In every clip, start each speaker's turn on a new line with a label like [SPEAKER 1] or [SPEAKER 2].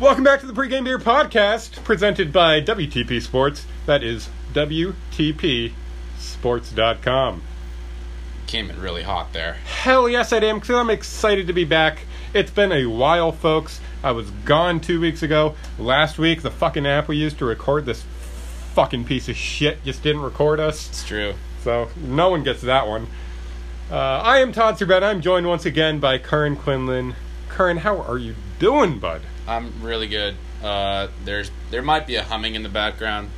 [SPEAKER 1] Welcome back to the Pregame Beer Podcast, presented by WTP Sports. That is WTPSports.com.
[SPEAKER 2] Came in really hot there.
[SPEAKER 1] Hell yes, I am, because I'm excited to be back. It's been a while, folks. I was gone two weeks ago. Last week, the fucking app we used to record this fucking piece of shit just didn't record us.
[SPEAKER 2] It's true.
[SPEAKER 1] So, no one gets that one. Uh, I am Todd Serbet. I'm joined once again by Kern Quinlan. Kern, how are you doing, bud?
[SPEAKER 2] I'm really good. Uh, there's there might be a humming in the background.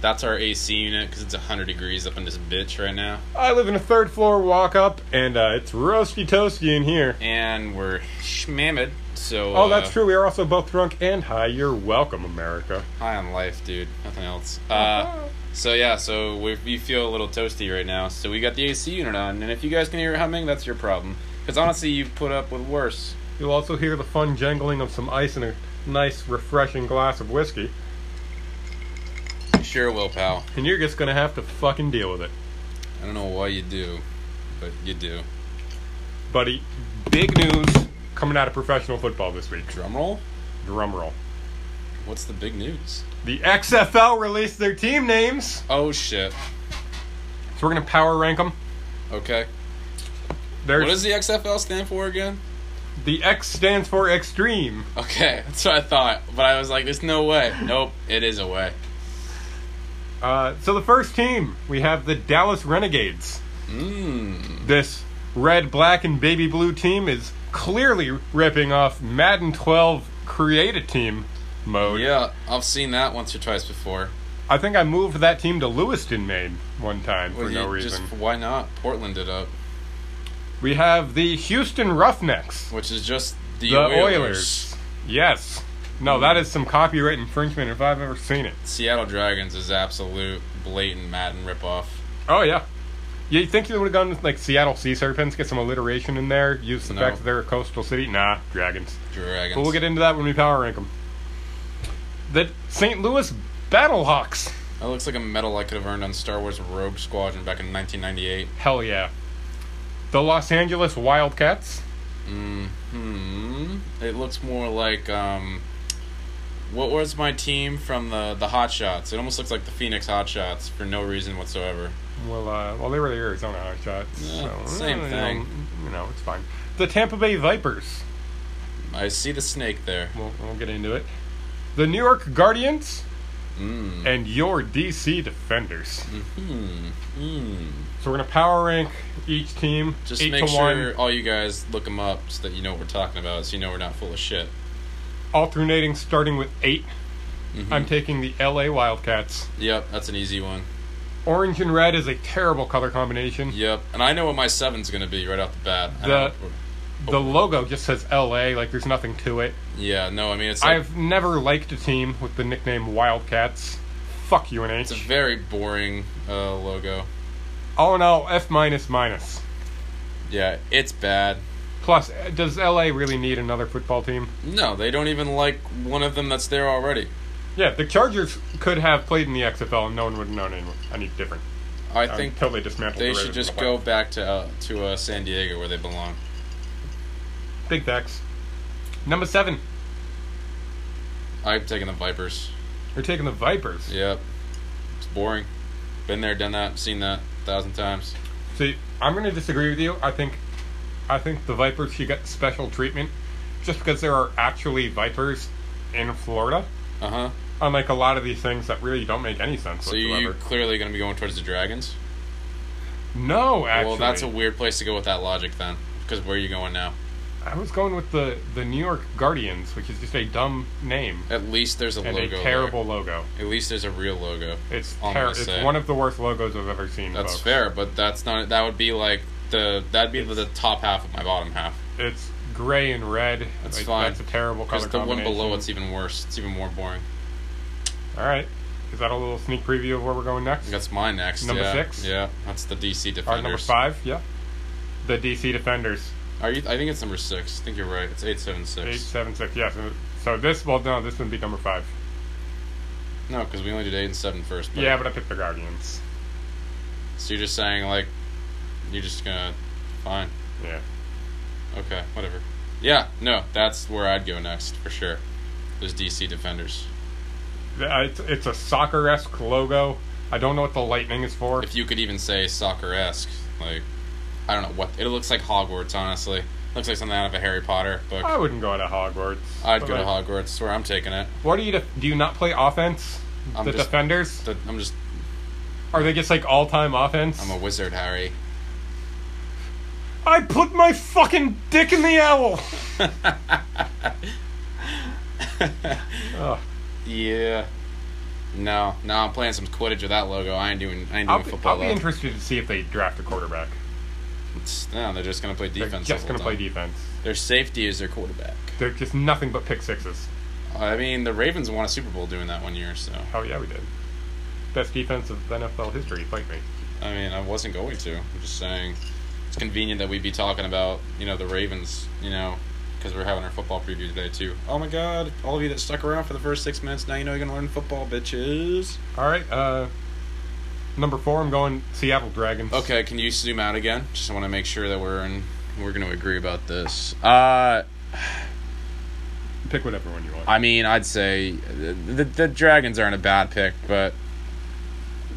[SPEAKER 2] That's our AC unit because it's 100 degrees up in this bitch right now,
[SPEAKER 1] I live in a third floor walk up, and uh, it's roasty toasty in here.
[SPEAKER 2] and we're shmammed. So
[SPEAKER 1] Oh, that's
[SPEAKER 2] uh,
[SPEAKER 1] true. We are also both drunk and high. You're welcome, America.
[SPEAKER 2] High on life, dude. Nothing else.
[SPEAKER 1] Uh-huh.
[SPEAKER 2] Uh, so yeah, so we, we feel a little toasty right now. So we got the AC unit on, and if you guys can hear it humming, that's your problem. Because honestly, you've put up with worse.
[SPEAKER 1] You'll also hear the fun jangling of some ice and a nice, refreshing glass of whiskey,
[SPEAKER 2] You Sure will, pal.
[SPEAKER 1] and you're just gonna have to fucking deal with it,
[SPEAKER 2] I don't know why you do, but you do.
[SPEAKER 1] buddy. Big news coming out of professional football this week.
[SPEAKER 2] Drumroll.
[SPEAKER 1] Drum roll.
[SPEAKER 2] What's the big news?
[SPEAKER 1] The XFL released their team names,
[SPEAKER 2] Oh shit.
[SPEAKER 1] so we're gonna power rank them.
[SPEAKER 2] Okay.
[SPEAKER 1] There's
[SPEAKER 2] What does the XFL stand for again?
[SPEAKER 1] the X stands for extreme.
[SPEAKER 2] Okay, that's what I thought, but I was like, "There's no way." Nope, it is a way.
[SPEAKER 1] Uh, so the first team we have the Dallas Renegades.
[SPEAKER 2] Mmm.
[SPEAKER 1] this red, black, and baby blue team is clearly ripping off Madden 12 Create a Team mode.
[SPEAKER 2] Yeah, I've seen that once or twice before.
[SPEAKER 1] I think I moved that team to Lewiston, Maine one time for
[SPEAKER 2] Well,
[SPEAKER 1] no
[SPEAKER 2] you-
[SPEAKER 1] reason.
[SPEAKER 2] Just why not? Portland it up,
[SPEAKER 1] We have the Houston Roughnecks,
[SPEAKER 2] which is just the,
[SPEAKER 1] the Oilers. Yes. No, that is some copyright infringement if I've ever seen it.
[SPEAKER 2] Seattle Dragons is absolute blatant Madden ripoff.
[SPEAKER 1] Oh, yeah. You think you would have gone with like Seattle Sea Serpents, get some alliteration in there, use the
[SPEAKER 2] No.
[SPEAKER 1] fact that they're a coastal city? Nah, dragons.
[SPEAKER 2] Dragons.
[SPEAKER 1] But we'll get into that when we power rank them. The St. Louis Battlehawks.
[SPEAKER 2] That looks like a medal I could have earned on Star Wars Rogue Squadron back in 1998.
[SPEAKER 1] Hell yeah. The Los Angeles Wildcats.
[SPEAKER 2] Hmm. It looks more like um. What was my team from the the Hot Shots? It almost looks like the Phoenix Hot Shots for no reason whatsoever.
[SPEAKER 1] Well, uh, well, they were the Arizona hot shots.
[SPEAKER 2] Yeah,
[SPEAKER 1] so, eh,
[SPEAKER 2] same
[SPEAKER 1] you know,
[SPEAKER 2] thing.
[SPEAKER 1] you know, it's fine. The Tampa Bay Vipers.
[SPEAKER 2] I see the snake there.
[SPEAKER 1] We'll, we'll get into it. The New York Guardians
[SPEAKER 2] Mm.
[SPEAKER 1] and your DC Defenders.
[SPEAKER 2] Hmm. Hmm.
[SPEAKER 1] So we're gonna power rank each team.
[SPEAKER 2] Just
[SPEAKER 1] eight
[SPEAKER 2] make
[SPEAKER 1] to
[SPEAKER 2] sure
[SPEAKER 1] one,
[SPEAKER 2] all you guys look them up so that you know what we're talking about, so you know we're not full of shit.
[SPEAKER 1] alternating, starting with 8
[SPEAKER 2] Mhm.
[SPEAKER 1] I'm taking the LA Wildcats.
[SPEAKER 2] Yep, that's an easy one.
[SPEAKER 1] Orange and red is a terrible color combination.
[SPEAKER 2] Yep, and I know what my seven's gonna be right off the bat. I
[SPEAKER 1] The-
[SPEAKER 2] don't-
[SPEAKER 1] The logo just says LA, like there's nothing to it.
[SPEAKER 2] yeah, no, I mean it's like,
[SPEAKER 1] I've never liked a team with the nickname Wildcats. Fuck
[SPEAKER 2] it's a
[SPEAKER 1] UNH.
[SPEAKER 2] very boring uh, logo.
[SPEAKER 1] All in all, F minus minus.
[SPEAKER 2] Yeah, it's bad.
[SPEAKER 1] Plus, does LA really need another football team?
[SPEAKER 2] No, they don't even like one of them that's there already.
[SPEAKER 1] Yeah, the Chargers could have played in the XFL and no one would have known anyone, any different.
[SPEAKER 2] I
[SPEAKER 1] I
[SPEAKER 2] think
[SPEAKER 1] think totally dismantled.
[SPEAKER 2] they
[SPEAKER 1] the
[SPEAKER 2] should
[SPEAKER 1] Raiders
[SPEAKER 2] just
[SPEAKER 1] in the
[SPEAKER 2] go
[SPEAKER 1] playoffs.
[SPEAKER 2] back to uh, to uh, San Diego where they belong.
[SPEAKER 1] Big Dex. Number seven,
[SPEAKER 2] I'm taking the Vipers.
[SPEAKER 1] you're taking the Vipers.
[SPEAKER 2] Yep. It's boring. Been there, done that, seen that a thousand times.
[SPEAKER 1] See, I'm going to disagree with you. I think, I think the Vipers should get special treatment, just because there are actually Vipers in Florida.
[SPEAKER 2] Uh huh.
[SPEAKER 1] Unlike a lot of these things that really don't make any sense
[SPEAKER 2] So you,
[SPEAKER 1] whatsoever.
[SPEAKER 2] you're clearly going to be going towards the Dragons.
[SPEAKER 1] No, actually.
[SPEAKER 2] Well, that's a weird place to go with that logic then. Because where are you going now?
[SPEAKER 1] I was going with the the New York Guardians, which is just a dumb name
[SPEAKER 2] At least there's a
[SPEAKER 1] and
[SPEAKER 2] logo.
[SPEAKER 1] a
[SPEAKER 2] there.
[SPEAKER 1] terrible logo.
[SPEAKER 2] At least there's a real logo.
[SPEAKER 1] It's
[SPEAKER 2] I'm
[SPEAKER 1] ter-
[SPEAKER 2] gonna
[SPEAKER 1] It's
[SPEAKER 2] say.
[SPEAKER 1] one of the worst logos I've ever seen.
[SPEAKER 2] That's
[SPEAKER 1] folks.
[SPEAKER 2] fair, but that's not. That would be like the. That'd be the top half of my bottom half.
[SPEAKER 1] It's gray and red.
[SPEAKER 2] That's
[SPEAKER 1] Like,
[SPEAKER 2] fine.
[SPEAKER 1] That's a terrible color
[SPEAKER 2] Because the one
[SPEAKER 1] combination.
[SPEAKER 2] below it's even worse. It's even more boring.
[SPEAKER 1] All right, is that a little sneak preview of where we're going next?
[SPEAKER 2] That's my next.
[SPEAKER 1] Number
[SPEAKER 2] yeah.
[SPEAKER 1] six?
[SPEAKER 2] Yeah, that's the DC Defenders.
[SPEAKER 1] All right, number five. Yeah, the DC Defenders,
[SPEAKER 2] Are you? I think it's number six. I think you're right. It's eight seven six.
[SPEAKER 1] eight seven six. Yes. and- So this, well, no, this would be number five.
[SPEAKER 2] No, because we only did eight and seven first.
[SPEAKER 1] Yeah, but I picked the Guardians.
[SPEAKER 2] So you're just saying like, you're just gonna, fine,
[SPEAKER 1] Yeah.
[SPEAKER 2] okay, whatever. Yeah, no, that's where I'd go next for sure. Those DC Defenders.
[SPEAKER 1] Uh, It's, it's a soccer esque logo. I don't know what the lightning is for.
[SPEAKER 2] If you could even say soccer esque, like I don't know what it looks like. Hogwarts, honestly, looks like something out of a Harry Potter book.
[SPEAKER 1] I wouldn't go to Hogwarts.
[SPEAKER 2] I'd
[SPEAKER 1] but
[SPEAKER 2] go to
[SPEAKER 1] like,
[SPEAKER 2] Hogwarts. That's where I'm taking it.
[SPEAKER 1] What do you def- do? You not play offense?
[SPEAKER 2] I'm
[SPEAKER 1] the
[SPEAKER 2] just-
[SPEAKER 1] defenders
[SPEAKER 2] Th- I'm just
[SPEAKER 1] are they just like all time offense?
[SPEAKER 2] I'm a wizard, Harry.
[SPEAKER 1] I put my fucking dick in the owl. Ugh.
[SPEAKER 2] yeah. No, no, I'm playing some Quidditch with that logo. I ain't doing, I ain't doing
[SPEAKER 1] I'll, be,
[SPEAKER 2] football.
[SPEAKER 1] I'll be
[SPEAKER 2] though.
[SPEAKER 1] interested to see if they draft a quarterback.
[SPEAKER 2] It's- no, they're just gonna play
[SPEAKER 1] They're
[SPEAKER 2] defense. the
[SPEAKER 1] just
[SPEAKER 2] whole
[SPEAKER 1] gonna play
[SPEAKER 2] time.
[SPEAKER 1] defense.
[SPEAKER 2] Their safety is their quarterback.
[SPEAKER 1] They're just nothing but pick sixes.
[SPEAKER 2] I mean, the Ravens won a Super Bowl doing that one year, so
[SPEAKER 1] Oh yeah, we did. Best defense of NFL history. Fight me.
[SPEAKER 2] I mean, I wasn't going to. I'm just saying, it's convenient that we'd be talking about you know the Ravens, you know, because we're having our football preview today too. Oh my God! All of you that stuck around for the first six minutes, now you know you're gonna learn football, bitches.
[SPEAKER 1] All right. Uh, number four, I'm going Seattle Dragons.
[SPEAKER 2] Okay, can you zoom out again? Just want to make sure that we're in, we're going to agree about this. Uh,
[SPEAKER 1] Pick whatever one you want.
[SPEAKER 2] I mean, I'd say the, the, the Dragons aren't a bad pick, but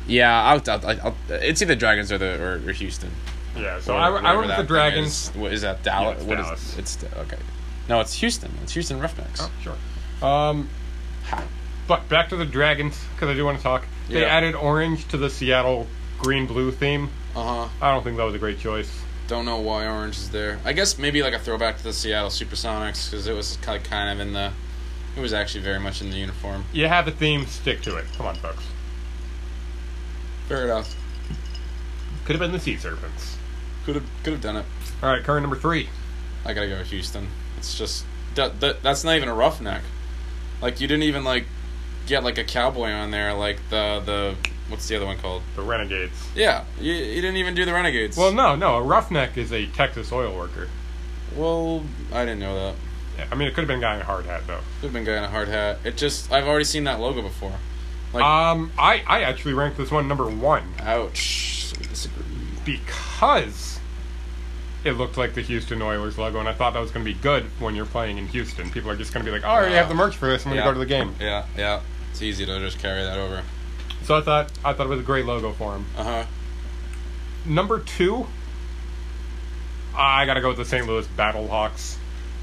[SPEAKER 2] yeah, I'll, I'll, I'll, it's either Dragons or the or, or Houston.
[SPEAKER 1] yeah. So
[SPEAKER 2] Or
[SPEAKER 1] I, I
[SPEAKER 2] whatever
[SPEAKER 1] went with
[SPEAKER 2] that
[SPEAKER 1] the
[SPEAKER 2] thing
[SPEAKER 1] Dragons.
[SPEAKER 2] Is. What is that
[SPEAKER 1] Yeah,
[SPEAKER 2] Dallas?
[SPEAKER 1] it's
[SPEAKER 2] what is
[SPEAKER 1] Dallas.
[SPEAKER 2] it's okay? No, it's Houston. It's Houston Roughnecks.
[SPEAKER 1] Oh, sure. Um, but back to the Dragons because I do want to talk. They
[SPEAKER 2] Yeah.
[SPEAKER 1] added orange to the Seattle green blue theme.
[SPEAKER 2] Uh huh.
[SPEAKER 1] I don't think that was a great choice.
[SPEAKER 2] Don't know why orange is there. I guess maybe like a throwback to the Seattle Supersonics because it was ki- kind of in the. It was actually very much in the uniform.
[SPEAKER 1] You have a theme, stick to it. Come on, folks.
[SPEAKER 2] Fair enough.
[SPEAKER 1] Could have been the Sea Serpents.
[SPEAKER 2] Could have could have done it.
[SPEAKER 1] All right, card number three.
[SPEAKER 2] I gotta go with Houston. It's just that, that that's not even a roughneck. Like you didn't even like get like a cowboy on there. Like the the what's the other one called?
[SPEAKER 1] The Renegades.
[SPEAKER 2] Yeah, you, you didn't even do the Renegades.
[SPEAKER 1] Well, no, no. A roughneck is a Texas oil worker.
[SPEAKER 2] well, I didn't know that.
[SPEAKER 1] Yeah, I mean, it could have been a guy in a hard hat though.
[SPEAKER 2] Could have been guy in a hard hat. It just I've already seen that logo before. Like
[SPEAKER 1] Um, I I actually ranked this one number one
[SPEAKER 2] ouch. So we disagree.
[SPEAKER 1] because it looked like the Houston Oilers logo, and I thought that was going to be good when you're playing in Houston. People are just going to be like, "Oh, I already have the merch for this. I'm going to
[SPEAKER 2] Yeah.
[SPEAKER 1] go to the game."
[SPEAKER 2] Yeah, yeah. It's easy to just carry that over.
[SPEAKER 1] So I thought I thought it was a great logo for him.
[SPEAKER 2] Uh huh.
[SPEAKER 1] Number two, I gotta go with the St. Louis Battlehawks.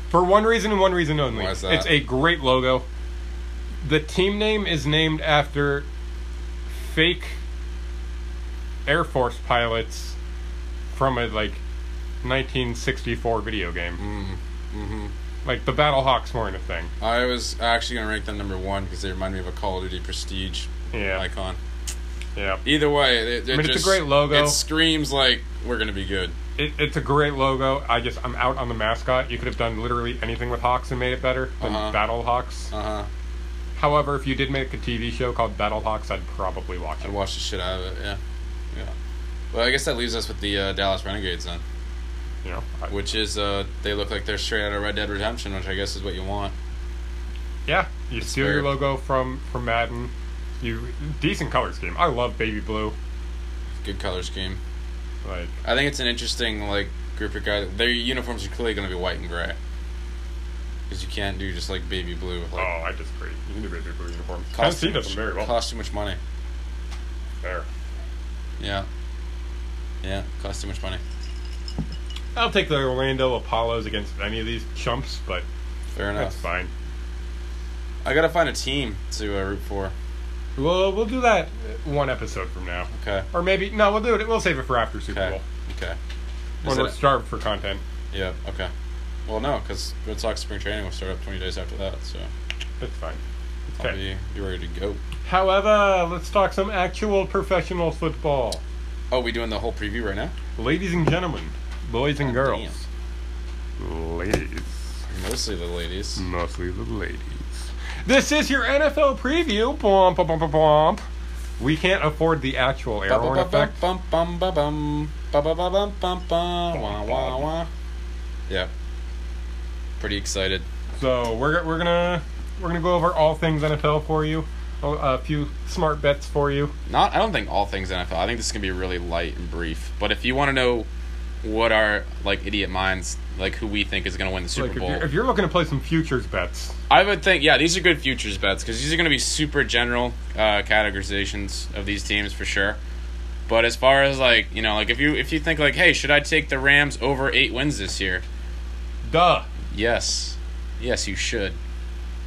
[SPEAKER 1] For one reason and one reason only.
[SPEAKER 2] Why is that?
[SPEAKER 1] It's a great logo. The team name is named after fake Air Force pilots from a like 1964 video game.
[SPEAKER 2] Mm. Mm-hmm.
[SPEAKER 1] Like the Battlehawks weren't a thing.
[SPEAKER 2] I was actually gonna rank them number one because they remind me of a Call of Duty Prestige
[SPEAKER 1] Yeah.
[SPEAKER 2] icon.
[SPEAKER 1] yeah.
[SPEAKER 2] Either way, it, it
[SPEAKER 1] I mean, it's a
[SPEAKER 2] just-
[SPEAKER 1] great logo.
[SPEAKER 2] It screams like we're gonna be good.
[SPEAKER 1] It, it's a great logo. I just I'm out on the mascot. You could have done literally anything with Hawks and made it better than
[SPEAKER 2] Uh-huh.
[SPEAKER 1] Battlehawks.
[SPEAKER 2] Uh huh.
[SPEAKER 1] However, if you did make a TV show called Battlehawks, I'd probably watch
[SPEAKER 2] I'd
[SPEAKER 1] it.
[SPEAKER 2] watch the shit out of it. Yeah, yeah. Well, I guess that leaves us with the uh, Dallas Renegades then,
[SPEAKER 1] You know, I-
[SPEAKER 2] which is uh, they look like they're straight out of Red Dead Redemption, which I guess is what you want.
[SPEAKER 1] yeah, you steal your
[SPEAKER 2] fair.
[SPEAKER 1] logo from from Madden. You decent color scheme. I love baby blue.
[SPEAKER 2] Good color scheme.
[SPEAKER 1] Like
[SPEAKER 2] I think it's an interesting like group of guys. Their uniforms are clearly gonna be white and gray, because you can't do just like baby blue. With,
[SPEAKER 1] oh,
[SPEAKER 2] like,
[SPEAKER 1] I disagree. You can do baby blue uniforms.
[SPEAKER 2] cost
[SPEAKER 1] Tennessee
[SPEAKER 2] too
[SPEAKER 1] does them
[SPEAKER 2] much-
[SPEAKER 1] very well.
[SPEAKER 2] Cost too much money.
[SPEAKER 1] Fair.
[SPEAKER 2] Yeah. Yeah, cost too much money.
[SPEAKER 1] I'll take the Orlando Apollos against any of these chumps, but
[SPEAKER 2] Fair enough.
[SPEAKER 1] that's fine.
[SPEAKER 2] I gotta find a team to uh, root for.
[SPEAKER 1] Well, we'll do that one episode from now,
[SPEAKER 2] Okay.
[SPEAKER 1] or maybe no, we'll do it. We'll save it for after Super
[SPEAKER 2] Okay.
[SPEAKER 1] Bowl
[SPEAKER 2] Okay. Is
[SPEAKER 1] when
[SPEAKER 2] that
[SPEAKER 1] we're
[SPEAKER 2] it?
[SPEAKER 1] starved for content.
[SPEAKER 2] yeah. Okay. Well, no, because Red Sox spring training will start up 20 days after that, so
[SPEAKER 1] It's fine.
[SPEAKER 2] I'll
[SPEAKER 1] Okay.
[SPEAKER 2] be, be ready to go.
[SPEAKER 1] However, let's talk some actual professional football.
[SPEAKER 2] Oh, we doing the whole preview right now?
[SPEAKER 1] Ladies and gentlemen, boys and
[SPEAKER 2] God
[SPEAKER 1] girls. Ladies.
[SPEAKER 2] Mostly the ladies.
[SPEAKER 1] Mm. Mostly the ladies. This is your NFL preview. Bump, bump, bump, bump. We can't afford the actual air horn effect.
[SPEAKER 2] Bum, bum, bum, bum, bum, bum, bum, bum, bum, bum, wah, wah, wah. Yeah. Pretty excited.
[SPEAKER 1] So we're, we're gonna we're gonna go over all things NFL for you. A, a few smart bets for you.
[SPEAKER 2] Not, I don't think all things NFL. I think this is gonna be really light and brief. But if you want to know what our like idiot minds like who we think is going to win the Super
[SPEAKER 1] Like if
[SPEAKER 2] Bowl.
[SPEAKER 1] you're, if you're looking to play some futures bets,
[SPEAKER 2] I would think, yeah, these are good futures bets because these are going to be super general uh, categorizations of these teams for sure. But as far as like you know, like if you if you think like, hey, should I take the Rams over eight wins this year?
[SPEAKER 1] duh.
[SPEAKER 2] Yes, yes, you should.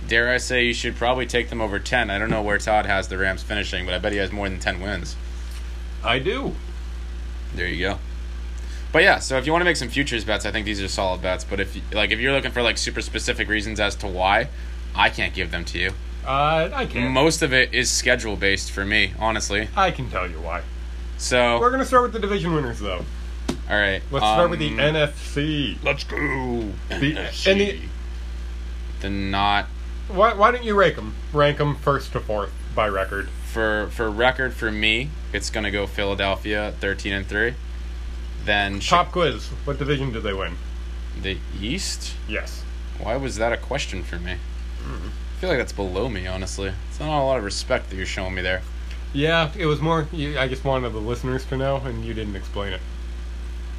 [SPEAKER 2] Dare I say you should probably take them over ten? I don't know where Todd has the Rams finishing, but I bet he has more than ten wins.
[SPEAKER 1] I do.
[SPEAKER 2] There you go. But yeah, so if you want to make some futures bets, I think these are solid bets. But if you- like if you're looking for like super specific reasons as to why, I can't give them to you.
[SPEAKER 1] Uh, I can.
[SPEAKER 2] Most of it is schedule based for me, honestly.
[SPEAKER 1] I can tell you why. We're
[SPEAKER 2] So,
[SPEAKER 1] gonna start with the division winners though.
[SPEAKER 2] all right.
[SPEAKER 1] Let's start with the
[SPEAKER 2] um,
[SPEAKER 1] NFC.
[SPEAKER 2] Let's go.
[SPEAKER 1] The- and the-
[SPEAKER 2] the, the not
[SPEAKER 1] Why, why don't you rank them? Rank them first to fourth by record.
[SPEAKER 2] for for record for me, it's gonna go Philadelphia thirteen and three. Then Chi-
[SPEAKER 1] Top quiz. What division did they win?
[SPEAKER 2] the East.
[SPEAKER 1] Yes.
[SPEAKER 2] Why was that a question for me?
[SPEAKER 1] Mm-hmm.
[SPEAKER 2] I feel like that's below me, honestly. It's not a lot of respect that you're showing me there.
[SPEAKER 1] Yeah, it was more. You, I just wanted the listeners to know, and you didn't explain it.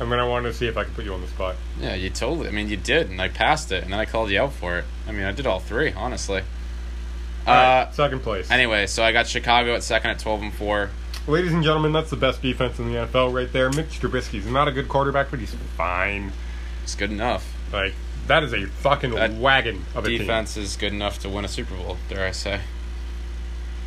[SPEAKER 1] I mean, I wanted to see if I could put you on the spot.
[SPEAKER 2] Yeah, you totally. I mean, you did, and I passed it, and then I called you out for it. I mean, I did all three, honestly. Uh,
[SPEAKER 1] Alright, second place.
[SPEAKER 2] Anyway, so I got Chicago at second at twelve and four.
[SPEAKER 1] Ladies and gentlemen, that's the best defense in the NFL right there. Mitch Trubisky's not a good quarterback, but he's fine.
[SPEAKER 2] It's good enough.
[SPEAKER 1] Like, that is a fucking
[SPEAKER 2] That
[SPEAKER 1] wagon of a
[SPEAKER 2] Defense is good enough to win a Super Bowl. Dare I say?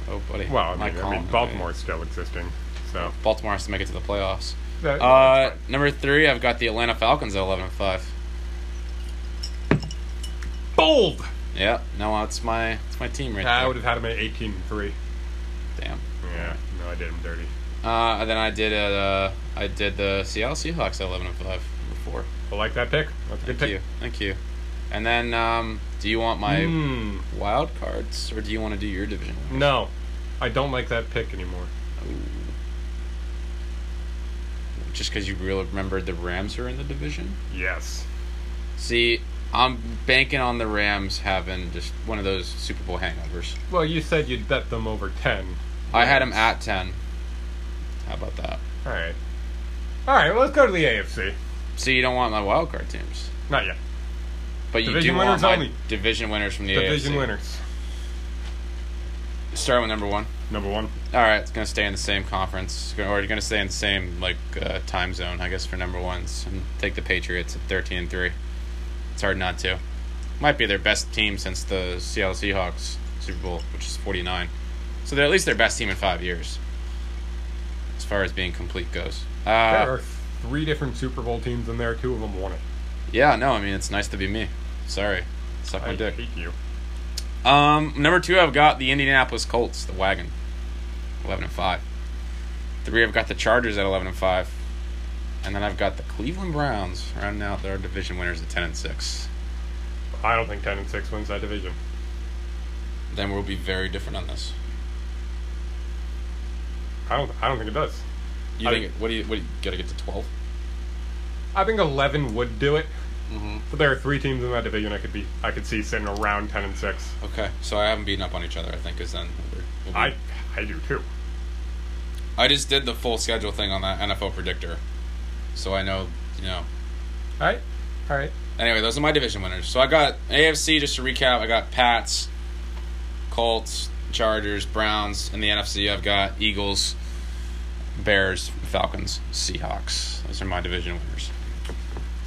[SPEAKER 2] Oh, buddy.
[SPEAKER 1] team. Well, I
[SPEAKER 2] My
[SPEAKER 1] mean, I
[SPEAKER 2] column,
[SPEAKER 1] mean Baltimore's still existing. So,
[SPEAKER 2] Baltimore has to make it to the playoffs.
[SPEAKER 1] that,
[SPEAKER 2] Uh, number three, I've got the Atlanta Falcons at eleven and five.
[SPEAKER 1] bold!
[SPEAKER 2] Yeah, no, that's my that's my team right
[SPEAKER 1] I
[SPEAKER 2] there.
[SPEAKER 1] would have had him at 18 and 3.
[SPEAKER 2] Damn.
[SPEAKER 1] Yeah, no, I did him dirty.
[SPEAKER 2] Uh, and then I did it. Uh, I did the Seattle Seahawks at eleven and five before.
[SPEAKER 1] I like that pick. That's a good
[SPEAKER 2] Thank
[SPEAKER 1] pick.
[SPEAKER 2] you. Thank you. And then, um, do you want my
[SPEAKER 1] Hmm,
[SPEAKER 2] wild cards, or do you want to do your division?
[SPEAKER 1] no, I don't like that pick anymore.
[SPEAKER 2] Just because you really remembered the Rams are in the division.
[SPEAKER 1] Yes.
[SPEAKER 2] See, I'm banking on the Rams having just one of those Super Bowl hangovers.
[SPEAKER 1] Well, you said you'd bet them over 10.
[SPEAKER 2] I had them at ten. How about that?
[SPEAKER 1] All right. All right, well, let's go to the AFC.
[SPEAKER 2] So you don't want my wild card teams,
[SPEAKER 1] Not yet.
[SPEAKER 2] but you
[SPEAKER 1] Division
[SPEAKER 2] do want
[SPEAKER 1] winners
[SPEAKER 2] my
[SPEAKER 1] only.
[SPEAKER 2] division winners from the
[SPEAKER 1] Division
[SPEAKER 2] AFC.
[SPEAKER 1] winners.
[SPEAKER 2] Start with number one.
[SPEAKER 1] Number one.
[SPEAKER 2] All right, it's gonna stay in the same conference, or you're gonna stay in the same like uh, time zone, I guess, for number ones, and take the Patriots at thirteen and three. It's hard not to. Might be their best team since the Seattle Seahawks Super Bowl, which is forty nine. So they're at least their best team in five years, as far as being complete goes.
[SPEAKER 1] There
[SPEAKER 2] Uh,
[SPEAKER 1] are three different Super Bowl teams in there. Two of them won it.
[SPEAKER 2] yeah, no, I mean it's nice to be me. Sorry, suck
[SPEAKER 1] I
[SPEAKER 2] my dick.
[SPEAKER 1] hate you.
[SPEAKER 2] Um, number two, I've got the Indianapolis Colts, the wagon, eleven and five. Three, I've got the Chargers at eleven and five, and then I've got the Cleveland Browns rounding out their division winners at ten and six.
[SPEAKER 1] I don't think 10 and 6 wins that division.
[SPEAKER 2] Then we'll be very different on this.
[SPEAKER 1] I don't I don't think it does.
[SPEAKER 2] You
[SPEAKER 1] I-
[SPEAKER 2] think? What do you? What do you gotta get to twelve?
[SPEAKER 1] I think 11 would do it,
[SPEAKER 2] Mm-hmm.
[SPEAKER 1] but there are three teams in that division I could be I could see sitting around 10 and 6.
[SPEAKER 2] Okay, so I haven't beaten up on each other. I think because then we're- we'll be-
[SPEAKER 1] I I do too.
[SPEAKER 2] I just did the full schedule thing on that NFL predictor, so I know you know
[SPEAKER 1] All right. All right.
[SPEAKER 2] Anyway, those are my division winners. So I got AFC, just to recap, I got Pats, Colts, Chargers, Browns. In the NFC, I've got Eagles, Bears, Falcons, Seahawks. Those are my division winners.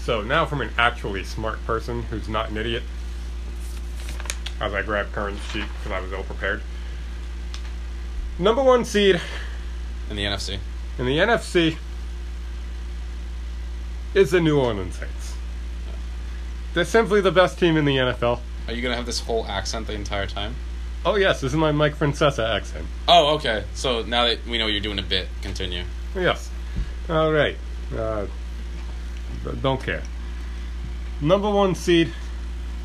[SPEAKER 1] So now from an actually smart person who's not an idiot, as I grabbed Kern's sheet because I was ill prepared. Number one seed
[SPEAKER 2] In the NFC.
[SPEAKER 1] in the NFC is the New Orleans Saints. They're simply the best team in the NFL.
[SPEAKER 2] Are you going to have this whole accent the entire time?
[SPEAKER 1] Oh yes, this is my Mike Francesa accent.
[SPEAKER 2] Oh, okay. So now that we know you're doing a bit, continue.
[SPEAKER 1] Yes. All right. Uh, don't care. Number one seed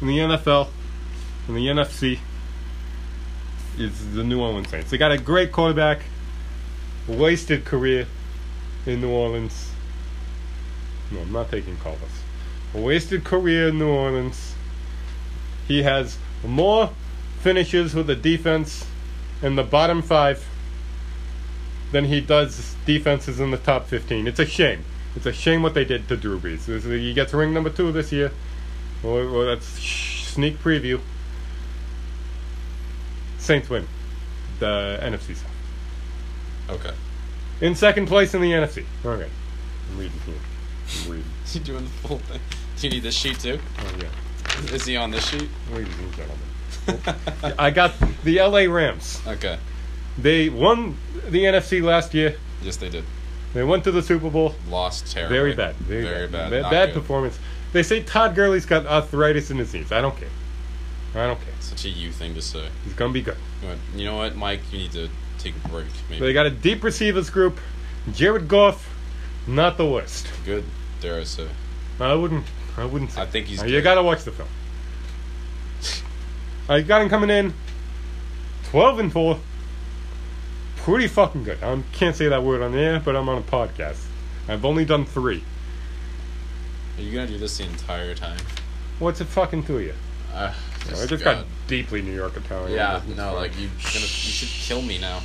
[SPEAKER 1] in the NFL in the NFC is the New Orleans Saints. They got a great quarterback, wasted career in New Orleans. No, I'm not taking calls. A wasted career in New Orleans. He has more finishes with the defense in the bottom five than he does defenses in the top 15. It's a shame. It's a shame what they did to Drew Brees. This is- he gets ring number two this year. Well, well, that's sh- sneak preview. Saints win the NFC South.
[SPEAKER 2] Okay.
[SPEAKER 1] In second place in the NFC. Okay. I'm reading here. I'm reading.
[SPEAKER 2] Is he doing the full thing? Do you need this sheet too?
[SPEAKER 1] Oh, yeah.
[SPEAKER 2] Is he on this sheet?
[SPEAKER 1] Ladies and gentlemen. I got the LA Rams.
[SPEAKER 2] okay.
[SPEAKER 1] They won the NFC last year.
[SPEAKER 2] Yes, they did.
[SPEAKER 1] They went to the Super Bowl.
[SPEAKER 2] Lost terribly.
[SPEAKER 1] Very bad. Very,
[SPEAKER 2] Very bad.
[SPEAKER 1] bad.
[SPEAKER 2] Not
[SPEAKER 1] bad
[SPEAKER 2] good.
[SPEAKER 1] performance. They say Todd Gurley's got arthritis in his knees. I don't care. I don't care.
[SPEAKER 2] Such a you thing to say.
[SPEAKER 1] He's gonna be good.
[SPEAKER 2] You know what- You know what, Mike? You need to take a break. Maybe.
[SPEAKER 1] They got a deep receivers group. Jared Goff, not the worst.
[SPEAKER 2] good. Dare I say?
[SPEAKER 1] I wouldn't. I wouldn't. Say.
[SPEAKER 2] I think he's.
[SPEAKER 1] Now,
[SPEAKER 2] good.
[SPEAKER 1] you gotta watch the film. I got him coming in, twelve and four. Pretty fucking good. I can't say that word on air, but I'm on a podcast. I've only done three.
[SPEAKER 2] Are you gonna do this the entire time?
[SPEAKER 1] What's it fucking to you?
[SPEAKER 2] Uh,
[SPEAKER 1] I just
[SPEAKER 2] God.
[SPEAKER 1] got deeply New York Italian.
[SPEAKER 2] Yeah,
[SPEAKER 1] It's
[SPEAKER 2] no,
[SPEAKER 1] fine.
[SPEAKER 2] like you, gonna, you should kill me now.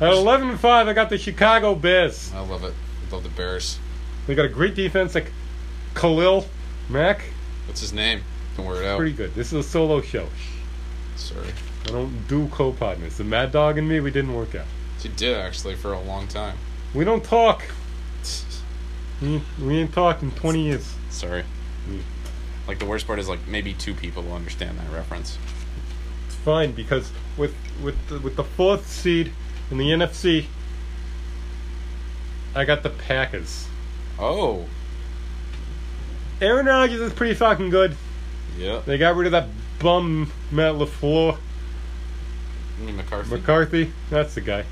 [SPEAKER 1] At 11 and 5, I got the Chicago Bears.
[SPEAKER 2] I love it. I love the Bears.
[SPEAKER 1] They got a great defense, like Khalil Mack.
[SPEAKER 2] What's his name? Don't worry it out.
[SPEAKER 1] Pretty good. This is a solo show.
[SPEAKER 2] Sorry,
[SPEAKER 1] I don't do co partners. The Mad Dog and me, we didn't work out.
[SPEAKER 2] you did actually for a long time.
[SPEAKER 1] We don't talk. We ain't- we ain't talked in 20 years.
[SPEAKER 2] Sorry.
[SPEAKER 1] Mm.
[SPEAKER 2] Like the worst part is like maybe two people will understand that reference.
[SPEAKER 1] It's fine because with with the, with the fourth seed in the NFC, I got the Packers.
[SPEAKER 2] Oh,
[SPEAKER 1] Aaron Rodgers is pretty fucking good.
[SPEAKER 2] yeah.
[SPEAKER 1] They got rid of that bum Matt LaFleur.
[SPEAKER 2] You mean McCarthy.
[SPEAKER 1] McCarthy, that's the guy.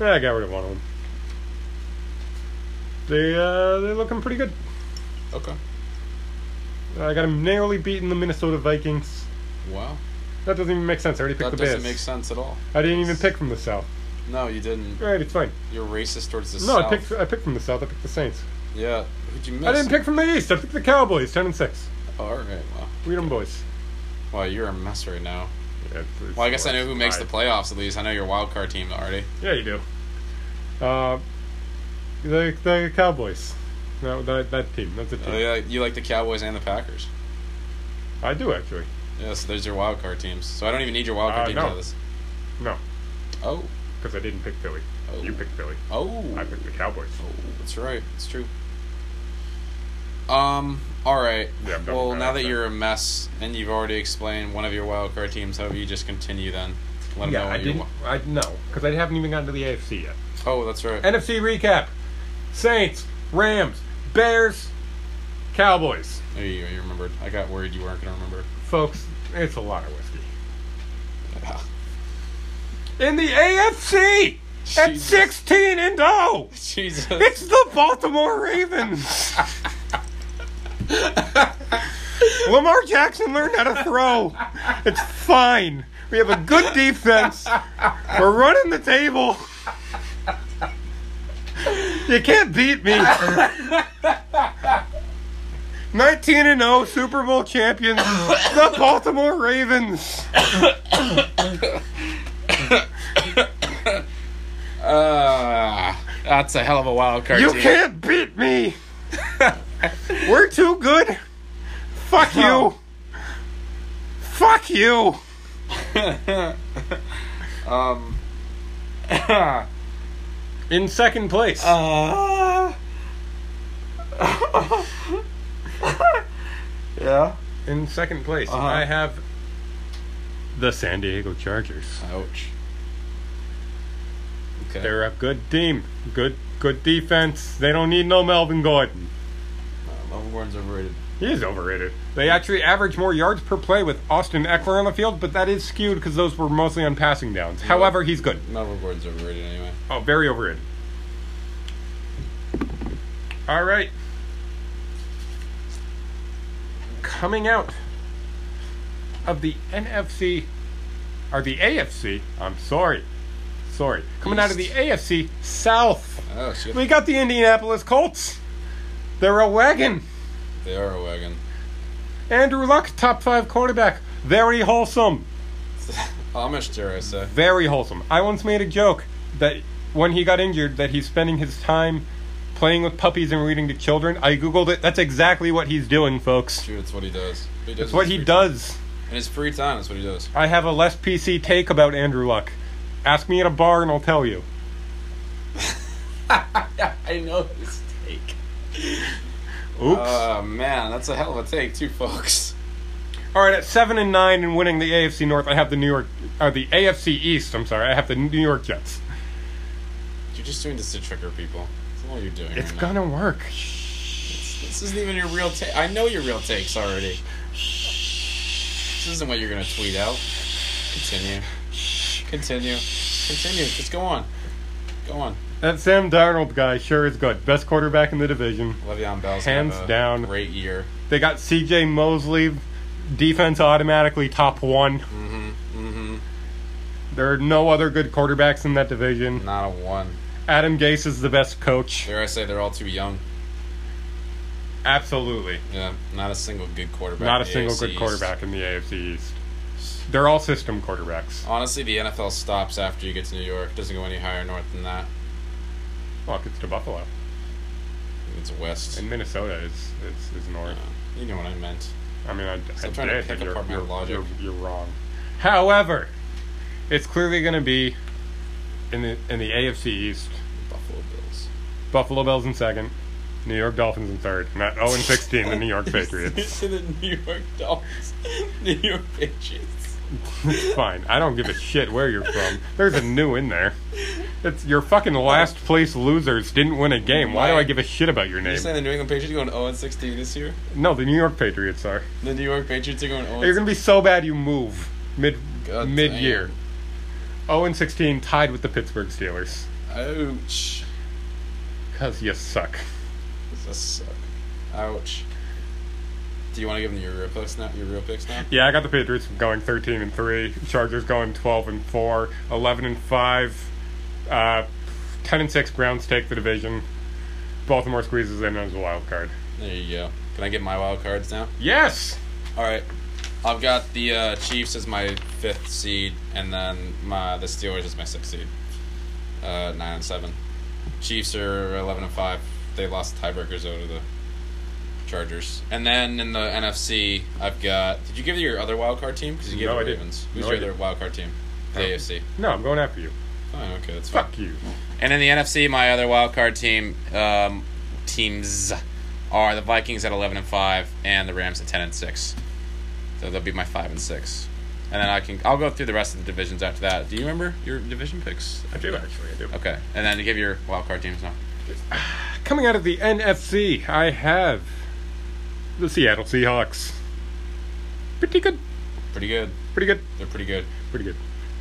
[SPEAKER 1] Yeah, I got rid of one of them. They uh, they're looking pretty good.
[SPEAKER 2] okay.
[SPEAKER 1] I got them narrowly beating the Minnesota Vikings.
[SPEAKER 2] Wow.
[SPEAKER 1] That doesn't even make sense. I already picked
[SPEAKER 2] that
[SPEAKER 1] the
[SPEAKER 2] doesn't
[SPEAKER 1] Bears.
[SPEAKER 2] make sense at all.
[SPEAKER 1] I didn't even pick from the South.
[SPEAKER 2] No, you didn't.
[SPEAKER 1] All right, it's fine.
[SPEAKER 2] You're racist towards the
[SPEAKER 1] no,
[SPEAKER 2] South.
[SPEAKER 1] I picked I picked from the South. I picked the Saints.
[SPEAKER 2] Yeah. Who'd you miss?
[SPEAKER 1] I didn't pick from the East. I picked the Cowboys, ten and six.
[SPEAKER 2] Oh, all right. Wow.
[SPEAKER 1] Read 'em, boys.
[SPEAKER 2] Wow, you're a mess right now.
[SPEAKER 1] Yeah, it's- it's
[SPEAKER 2] Well, I guess I
[SPEAKER 1] worse.
[SPEAKER 2] know who makes the
[SPEAKER 1] Alright.
[SPEAKER 2] playoffs at least. I know your wild card team already.
[SPEAKER 1] Yeah, you do. Uh, the the Cowboys. No, that that team. That's a team.
[SPEAKER 2] Oh, yeah, you like the Cowboys and the Packers.
[SPEAKER 1] I do actually.
[SPEAKER 2] Yeah, so there's your wild card teams. So I don't even need your wild card
[SPEAKER 1] Uh,
[SPEAKER 2] teams
[SPEAKER 1] no.
[SPEAKER 2] out of this.
[SPEAKER 1] No,
[SPEAKER 2] Oh,
[SPEAKER 1] because I didn't pick Philly.
[SPEAKER 2] Oh.
[SPEAKER 1] You picked Philly.
[SPEAKER 2] oh,
[SPEAKER 1] I picked the Cowboys.
[SPEAKER 2] oh, that's right. It's true. Um. All right.
[SPEAKER 1] Yeah, I'm done
[SPEAKER 2] well,
[SPEAKER 1] with that
[SPEAKER 2] now that
[SPEAKER 1] accent.
[SPEAKER 2] you're a mess and you've already explained one of your wild card teams, how about you just continue then? Let 'em know
[SPEAKER 1] Yeah, I
[SPEAKER 2] what you
[SPEAKER 1] didn't.
[SPEAKER 2] wa-
[SPEAKER 1] I no, because I haven't even gotten to the AFC yet.
[SPEAKER 2] Oh, that's right.
[SPEAKER 1] NFC recap: Saints, Rams, Bears, Cowboys.
[SPEAKER 2] There you, go, you remembered. I got worried you weren't gonna remember.
[SPEAKER 1] Folks, it's a lot of whiskey.
[SPEAKER 2] Yeah.
[SPEAKER 1] In the AFC, at
[SPEAKER 2] Jesus.
[SPEAKER 1] sixteen and oh. zero,
[SPEAKER 2] Jesus.
[SPEAKER 1] it's the Baltimore Ravens. Lamar Jackson learned how to throw. It's fine. We have a good defense. We're running the table. You can't beat me. 19 and 0 Super Bowl champions, the Baltimore Ravens.
[SPEAKER 2] Uh, that's a hell of a wild card
[SPEAKER 1] You
[SPEAKER 2] team.
[SPEAKER 1] can't beat me. We're too good. Fuck you.
[SPEAKER 2] No.
[SPEAKER 1] Fuck you.
[SPEAKER 2] Um.
[SPEAKER 1] In second place.
[SPEAKER 2] Uh, yeah.
[SPEAKER 1] In second place,
[SPEAKER 2] Uh-huh.
[SPEAKER 1] I have the San Diego Chargers.
[SPEAKER 2] Ouch. Okay.
[SPEAKER 1] They're a good team, good good defense. They don't need no Melvin Gordon.
[SPEAKER 2] Melvin Gordon's Uh, overrated.
[SPEAKER 1] He is overrated. They actually average more yards per play with Austin Eckler on the field, but that is skewed because those were mostly on passing downs. However, he's good.
[SPEAKER 2] Melvin Gordon's overrated anyway.
[SPEAKER 1] Oh, very overrated. All right. Coming out of the NFC, or the AFC, I'm sorry. Sorry. Coming out of the
[SPEAKER 2] East.
[SPEAKER 1] AFC South,
[SPEAKER 2] Oh shit.
[SPEAKER 1] we got the Indianapolis Colts. They're a wagon.
[SPEAKER 2] They are a wagon.
[SPEAKER 1] Andrew Luck, top five quarterback. Very wholesome.
[SPEAKER 2] Amish dare I say.
[SPEAKER 1] Very wholesome. I once made a joke that when he got injured, that he's spending his time playing with puppies and reading to children. I googled it. That's exactly what he's doing, folks.
[SPEAKER 2] Dude, it's what he does. He does
[SPEAKER 1] It's
[SPEAKER 2] in
[SPEAKER 1] what
[SPEAKER 2] his
[SPEAKER 1] he
[SPEAKER 2] free
[SPEAKER 1] does.
[SPEAKER 2] time. In his free time, that's what he does.
[SPEAKER 1] I have a less PC take about Andrew Luck. Ask me at a bar and I'll tell you.
[SPEAKER 2] I know his take.
[SPEAKER 1] Oops.
[SPEAKER 2] Oh man, that's a hell of a take too, folks.
[SPEAKER 1] All right, at seven and nine and winning the AFC North, I have the New York, or the AFC East. I'm sorry, I have the New York Jets.
[SPEAKER 2] You're just doing this to trigger people. That's all you're doing.
[SPEAKER 1] It's
[SPEAKER 2] right now.
[SPEAKER 1] gonna work.
[SPEAKER 2] This isn't even your real take. I know your real takes already. This isn't what you're gonna tweet out. Continue. Continue. Continue. Just go on. Go on.
[SPEAKER 1] That Sam Darnold guy sure is good. Best quarterback in the division.
[SPEAKER 2] Le'Veon Bell's
[SPEAKER 1] Hands
[SPEAKER 2] gonna have a
[SPEAKER 1] down.
[SPEAKER 2] Great year.
[SPEAKER 1] They got C.J. Mosley. Defense automatically top one.
[SPEAKER 2] Mm-hmm. Mm-hmm.
[SPEAKER 1] There are no other good quarterbacks in that division.
[SPEAKER 2] Not a one.
[SPEAKER 1] Adam Gase is the best coach.
[SPEAKER 2] Dare I say they're all too young.
[SPEAKER 1] Absolutely.
[SPEAKER 2] Yeah. Not a single good quarterback.
[SPEAKER 1] Not
[SPEAKER 2] in
[SPEAKER 1] a
[SPEAKER 2] the
[SPEAKER 1] single
[SPEAKER 2] AFC
[SPEAKER 1] good
[SPEAKER 2] East.
[SPEAKER 1] quarterback in the AFC East. They're all system quarterbacks.
[SPEAKER 2] Honestly, the NFL stops after you get to New York. It doesn't go any higher north than that.
[SPEAKER 1] Fuck, it's to Buffalo.
[SPEAKER 2] It's west.
[SPEAKER 1] And Minnesota is, is, is north.
[SPEAKER 2] Uh, you know what I meant.
[SPEAKER 1] I mean, I, I
[SPEAKER 2] I'm trying to
[SPEAKER 1] did,
[SPEAKER 2] pick
[SPEAKER 1] but you're,
[SPEAKER 2] apart my
[SPEAKER 1] you're,
[SPEAKER 2] logic.
[SPEAKER 1] You're, you're wrong. However, it's clearly going to be in the in the AFC East.
[SPEAKER 2] Buffalo Bills.
[SPEAKER 1] Buffalo Bills in second, New York Dolphins in third, and at 0 and 16, the New York Patriots.
[SPEAKER 2] to the New York Dolphins. New York Patriots.
[SPEAKER 1] It's fine. I don't give a shit where you're from. There's a new in there. It's your fucking last place losers didn't win a game. Why do I give a shit about your
[SPEAKER 2] You're
[SPEAKER 1] name?
[SPEAKER 2] saying the New England Patriots are going 0 16 this year?
[SPEAKER 1] No, the New York Patriots are.
[SPEAKER 2] The New York Patriots are going 0
[SPEAKER 1] You're gonna be so bad you move mid
[SPEAKER 2] God
[SPEAKER 1] mid year. 0 and 16, tied with the Pittsburgh Steelers.
[SPEAKER 2] Ouch.
[SPEAKER 1] Cause you suck.
[SPEAKER 2] This suck. Ouch. Do you want to give them your real picks now? Your real picks now?
[SPEAKER 1] Yeah, I got the Patriots going 13 and 3, Chargers going 12 and 4, 11 and 5, uh, 10 and 6 Browns take the division. Baltimore squeezes in as a wild card.
[SPEAKER 2] There you go. Can I get my wild cards now?
[SPEAKER 1] Yes.
[SPEAKER 2] All right. I've got the uh, Chiefs as my fifth seed, and then my the Steelers as my sixth seed. Uh, nine and seven. Chiefs are eleven and five. They lost tiebreakers over the Chargers, and then in the NFC, I've got. Did you give your other wild card team? Because you gave
[SPEAKER 1] No,
[SPEAKER 2] the
[SPEAKER 1] I didn't.
[SPEAKER 2] Ravens. Who's
[SPEAKER 1] No,
[SPEAKER 2] your
[SPEAKER 1] I
[SPEAKER 2] other wild card team? The
[SPEAKER 1] Oh.
[SPEAKER 2] AFC.
[SPEAKER 1] No, I'm going after you.
[SPEAKER 2] Fine. Okay, that's fine.
[SPEAKER 1] Fuck you.
[SPEAKER 2] And in the NFC, my other wild card team um, teams are the Vikings at eleven and five, and the Rams at ten and six. So they'll be my five and six, and then I can I'll go through the rest of the divisions after that. Do you remember your division picks?
[SPEAKER 1] I do actually. I do.
[SPEAKER 2] Okay, and then to give your wild card teams now.
[SPEAKER 1] Coming out of the NFC, I have the Seattle Seahawks. Pretty good.
[SPEAKER 2] Pretty good.
[SPEAKER 1] Pretty good.
[SPEAKER 2] They're pretty good.
[SPEAKER 1] Pretty good.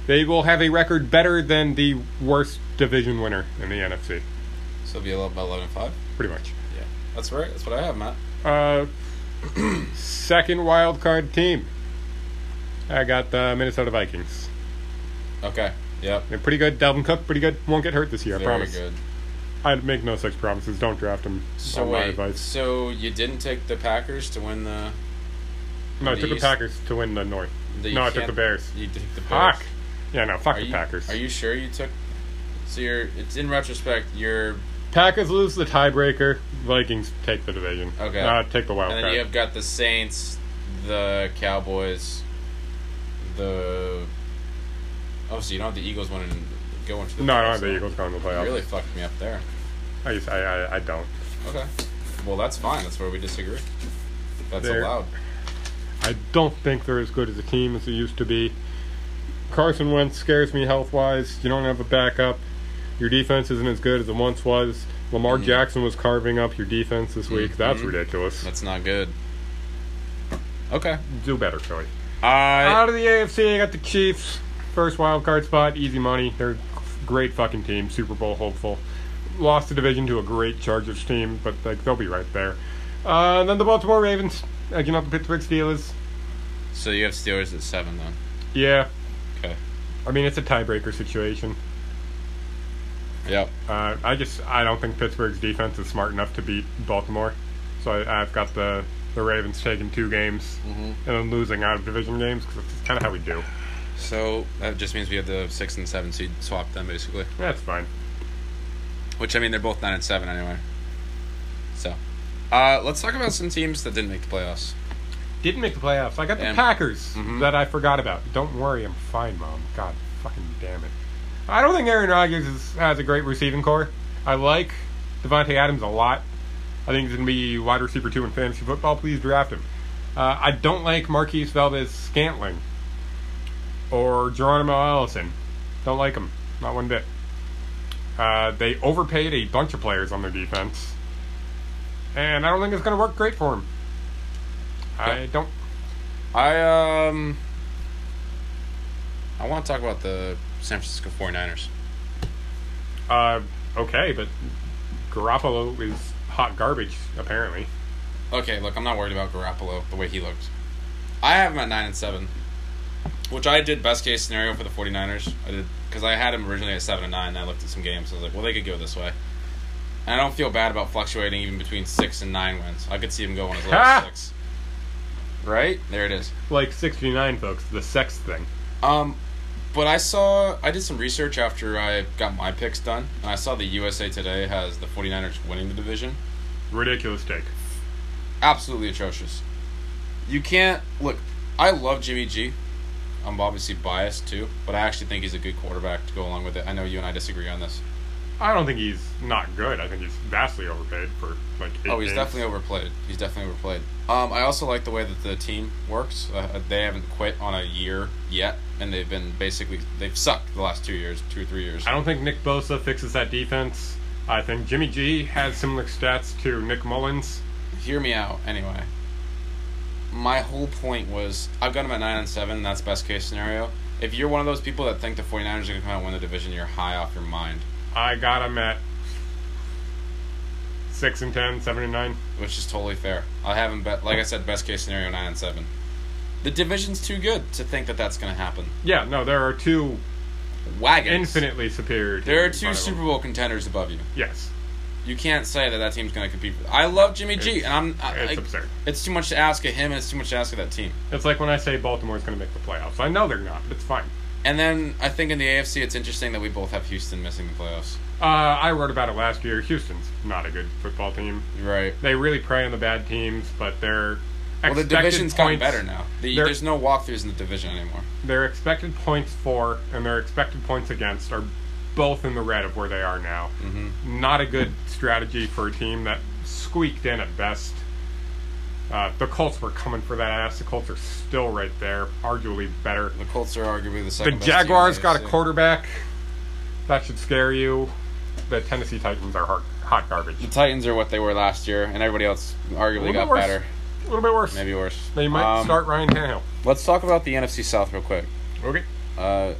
[SPEAKER 1] They will have a record better than the worst division winner in the NFC.
[SPEAKER 2] So it'll be eleven by eleven and five.
[SPEAKER 1] Pretty much.
[SPEAKER 2] Yeah, that's right. That's what I have, Matt.
[SPEAKER 1] Uh, second wild card team. I got the Minnesota Vikings.
[SPEAKER 2] Okay. Yep.
[SPEAKER 1] They're pretty good. Dalvin Cook, pretty good. Won't get hurt this year. I
[SPEAKER 2] Very
[SPEAKER 1] promise.
[SPEAKER 2] good.
[SPEAKER 1] I'd make no such promises. Don't draft him.
[SPEAKER 2] So
[SPEAKER 1] on my
[SPEAKER 2] wait.
[SPEAKER 1] advice.
[SPEAKER 2] So you didn't take the Packers to win the.
[SPEAKER 1] No, I
[SPEAKER 2] the
[SPEAKER 1] took the
[SPEAKER 2] East-
[SPEAKER 1] Packers to win the North.
[SPEAKER 2] the you
[SPEAKER 1] no, I took
[SPEAKER 2] can't-
[SPEAKER 1] the Bears.
[SPEAKER 2] You took the Bears.
[SPEAKER 1] Fuck. Yeah, no, fuck
[SPEAKER 2] Are
[SPEAKER 1] the
[SPEAKER 2] you,
[SPEAKER 1] Packers.
[SPEAKER 2] Are you sure you took? So you're. It's in retrospect. You're,
[SPEAKER 1] Packers lose the tiebreaker. Vikings take the division.
[SPEAKER 2] Okay.
[SPEAKER 1] Uh, take the wild
[SPEAKER 2] and then
[SPEAKER 1] card.
[SPEAKER 2] you have got the Saints, the Cowboys, the. Oh, so you don't have the Eagles winning, and going to the.
[SPEAKER 1] no, I don't
[SPEAKER 2] playoffs.
[SPEAKER 1] have the Eagles going to the
[SPEAKER 2] You
[SPEAKER 1] playoffs.
[SPEAKER 2] Really fucked me up there.
[SPEAKER 1] I, just, I, I, I don't.
[SPEAKER 2] Okay. Well, that's fine. That's where we disagree. That's
[SPEAKER 1] There.
[SPEAKER 2] allowed.
[SPEAKER 1] I don't think they're as good as a team as they used to be. Carson Wentz scares me health wise. You don't have a backup. Your defense isn't as good as it once was. Lamar
[SPEAKER 2] Mhm.
[SPEAKER 1] Jackson was carving up your defense this week. That's
[SPEAKER 2] Mhm.
[SPEAKER 1] ridiculous.
[SPEAKER 2] That's not good. Okay.
[SPEAKER 1] Do better, Cody.
[SPEAKER 2] I.
[SPEAKER 1] Out of the AFC, I got the Chiefs. First wild card spot, easy money. They're a great fucking team, Super Bowl hopeful. Lost the division to a great Chargers team, but like they'll be right there. Uh, and then the Baltimore Ravens, uh, edging out the Pittsburgh Steelers.
[SPEAKER 2] So you have Steelers at seven then.
[SPEAKER 1] Yeah,
[SPEAKER 2] Okay.
[SPEAKER 1] I mean it's a tiebreaker situation.
[SPEAKER 2] Yep.
[SPEAKER 1] Uh, I just I don't think Pittsburgh's defense is smart enough to beat Baltimore, so I, I've got the the Ravens taking two games
[SPEAKER 2] Mm-hmm.
[SPEAKER 1] and then losing out of division games because that's kind of how we do.
[SPEAKER 2] So that just means we have the six and seven seed swapped then basically.
[SPEAKER 1] That's fine.
[SPEAKER 2] Which I mean, they're both nine and seven anyway. Uh, let's talk about some teams that didn't make the playoffs.
[SPEAKER 1] Didn't make the playoffs. I got the
[SPEAKER 2] Damn.
[SPEAKER 1] Packers
[SPEAKER 2] Mhm.
[SPEAKER 1] that I forgot about. Don't worry, I'm fine, Mom. God fucking damn it. I don't think Aaron Rodgers is, has a great receiving core. I like Devontae Adams a lot. I think he's going to be wide receiver two in fantasy football. Please draft him. Uh, I don't like Marquise Valdez Scantling or Geronimo Allison. Don't like him. Not one bit. Uh, they overpaid a bunch of players on their defense. And I don't think it's going to work great for him. I
[SPEAKER 2] Yeah.
[SPEAKER 1] don't
[SPEAKER 2] I um, I want to talk about the San Francisco 49ers.
[SPEAKER 1] Uh, okay, but Garoppolo is hot garbage, apparently.
[SPEAKER 2] Okay, look, I'm not worried about Garoppolo the way he looked. I have him at nine and seven, which I did best case scenario for the 49ers. I did because I had him originally at seven and nine. And I looked at some games. I was like, well, they could go this way. And I don't feel bad about fluctuating even between six and nine wins. I could see him going as low
[SPEAKER 1] Ha!
[SPEAKER 2] as six. Right there, it is.
[SPEAKER 1] Like 69, folks, the sex thing.
[SPEAKER 2] Um, but I saw I did some research after I got my picks done, and I saw the USA Today has the 49ers winning the division.
[SPEAKER 1] Ridiculous take.
[SPEAKER 2] Absolutely atrocious. You can't look. I love Jimmy G. I'm obviously biased too, but I actually think he's a good quarterback to go along with it. I know you and I disagree on this.
[SPEAKER 1] I don't think he's not good. I think he's vastly overpaid for, like, eight
[SPEAKER 2] Oh, he's
[SPEAKER 1] games.
[SPEAKER 2] definitely overplayed. He's definitely overplayed. Um, I also like the way that the team works. Uh, they haven't quit on a year yet, and they've been basically they've sucked the last two years, two or three years.
[SPEAKER 1] I don't think Nick Bosa fixes that defense. I think Jimmy G has similar stats to Nick Mullins.
[SPEAKER 2] hear me out anyway. My whole point was I've got him at 9 and 7, that's best case scenario. If you're one of those people that think the 49ers are going to come out and win the division, you're high off your mind,
[SPEAKER 1] I got him at 6 and 10, 7 and 9.
[SPEAKER 2] which is totally fair. I have him, bet, like I said, best case scenario 9 and 7. The division's too good to think that that's going to happen.
[SPEAKER 1] Yeah, no, there are two
[SPEAKER 2] Wagons.
[SPEAKER 1] infinitely superior teams
[SPEAKER 2] There are
[SPEAKER 1] in
[SPEAKER 2] two
[SPEAKER 1] front of him.
[SPEAKER 2] Super Bowl contenders above you.
[SPEAKER 1] Yes.
[SPEAKER 2] You can't say that that team's going to compete. with- I love Jimmy G,
[SPEAKER 1] It's-
[SPEAKER 2] and I'm. I,
[SPEAKER 1] It's
[SPEAKER 2] I-
[SPEAKER 1] absurd.
[SPEAKER 2] it's too much to ask of him, and it's too much to ask of that team.
[SPEAKER 1] It's like when I say Baltimore's going to make the playoffs. I know they're not, but it's fine.
[SPEAKER 2] And then I think in the AFC, it's interesting that we both have Houston missing the playoffs.
[SPEAKER 1] Uh, I wrote about it last year. Houston's not a good football team.
[SPEAKER 2] You're right.
[SPEAKER 1] They really prey on the bad teams, but their
[SPEAKER 2] Well, the
[SPEAKER 1] expected
[SPEAKER 2] division's
[SPEAKER 1] points,
[SPEAKER 2] gotten better now. The,
[SPEAKER 1] They're-
[SPEAKER 2] there's no walkthroughs in the division anymore.
[SPEAKER 1] Their expected points for and their expected points against are both in the red of where they are now.
[SPEAKER 2] hmm
[SPEAKER 1] Not a good strategy for a team that squeaked in at best. Uh, the Colts were coming for that ass. The Colts are still right there, arguably better.
[SPEAKER 2] The Colts are arguably the
[SPEAKER 1] The
[SPEAKER 2] second. best team in
[SPEAKER 1] Jaguars
[SPEAKER 2] the
[SPEAKER 1] got a
[SPEAKER 2] AFC.
[SPEAKER 1] quarterback. That should scare you. The Tennessee Titans are hot, hot garbage.
[SPEAKER 2] The Titans are what they were last year, and everybody else
[SPEAKER 1] A little
[SPEAKER 2] arguably
[SPEAKER 1] bit
[SPEAKER 2] got
[SPEAKER 1] worse.
[SPEAKER 2] better,
[SPEAKER 1] A little bit worse.
[SPEAKER 2] maybe worse.
[SPEAKER 1] They might
[SPEAKER 2] Um,
[SPEAKER 1] start Ryan Tannehill.
[SPEAKER 2] Let's talk about the NFC South real quick.
[SPEAKER 1] Okay.
[SPEAKER 2] Uh,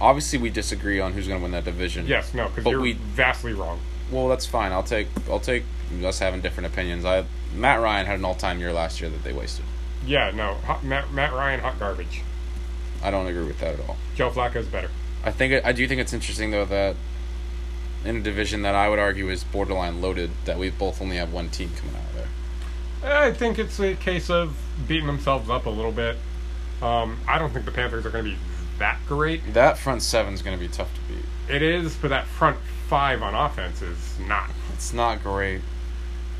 [SPEAKER 2] obviously, we disagree on who's going to win that division.
[SPEAKER 1] Yes, no, because
[SPEAKER 2] But
[SPEAKER 1] you're
[SPEAKER 2] we-
[SPEAKER 1] vastly wrong.
[SPEAKER 2] Well, that's fine. I'll take. I'll take us having different opinions. I Matt Ryan had an all-time year last year that they wasted.
[SPEAKER 1] Yeah, no. Hot, Matt, Matt Ryan, hot garbage.
[SPEAKER 2] I don't agree with that at all.
[SPEAKER 1] Joe Flacco's better.
[SPEAKER 2] I think I do think it's interesting though that in a division that I would argue is borderline loaded, that we both only have one team coming out of there.
[SPEAKER 1] I think it's a case of beating themselves up a little bit. Um, I don't think the Panthers are going to be that great.
[SPEAKER 2] That front seven's going to be tough to beat.
[SPEAKER 1] It is, but that front five on offense is not.
[SPEAKER 2] It's not great.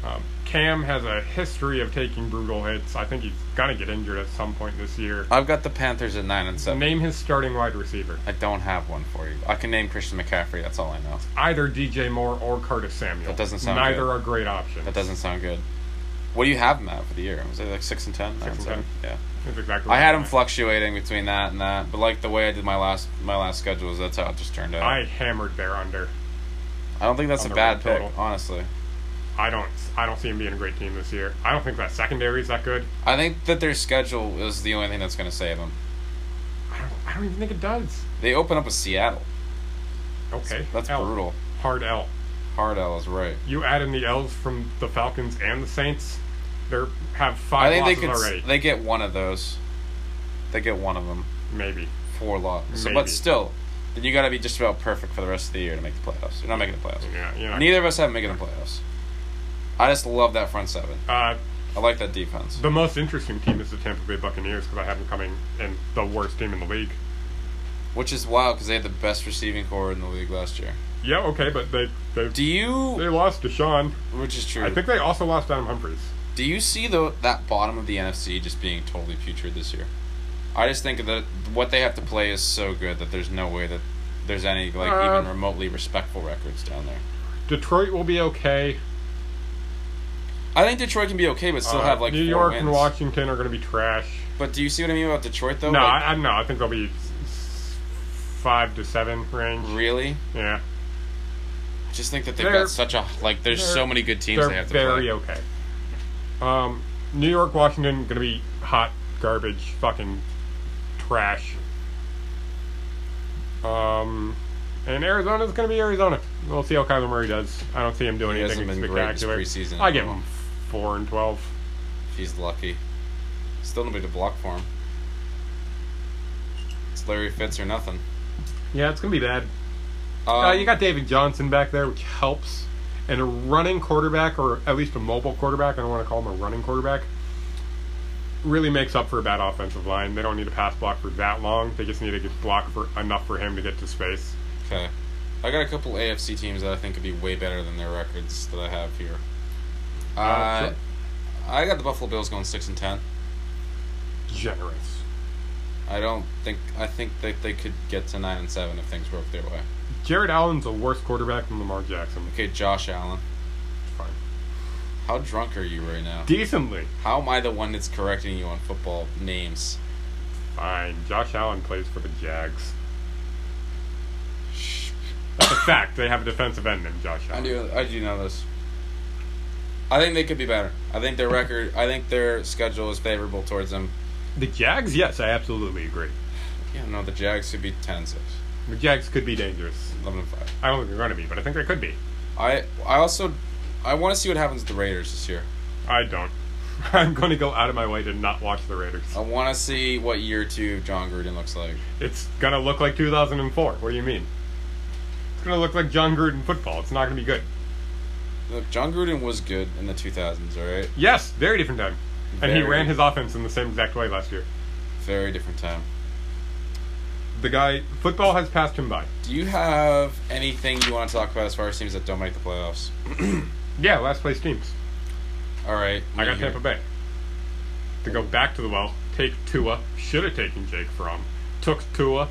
[SPEAKER 1] Um, Cam has a history of taking brutal hits. I think he's going to get injured at some point this year.
[SPEAKER 2] I've got the Panthers at nine and seven.
[SPEAKER 1] Name his starting wide receiver.
[SPEAKER 2] I don't have one for you. I can name Christian McCaffrey. That's all I know.
[SPEAKER 1] Either DJ Moore or Curtis Samuel.
[SPEAKER 2] That doesn't sound
[SPEAKER 1] Neither
[SPEAKER 2] good.
[SPEAKER 1] are great options.
[SPEAKER 2] That doesn't sound good. What do you have him at for the year? Was it like six and ten? Nine
[SPEAKER 1] Six and
[SPEAKER 2] seven? Yeah.
[SPEAKER 1] That's exactly
[SPEAKER 2] I
[SPEAKER 1] what
[SPEAKER 2] had him
[SPEAKER 1] meant.
[SPEAKER 2] fluctuating between that and that, but like the way I did my last my last schedules, that's how it just turned out.
[SPEAKER 1] I hammered their under.
[SPEAKER 2] I don't think that's a
[SPEAKER 1] on the
[SPEAKER 2] bad
[SPEAKER 1] red
[SPEAKER 2] pick,
[SPEAKER 1] total.
[SPEAKER 2] honestly.
[SPEAKER 1] I don't. I don't see him being a great team this year. I don't think that secondary is that good.
[SPEAKER 2] I think that their schedule is the only thing that's going to save them.
[SPEAKER 1] I don't, I don't even think it does.
[SPEAKER 2] They open up with Seattle.
[SPEAKER 1] Okay,
[SPEAKER 2] That's
[SPEAKER 1] L.
[SPEAKER 2] brutal.
[SPEAKER 1] Hard L.
[SPEAKER 2] Hard L is right.
[SPEAKER 1] You add in the L's from the Falcons and the Saints. They are have
[SPEAKER 2] I
[SPEAKER 1] five
[SPEAKER 2] think
[SPEAKER 1] losses
[SPEAKER 2] they could. s-
[SPEAKER 1] already.
[SPEAKER 2] They get one of those. They get one of them.
[SPEAKER 1] Maybe.
[SPEAKER 2] Four losses. So,
[SPEAKER 1] Maybe.
[SPEAKER 2] but still, then you got to be just about perfect for the rest of the year to make the playoffs. You're not making the playoffs.
[SPEAKER 1] Yeah. You know.
[SPEAKER 2] Neither of us have making the playoffs. I just love that front seven.
[SPEAKER 1] Uh,
[SPEAKER 2] I like that defense.
[SPEAKER 1] the most interesting team is the Tampa Bay Buccaneers because I have them coming in the worst team in the league.
[SPEAKER 2] Which is wild because they had the best receiving core in the league last year.
[SPEAKER 1] Yeah, okay, but they they
[SPEAKER 2] Do
[SPEAKER 1] they
[SPEAKER 2] you,
[SPEAKER 1] lost Deshaun.
[SPEAKER 2] which is true,
[SPEAKER 1] I think they also lost Adam Humphries.
[SPEAKER 2] do you see the that bottom of the NFC just being totally putrid this year? I just think that what they have to play is so good that there's no way that there's any like
[SPEAKER 1] Uh,
[SPEAKER 2] even remotely respectful records down there.
[SPEAKER 1] Detroit will be okay.
[SPEAKER 2] I think Detroit can be okay, but still
[SPEAKER 1] Uh,
[SPEAKER 2] have like
[SPEAKER 1] New
[SPEAKER 2] four
[SPEAKER 1] York
[SPEAKER 2] wins.
[SPEAKER 1] and Washington are going to be trash.
[SPEAKER 2] But do you see what I mean about Detroit though?
[SPEAKER 1] no,
[SPEAKER 2] Like,
[SPEAKER 1] I, I no, I think they'll be s- s- five to seven range.
[SPEAKER 2] really.
[SPEAKER 1] Yeah,
[SPEAKER 2] I just think that they've
[SPEAKER 1] They're-
[SPEAKER 2] got such a like. There's
[SPEAKER 1] they're-
[SPEAKER 2] so many good teams they
[SPEAKER 1] they're
[SPEAKER 2] have to
[SPEAKER 1] very
[SPEAKER 2] play.
[SPEAKER 1] okay. Um, New York, Washington, going to be hot garbage, fucking trash. Um, and Arizona's going to be Arizona. We'll see how Kyler Murray does. I don't see him doing
[SPEAKER 2] He hasn't
[SPEAKER 1] anything
[SPEAKER 2] been great this
[SPEAKER 1] spectacular.
[SPEAKER 2] preseason
[SPEAKER 1] I
[SPEAKER 2] at
[SPEAKER 1] give
[SPEAKER 2] all.
[SPEAKER 1] him four and twelve.
[SPEAKER 2] If he's lucky, still nobody to block for him. It's Larry Fitz or nothing.
[SPEAKER 1] Yeah, it's going to be bad.
[SPEAKER 2] Um,
[SPEAKER 1] uh, you got David Johnson back there, which helps. And a running quarterback, or at least a mobile quarterback, I don't want to call him a running quarterback, really makes up for a bad offensive line. They don't need a pass block for that long. They just need to get block for enough for him to get to space.
[SPEAKER 2] Okay. I got a couple AFC teams that I think could be way better than their records that I have here.
[SPEAKER 1] Uh,
[SPEAKER 2] Uh,
[SPEAKER 1] sure.
[SPEAKER 2] I got the Buffalo Bills going six and ten.
[SPEAKER 1] Generous.
[SPEAKER 2] I don't think I think that they could get to nine and seven if things work their way.
[SPEAKER 1] Jared Allen's a worse quarterback than Lamar Jackson.
[SPEAKER 2] Okay, Josh Allen,
[SPEAKER 1] It's fine.
[SPEAKER 2] how drunk are you right now?
[SPEAKER 1] Decently.
[SPEAKER 2] How am I the one that's correcting you on football names?
[SPEAKER 1] Fine. Josh Allen plays for the Jags. That's a fact. They have a defensive end named Josh
[SPEAKER 2] I
[SPEAKER 1] Allen.
[SPEAKER 2] do. I do know this. I think they could be better. I think their record. I think their schedule is favorable towards them.
[SPEAKER 1] The Jags? Yes, I absolutely agree.
[SPEAKER 2] Yeah, no, the Jags could be 10 and 6,
[SPEAKER 1] The Jags could be dangerous.
[SPEAKER 2] 11 and 5.
[SPEAKER 1] I don't think they're going to be, but I think they could be.
[SPEAKER 2] I I also I want to see what happens with the Raiders this year.
[SPEAKER 1] I don't. I'm going to go out of my way to not watch the Raiders.
[SPEAKER 2] I want to see what year two of John Gruden looks like.
[SPEAKER 1] It's going to look like 2004. What do you mean? It's going to look like John Gruden football. It's not going to be good.
[SPEAKER 2] Look, John Gruden was good in the 2000s, all right?
[SPEAKER 1] Yes, very different time. And he
[SPEAKER 2] Very.
[SPEAKER 1] ran his offense in the same exact way last year.
[SPEAKER 2] Very different time.
[SPEAKER 1] The guy, football has passed him by.
[SPEAKER 2] Do you have anything you want to talk about as far as teams that don't make the playoffs?
[SPEAKER 1] Yeah, last place teams.
[SPEAKER 2] All right,
[SPEAKER 1] I got
[SPEAKER 2] here.
[SPEAKER 1] Tampa Bay. To go back to the well, take Tua. Should have taken Jake Fromm. Took Tua.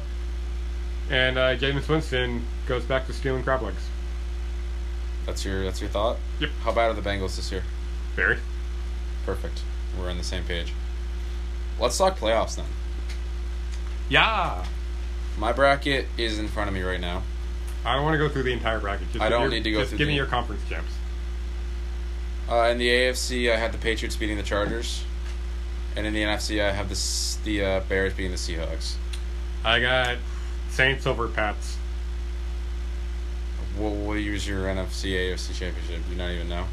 [SPEAKER 1] And uh, Jameis Winston goes back to stealing crab legs.
[SPEAKER 2] That's your that's your thought.
[SPEAKER 1] Yep.
[SPEAKER 2] How bad are the Bengals this year?
[SPEAKER 1] Barry?
[SPEAKER 2] Perfect. We're on the same page. Let's talk playoffs then.
[SPEAKER 1] Yeah.
[SPEAKER 2] My bracket is in front of me right now.
[SPEAKER 1] I don't want to go through the entire bracket. Just
[SPEAKER 2] I
[SPEAKER 1] give
[SPEAKER 2] don't
[SPEAKER 1] your-
[SPEAKER 2] need to go
[SPEAKER 1] just
[SPEAKER 2] through
[SPEAKER 1] give me
[SPEAKER 2] the-
[SPEAKER 1] your conference champs.
[SPEAKER 2] Uh, in the AFC, I had the Patriots beating the Chargers, and in the NFC, I have the S- the uh, Bears beating the Seahawks.
[SPEAKER 1] I got Saints over Pats.
[SPEAKER 2] What what is your NFC AFC championship? You not even know.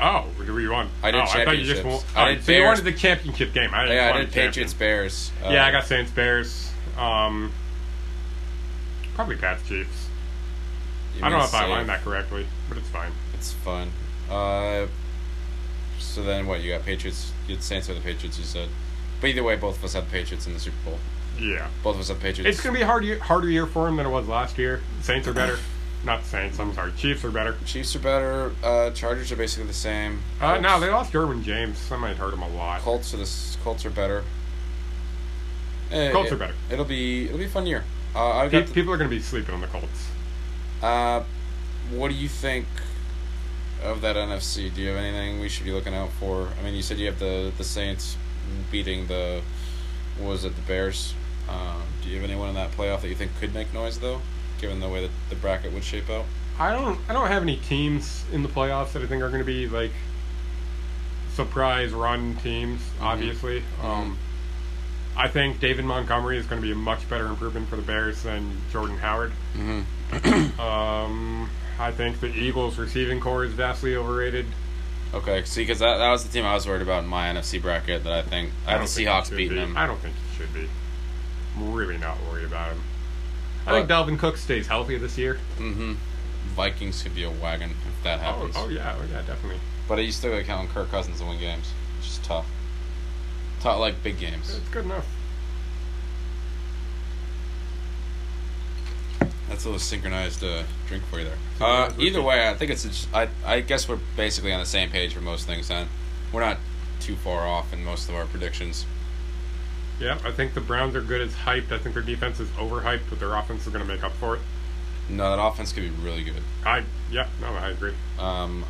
[SPEAKER 1] Oh, what do we want?
[SPEAKER 2] I did
[SPEAKER 1] oh, I thought you just
[SPEAKER 2] championships.
[SPEAKER 1] want.
[SPEAKER 2] I
[SPEAKER 1] oh,
[SPEAKER 2] did
[SPEAKER 1] so you
[SPEAKER 2] Bears.
[SPEAKER 1] wanted the championship game. I didn't
[SPEAKER 2] Yeah, I
[SPEAKER 1] want
[SPEAKER 2] did
[SPEAKER 1] a champion.
[SPEAKER 2] Patriots Bears. Uh,
[SPEAKER 1] yeah, I got Saints Bears. Um, probably Pats Chiefs.
[SPEAKER 2] you
[SPEAKER 1] I don't
[SPEAKER 2] mean
[SPEAKER 1] know if I
[SPEAKER 2] safe.
[SPEAKER 1] aligned that correctly, but it's fine.
[SPEAKER 2] It's fun. Uh, so then what? You got Patriots. You had Saints or the Patriots? You said. But either way, both of us had the Patriots in the Super Bowl.
[SPEAKER 1] Yeah,
[SPEAKER 2] Both of us had the Patriots.
[SPEAKER 1] it's gonna be a hard year, harder year for him than it was last year. Saints are better. Not Saints. I'm sorry. Chiefs are better.
[SPEAKER 2] Chiefs are better. Uh, Chargers are basically the same.
[SPEAKER 1] Uh, no,
[SPEAKER 2] Colts-
[SPEAKER 1] they lost Derwin James. Somebody hurt him a lot.
[SPEAKER 2] Colts are the s- Colts are better. Eh,
[SPEAKER 1] Colts
[SPEAKER 2] it-
[SPEAKER 1] are better.
[SPEAKER 2] It'll be it'll be a fun year. Uh, I've
[SPEAKER 1] Pe-
[SPEAKER 2] got. the-
[SPEAKER 1] People are gonna be sleeping on the Colts.
[SPEAKER 2] uh, what do you think of that NFC? Do you have anything we should be looking out for? I mean, you said you have the the Saints beating the what was it the Bears? Um, do you have anyone in that playoff that you think could make noise though, given the way that the bracket would shape out?
[SPEAKER 1] I don't I don't have any teams in the playoffs that I think are going to be like surprise run teams.
[SPEAKER 2] Mm-hmm.
[SPEAKER 1] Obviously, Um, I think David Montgomery is going to be a much better improvement for the Bears than Jordan Howard.
[SPEAKER 2] Mm-hmm.
[SPEAKER 1] Um, I think the Eagles' receiving core is vastly overrated.
[SPEAKER 2] Okay, see, because that, that was the team I was worried about in my NFC bracket that I think I, had the
[SPEAKER 1] don't think it
[SPEAKER 2] Seahawks
[SPEAKER 1] should
[SPEAKER 2] beating
[SPEAKER 1] be.
[SPEAKER 2] them.
[SPEAKER 1] I don't think it should be. I'm really not worried about him. I
[SPEAKER 2] But-
[SPEAKER 1] think Dalvin Cook stays healthy this year.
[SPEAKER 2] Mm-hmm. Vikings could be a wagon if that
[SPEAKER 1] Oh,
[SPEAKER 2] happens.
[SPEAKER 1] oh yeah, oh yeah, definitely.
[SPEAKER 2] But you still got to count on Kirk Cousins to win games. It's just tough. Tough, like big games.
[SPEAKER 1] It's good enough.
[SPEAKER 2] That's that's a synchronized uh, drink for you there. Uh, either way, I think it's. just- I I guess we're basically on the same page for most things. Then we're not too far off in most of our predictions.
[SPEAKER 1] Yeah, I think the Browns are good as hyped. I think their defense is overhyped, but their offense is going to make up for it.
[SPEAKER 2] No, that offense could be really good.
[SPEAKER 1] I yeah, no, I agree.
[SPEAKER 2] Um,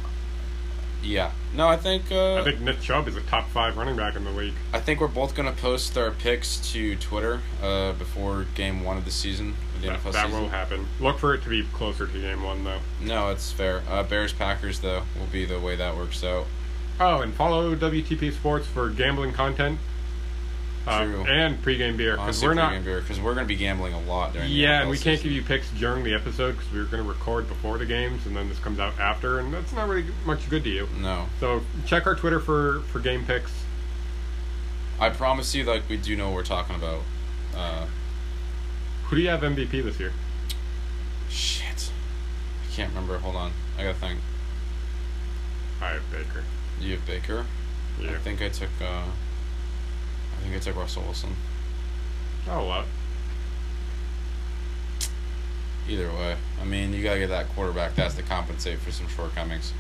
[SPEAKER 2] yeah. No, I think. Uh,
[SPEAKER 1] I think Nick Chubb is a top five running back in the league.
[SPEAKER 2] I think we're both gonna post our picks to Twitter uh, before Game One of the season. of The
[SPEAKER 1] That,
[SPEAKER 2] NFL
[SPEAKER 1] that
[SPEAKER 2] season.
[SPEAKER 1] will happen. Look for it to be closer to game one though.
[SPEAKER 2] No, it's fair. Uh, Bears Packers though will be the way that works out.
[SPEAKER 1] Oh, and follow WTP Sports for gambling content uh,
[SPEAKER 2] True.
[SPEAKER 1] and pregame beer because
[SPEAKER 2] Honestly,
[SPEAKER 1] we're not.
[SPEAKER 2] because we're gonna be gambling a lot during. the
[SPEAKER 1] Yeah, and
[SPEAKER 2] NFL
[SPEAKER 1] we can't
[SPEAKER 2] season.
[SPEAKER 1] give you picks during the episode because we were going to record before the games, and then this comes out after, and that's not really much good to you.
[SPEAKER 2] No,
[SPEAKER 1] So check our Twitter for for game picks.
[SPEAKER 2] I promise you, like we do know what we're talking about. Uh,
[SPEAKER 1] Who do you have MVP this year?
[SPEAKER 2] shit, I can't remember. Hold on, I gotta think.
[SPEAKER 1] I have Baker.
[SPEAKER 2] You have Baker. I
[SPEAKER 1] Yeah.
[SPEAKER 2] think I took. Uh, I think I took Russell Wilson.
[SPEAKER 1] Not a lot.
[SPEAKER 2] Either way, I mean, you gotta get that quarterback. That's to compensate for some shortcomings.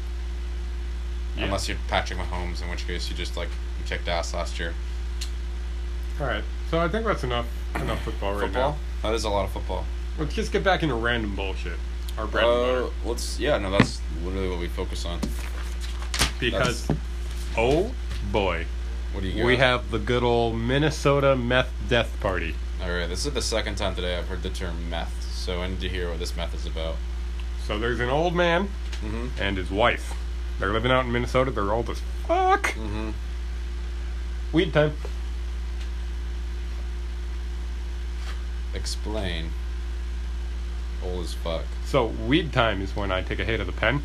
[SPEAKER 1] Yeah.
[SPEAKER 2] Unless you're Patrick Mahomes, in which case you just like you kicked ass last year.
[SPEAKER 1] All right. So I think that's enough enough football right
[SPEAKER 2] football?
[SPEAKER 1] now.
[SPEAKER 2] That is a lot of football.
[SPEAKER 1] Let's just get back into random bullshit. Our bread
[SPEAKER 2] Uh,
[SPEAKER 1] and
[SPEAKER 2] let's yeah, no, that's literally what we focus on.
[SPEAKER 1] butter. Because oh boy,
[SPEAKER 2] What do you got?
[SPEAKER 1] we have the good old Minnesota meth death party.
[SPEAKER 2] All right, this is the second time today I've heard the term meth, so I need to hear what this meth is about.
[SPEAKER 1] So there's an old man
[SPEAKER 2] Mm-hmm.
[SPEAKER 1] and his wife. They're living out in Minnesota. They're old as fuck.
[SPEAKER 2] Mm-hmm.
[SPEAKER 1] Weed time.
[SPEAKER 2] Explain. Old as fuck.
[SPEAKER 1] So weed time is when I take a hit of the pen,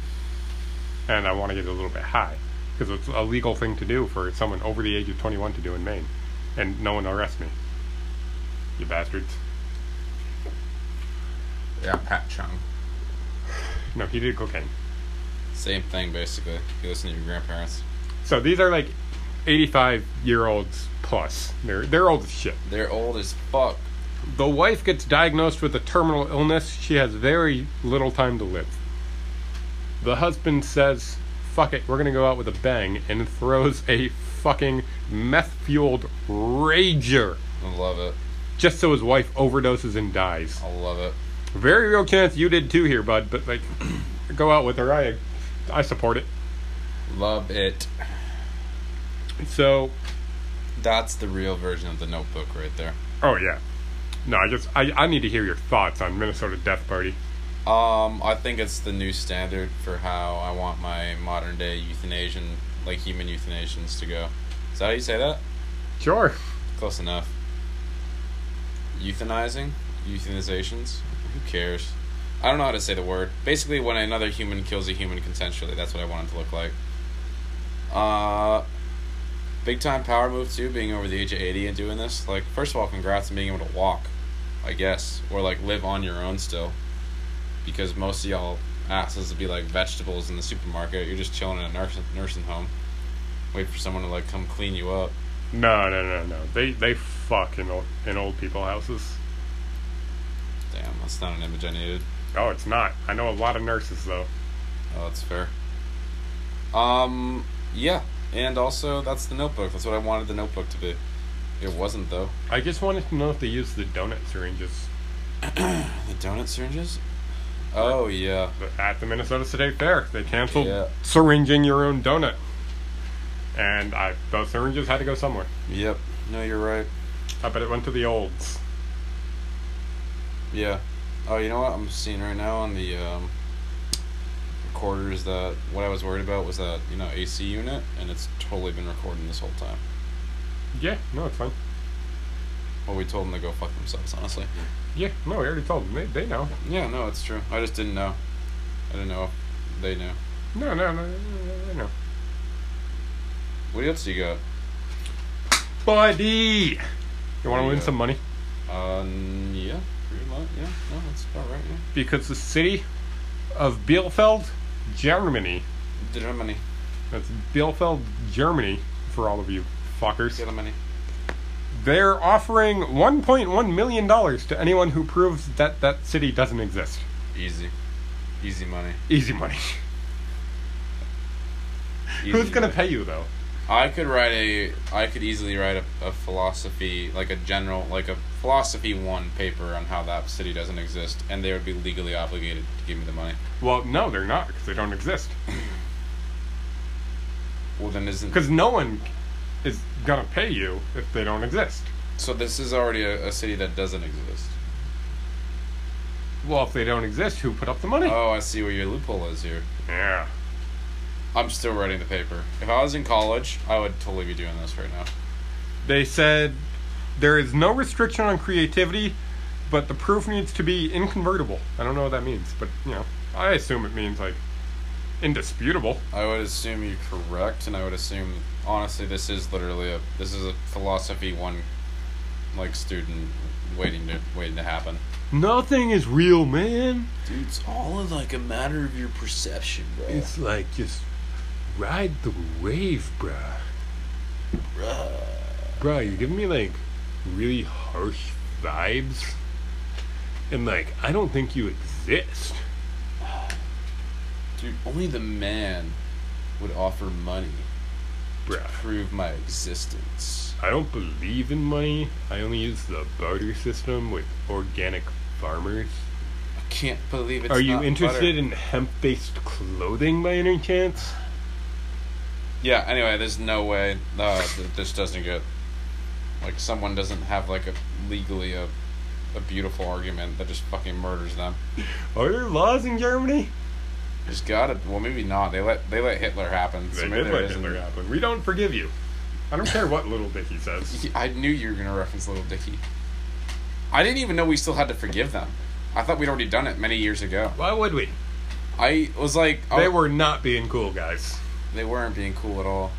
[SPEAKER 1] and I want to get a little bit high, because it's a legal thing to do for someone over the age of 21 to do in Maine, and no one arrests me. You bastards.
[SPEAKER 2] Yeah, Pat Chung.
[SPEAKER 1] No, he did cocaine.
[SPEAKER 2] Same thing basically. If you listen to your grandparents.
[SPEAKER 1] So these are like 85 year olds plus. They're they're old as shit.
[SPEAKER 2] They're old as fuck.
[SPEAKER 1] The wife gets diagnosed with a terminal illness. She has very little time to live. The husband says, "Fuck it, we're going to go out with a bang," and throws a fucking meth-fueled rager
[SPEAKER 2] I love it.
[SPEAKER 1] just so his wife overdoses and dies.
[SPEAKER 2] I love it.
[SPEAKER 1] Very real chance you did too here, bud, but like go out with her. I I support it.
[SPEAKER 2] Love it.
[SPEAKER 1] So,
[SPEAKER 2] That's the real version of the notebook right there.
[SPEAKER 1] oh yeah. No, I just I, I need to hear your thoughts on Minnesota Death Party.
[SPEAKER 2] Um, I think it's the new standard for how I want my modern day euthanasian, like human euthanasians, to go. Is that how you say that?
[SPEAKER 1] Sure.
[SPEAKER 2] Close enough. Euthanizing? Euthanizations? Who cares? I don't know how to say the word. Basically, when another human kills a human consensually, that's what I want it to look like. Uh, big time power move, too, being over the age of 80 and doing this. Like, first of all, congrats on being able to walk, I guess, or like live on your own still. Because most of y'all asses would be like vegetables in the supermarket. You're just chilling in a nursing, nursing home. Wait for someone to like come clean you up.
[SPEAKER 1] No, no, no, no. They they fuck in old in old people houses.
[SPEAKER 2] Damn, that's not an image I needed.
[SPEAKER 1] Oh, it's not. I know a lot of nurses though.
[SPEAKER 2] Oh, that's fair. Um, yeah, and also that's the Notebook. That's what I wanted the Notebook to be. It wasn't though.
[SPEAKER 1] I just wanted to know if they use the donut syringes
[SPEAKER 2] The donut syringes. Oh yeah,
[SPEAKER 1] at the Minnesota State Fair. They canceled
[SPEAKER 2] Yeah.
[SPEAKER 1] syringing your own donut, and I those syringes had to go somewhere.
[SPEAKER 2] yep. No, you're right.
[SPEAKER 1] I bet it went to the olds.
[SPEAKER 2] Yeah. Oh, you know what I'm seeing right now on the um, recorder is that what I was worried about was that you know AC unit, and it's totally been recording this whole time.
[SPEAKER 1] Yeah, no, it's fine.
[SPEAKER 2] Well, we told them to go fuck themselves, honestly.
[SPEAKER 1] Yeah, no, I already told them. They, they know.
[SPEAKER 2] Yeah, no, it's true. I just didn't know. I didn't know if they knew.
[SPEAKER 1] No, no, no, no, no, no, no.
[SPEAKER 2] What else you got?
[SPEAKER 1] Buddy, you want to win
[SPEAKER 2] Yeah.
[SPEAKER 1] some money?
[SPEAKER 2] Um, yeah, pretty much. Yeah, no, that's about right. Yeah.
[SPEAKER 1] Because the city of Bielefeld, Germany.
[SPEAKER 2] Did how many?
[SPEAKER 1] That's Bielefeld, Germany, for all of you fuckers.
[SPEAKER 2] Get how many?
[SPEAKER 1] They're offering 1.1 million dollars to anyone who proves that that city doesn't exist.
[SPEAKER 2] Easy. Easy money.
[SPEAKER 1] Easy money.
[SPEAKER 2] Easy
[SPEAKER 1] Who's gonna
[SPEAKER 2] money.
[SPEAKER 1] pay you though?
[SPEAKER 2] I could write a. I could easily write a, a philosophy, like a general, like a philosophy one paper on how that city doesn't exist, and they would be legally obligated to give me the money.
[SPEAKER 1] Well, no, they're not because they don't exist.
[SPEAKER 2] Well, then isn't
[SPEAKER 1] Because no one is gonna pay you if they don't exist.
[SPEAKER 2] so? This is already a, a city that doesn't exist.
[SPEAKER 1] Well, if they don't exist, who put up the money?
[SPEAKER 2] Oh, I see where your loophole is here.
[SPEAKER 1] yeah.
[SPEAKER 2] I'm still writing the paper. If I was in college, I would totally be doing this right now.
[SPEAKER 1] They said there is no restriction on creativity, but the proof needs to be inconvertible. I don't know what that means, but you know, I assume it means like indisputable.
[SPEAKER 2] I would assume you're correct, and I would assume honestly this is literally a this is a philosophy one, like student waiting to waiting to happen.
[SPEAKER 1] Nothing is real, man.
[SPEAKER 2] Dude, it's all like a matter of your perception, bro.
[SPEAKER 1] like just ride the wave, bruh. Bruh, you're giving me like really harsh vibes. And like, I don't think you exist.
[SPEAKER 2] Dude, only the man would offer money to
[SPEAKER 1] Bruh.
[SPEAKER 2] prove my existence.
[SPEAKER 1] I don't believe in money. I only use the barter system with organic farmers.
[SPEAKER 2] I can't believe it's
[SPEAKER 1] Are you
[SPEAKER 2] not
[SPEAKER 1] interested
[SPEAKER 2] butter.
[SPEAKER 1] in hemp based clothing by any chance?
[SPEAKER 2] Yeah. Anyway, there's no way uh, that this doesn't get like someone doesn't have like a legally a a beautiful argument that just fucking murders them.
[SPEAKER 1] Are there laws in Germany?
[SPEAKER 2] There's gotta. Well, maybe not. They let they let Hitler happen. so
[SPEAKER 1] They
[SPEAKER 2] maybe
[SPEAKER 1] did
[SPEAKER 2] there
[SPEAKER 1] let Hitler
[SPEAKER 2] isn't-
[SPEAKER 1] happen. We don't forgive you. I don't care what little Dicky says.
[SPEAKER 2] He- I knew you were gonna reference Little Dicky. I didn't even know we still had to forgive them. I thought we'd already done it many years ago.
[SPEAKER 1] Why would we?
[SPEAKER 2] I was like, oh,
[SPEAKER 1] They were not being cool guys.
[SPEAKER 2] they weren't being cool at all.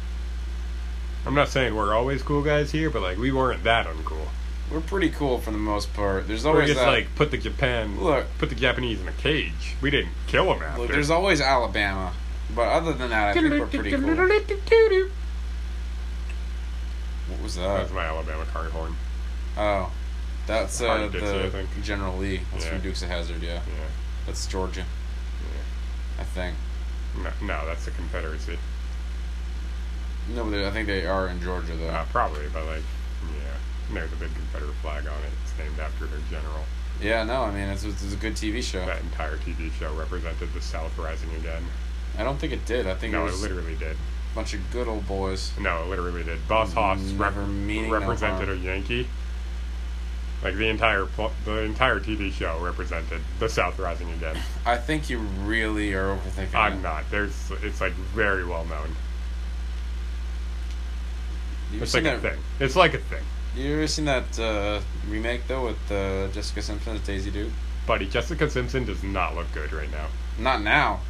[SPEAKER 1] I'm not saying we're always cool guys here, but like we weren't that uncool.
[SPEAKER 2] We're pretty cool for the most part. There's
[SPEAKER 1] We're
[SPEAKER 2] always
[SPEAKER 1] just
[SPEAKER 2] that,
[SPEAKER 1] like put the Japan,
[SPEAKER 2] Look.
[SPEAKER 1] put the Japanese in a cage. We didn't kill them after.
[SPEAKER 2] look, there's always Alabama, but other than that, I think we're pretty cool. What was that?
[SPEAKER 1] That's my Alabama car horn.
[SPEAKER 2] Oh, that's uh,
[SPEAKER 1] Hard to say, I
[SPEAKER 2] the
[SPEAKER 1] think.
[SPEAKER 2] General Lee. That's
[SPEAKER 1] Yeah.
[SPEAKER 2] from Dukes of Hazard. Yeah,
[SPEAKER 1] Yeah.
[SPEAKER 2] that's Georgia. I think.
[SPEAKER 1] No, no, that's the Confederacy.
[SPEAKER 2] No, but they- I think they are in Georgia though.
[SPEAKER 1] Uh, probably, but like, yeah, And there's a big Confederate flag on it. It's named after their general.
[SPEAKER 2] Yeah, no, I mean it's, it's a good TV show.
[SPEAKER 1] That entire TV show represented the South rising again.
[SPEAKER 2] I don't think it did. I think
[SPEAKER 1] No,
[SPEAKER 2] it
[SPEAKER 1] it
[SPEAKER 2] was
[SPEAKER 1] literally did.
[SPEAKER 2] a bunch of good old boys.
[SPEAKER 1] No, it literally did. Boss Hoss rep-
[SPEAKER 2] Never meaning no
[SPEAKER 1] represented a
[SPEAKER 2] harm.
[SPEAKER 1] Yankee. Like the entire pl- the entire TV show represented the South rising again.
[SPEAKER 2] I think you really are overthinking. it.
[SPEAKER 1] I'm not. There's it's like very well known.
[SPEAKER 2] You
[SPEAKER 1] It's
[SPEAKER 2] seen
[SPEAKER 1] like a
[SPEAKER 2] that,
[SPEAKER 1] thing. It's like a thing.
[SPEAKER 2] you ever seen that uh, remake though with uh, Jessica Simpson as Daisy Duke?
[SPEAKER 1] Buddy, Jessica Simpson does not look good right now.
[SPEAKER 2] Not now.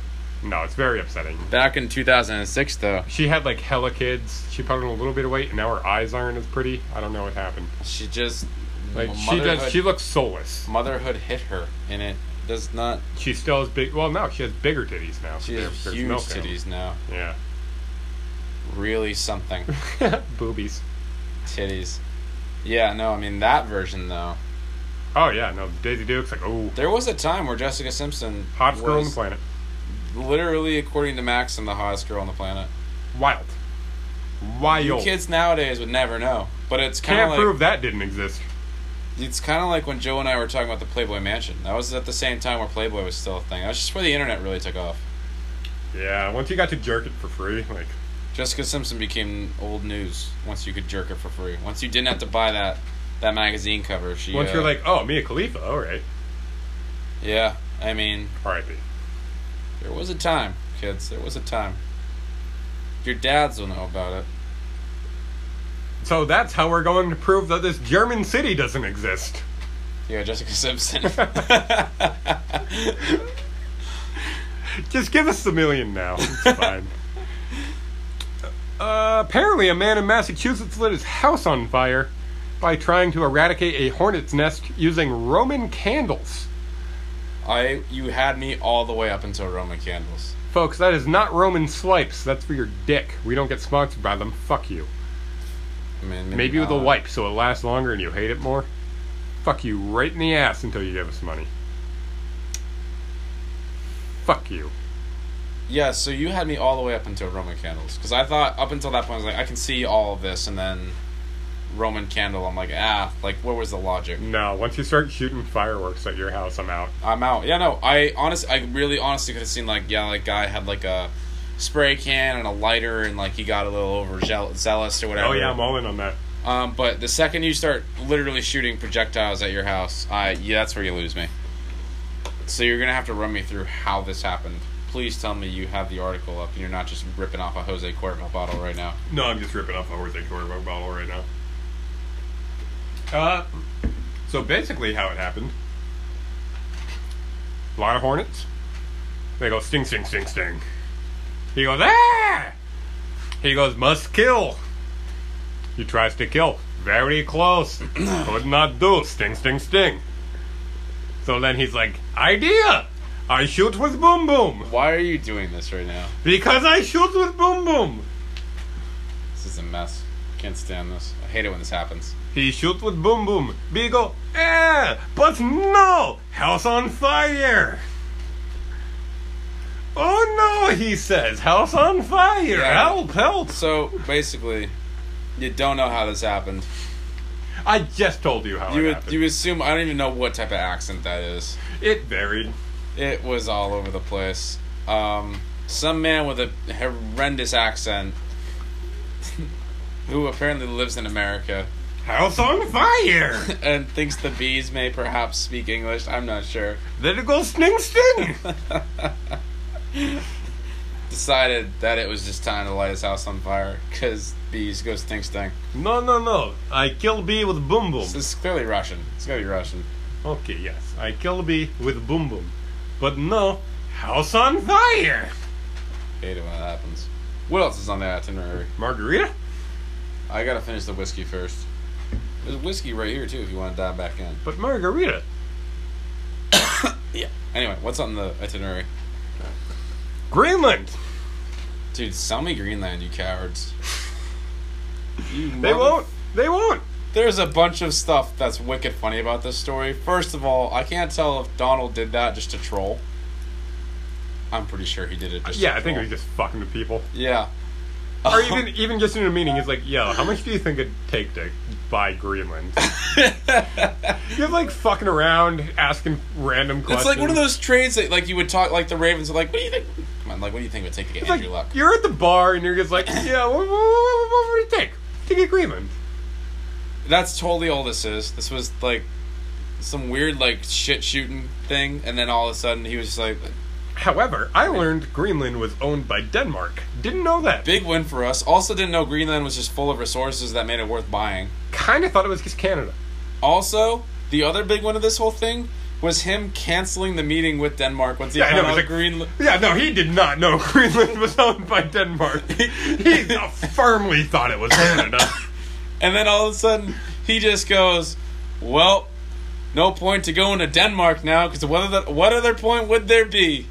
[SPEAKER 1] No, it's very upsetting.
[SPEAKER 2] Back in 2006 though,
[SPEAKER 1] She had like hella kids. She put on a little bit of weight, and now her eyes aren't as pretty. I don't know what happened.
[SPEAKER 2] she just
[SPEAKER 1] Like
[SPEAKER 2] m-
[SPEAKER 1] she does,
[SPEAKER 2] motherhood-
[SPEAKER 1] she looks soulless.
[SPEAKER 2] motherhood hit her, and it does not.
[SPEAKER 1] She still has big. Well, no, she has bigger titties now.
[SPEAKER 2] She
[SPEAKER 1] There-
[SPEAKER 2] has
[SPEAKER 1] there's
[SPEAKER 2] huge
[SPEAKER 1] no film.
[SPEAKER 2] titties now.
[SPEAKER 1] Yeah,
[SPEAKER 2] Really something.
[SPEAKER 1] boobies.
[SPEAKER 2] titties. Yeah, no, I mean that version though.
[SPEAKER 1] Oh yeah, no, Daisy Duke's like oh,
[SPEAKER 2] There was a time where Jessica Simpson
[SPEAKER 1] hottest girl on the
[SPEAKER 2] was
[SPEAKER 1] planet.
[SPEAKER 2] literally, according to Maxim, the hottest girl on the planet.
[SPEAKER 1] Wild, wild.
[SPEAKER 2] You kids nowadays would never know, but it's kind
[SPEAKER 1] Can't
[SPEAKER 2] of like
[SPEAKER 1] prove that didn't exist.
[SPEAKER 2] it's kind of like when Joe and I were talking about the Playboy Mansion. That was at the same time where Playboy was still a thing. That's just where the internet really took off.
[SPEAKER 1] Yeah, once you got to jerk it for free, like
[SPEAKER 2] Jessica Simpson became old news once you could jerk her for free. Once you didn't have to buy that that magazine cover. She
[SPEAKER 1] once
[SPEAKER 2] uh,
[SPEAKER 1] you're like oh, Mia Khalifa, all right,
[SPEAKER 2] yeah. I mean,
[SPEAKER 1] R.I.P.
[SPEAKER 2] there was a time, kids. There was a time. Your dads will know about it.
[SPEAKER 1] So that's how we're going to prove that this German city doesn't exist.
[SPEAKER 2] Yeah, Jessica Simpson.
[SPEAKER 1] Just give us the million now. It's fine. Uh, apparently, a man in Massachusetts lit his house on fire by trying to eradicate a hornet's nest using Roman candles.
[SPEAKER 2] I you had me all the way up until Roman candles.
[SPEAKER 1] Folks, that is not Roman swipes. That's for your dick. We don't get sponsored by them. Fuck you.
[SPEAKER 2] I mean,
[SPEAKER 1] Maybe with a
[SPEAKER 2] not.
[SPEAKER 1] wipe so it lasts longer and you hate it more. Fuck you right in the ass until you give us money. Fuck you.
[SPEAKER 2] Yeah, so you had me all the way up until Roman candles because I thought up until that point I was like, I can see all of this, and then Roman candle, I'm like, ah, like what was the logic?
[SPEAKER 1] No, once you start shooting fireworks at your house, I'm out.
[SPEAKER 2] I'm out. Yeah, no, I honestly, I really honestly could have seen like, yeah, like guy had like a spray can and a lighter, and like he got a little over zeal- zealous or whatever.
[SPEAKER 1] Oh yeah, I'm all in on that.
[SPEAKER 2] Um, but the second you start literally shooting projectiles at your house, I yeah, that's where you lose me. So you're gonna have to run me through how this happened. Please tell me you have the article up and you're not just ripping off a Jose Cuervo bottle right now.
[SPEAKER 1] No, I'm just ripping off a Jose Cuervo bottle right now. Uh, so basically, how it happened: a lot of hornets. They go sting, sting, sting, sting. He goes ah. He goes must kill. He tries to kill. Very close. Could not do. Sting, sting, sting. So then he's like, idea. I shoot with boom, boom.
[SPEAKER 2] Why are you doing this right now?
[SPEAKER 1] Because I shoot with boom, boom.
[SPEAKER 2] This is a mess. Can't stand this. I hate it when this happens.
[SPEAKER 1] He shoot with boom boom. Beagle, eh! But no! House on fire! Oh no, he says. House on fire!
[SPEAKER 2] Yeah.
[SPEAKER 1] Help, help!
[SPEAKER 2] So basically, you don't know how this happened.
[SPEAKER 1] I just told you how
[SPEAKER 2] You
[SPEAKER 1] it
[SPEAKER 2] would,
[SPEAKER 1] happened.
[SPEAKER 2] you assume I don't even know what type of accent that is.
[SPEAKER 1] it varied.
[SPEAKER 2] It was all over the place. Um, some man with a horrendous accent, who apparently lives in America
[SPEAKER 1] House on fire!
[SPEAKER 2] and thinks the bees may perhaps speak English. I'm not sure.
[SPEAKER 1] then it goes sting sting!
[SPEAKER 2] Decided that it was just time to light his house on fire because bees go stink stink.
[SPEAKER 1] no, no, no. I kill bee with boom boom.
[SPEAKER 2] This is clearly Russian. It's gotta be Russian.
[SPEAKER 1] Okay, yes. I kill bee with boom boom. But no, house on fire!
[SPEAKER 2] Hate it when that happens. What else is on the itinerary?
[SPEAKER 1] Margarita?
[SPEAKER 2] I gotta finish the whiskey first. There's whiskey right here too if you want to dive back in.
[SPEAKER 1] But margarita.
[SPEAKER 2] Yeah. Anyway, what's on the itinerary?
[SPEAKER 1] Greenland!
[SPEAKER 2] Dude, sell me Greenland, you cowards. You
[SPEAKER 1] They
[SPEAKER 2] mother-
[SPEAKER 1] won't! They won't!
[SPEAKER 2] There's a bunch of stuff that's wicked funny about this story. First of all, I can't tell if Donald did that just to troll. I'm pretty sure he did it just
[SPEAKER 1] Yeah,
[SPEAKER 2] to
[SPEAKER 1] I think it
[SPEAKER 2] troll.
[SPEAKER 1] was just fucking with people.
[SPEAKER 2] Yeah. Oh.
[SPEAKER 1] Or even even just in a meeting, he's like, yo, how much do you think it'd take to buy Greenland? You're like fucking around asking random questions.
[SPEAKER 2] It's like one of those trades that like you would talk like the Ravens are like, what do you think? Come on, like what do you think it would take to get
[SPEAKER 1] It's
[SPEAKER 2] Andrew
[SPEAKER 1] like,
[SPEAKER 2] Luck?
[SPEAKER 1] you're at the bar and you're just like, yeah, what, what, what, what would it take to get Greenland?
[SPEAKER 2] That's totally all this is. This was like some weird like shit shooting thing, and then all of a sudden he was just like,
[SPEAKER 1] However, I learned Greenland was owned by Denmark. Didn't know that.
[SPEAKER 2] big win for us. Also didn't know Greenland was just full of resources that made it worth buying.
[SPEAKER 1] Kind of thought it was just Canada.
[SPEAKER 2] Also, the other big one of this whole thing was him canceling the meeting with Denmark once he
[SPEAKER 1] Yeah, I know,
[SPEAKER 2] found
[SPEAKER 1] it was
[SPEAKER 2] out
[SPEAKER 1] like-
[SPEAKER 2] Greenland.
[SPEAKER 1] Yeah, no, he did not know Greenland was owned by Denmark. He firmly thought it was Canada.
[SPEAKER 2] And then all of a sudden, he just goes, "Well, no point to going to Denmark now because what other what other point would there be?"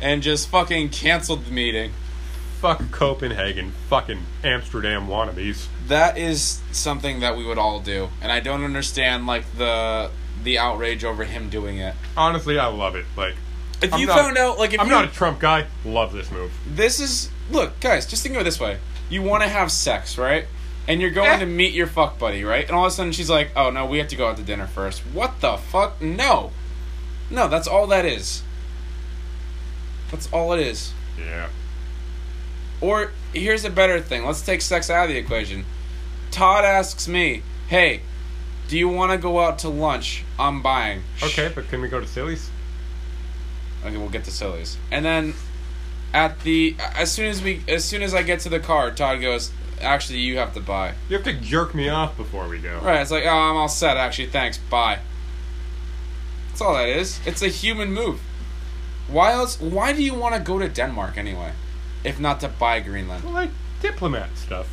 [SPEAKER 2] And just fucking canceled the meeting.
[SPEAKER 1] Fuck Copenhagen. Fucking Amsterdam wannabes.
[SPEAKER 2] That is something that we would all do, and I don't understand like the the outrage over him doing it.
[SPEAKER 1] Honestly, I love it. Like,
[SPEAKER 2] If
[SPEAKER 1] I'm
[SPEAKER 2] you
[SPEAKER 1] not-
[SPEAKER 2] found out, like, if
[SPEAKER 1] I'm
[SPEAKER 2] you,
[SPEAKER 1] not a Trump guy. Love this move.
[SPEAKER 2] this is look guys just think of it this way you want to have sex right and you're going to meet your fuck buddy right and all of a sudden she's like oh no we have to go out to dinner first what the fuck no no that's all that is that's all it is
[SPEAKER 1] Yeah.
[SPEAKER 2] or here's a better thing let's take sex out of the equation todd asks me hey do you want to go out to lunch i'm buying
[SPEAKER 1] Okay, but can we go to Silly's?
[SPEAKER 2] Okay, we'll get to Silly's. And then at the as soon as we as soon as I get to the car, Todd goes, "Actually, you have to buy."
[SPEAKER 1] You have to jerk me off before we go.
[SPEAKER 2] Right? It's like, "Oh, I'm all set. Actually, thanks. Bye." That's all that is. It's a human move. Why else? Why do you want to go to Denmark anyway, if not to buy Greenland?
[SPEAKER 1] Well, like diplomat stuff.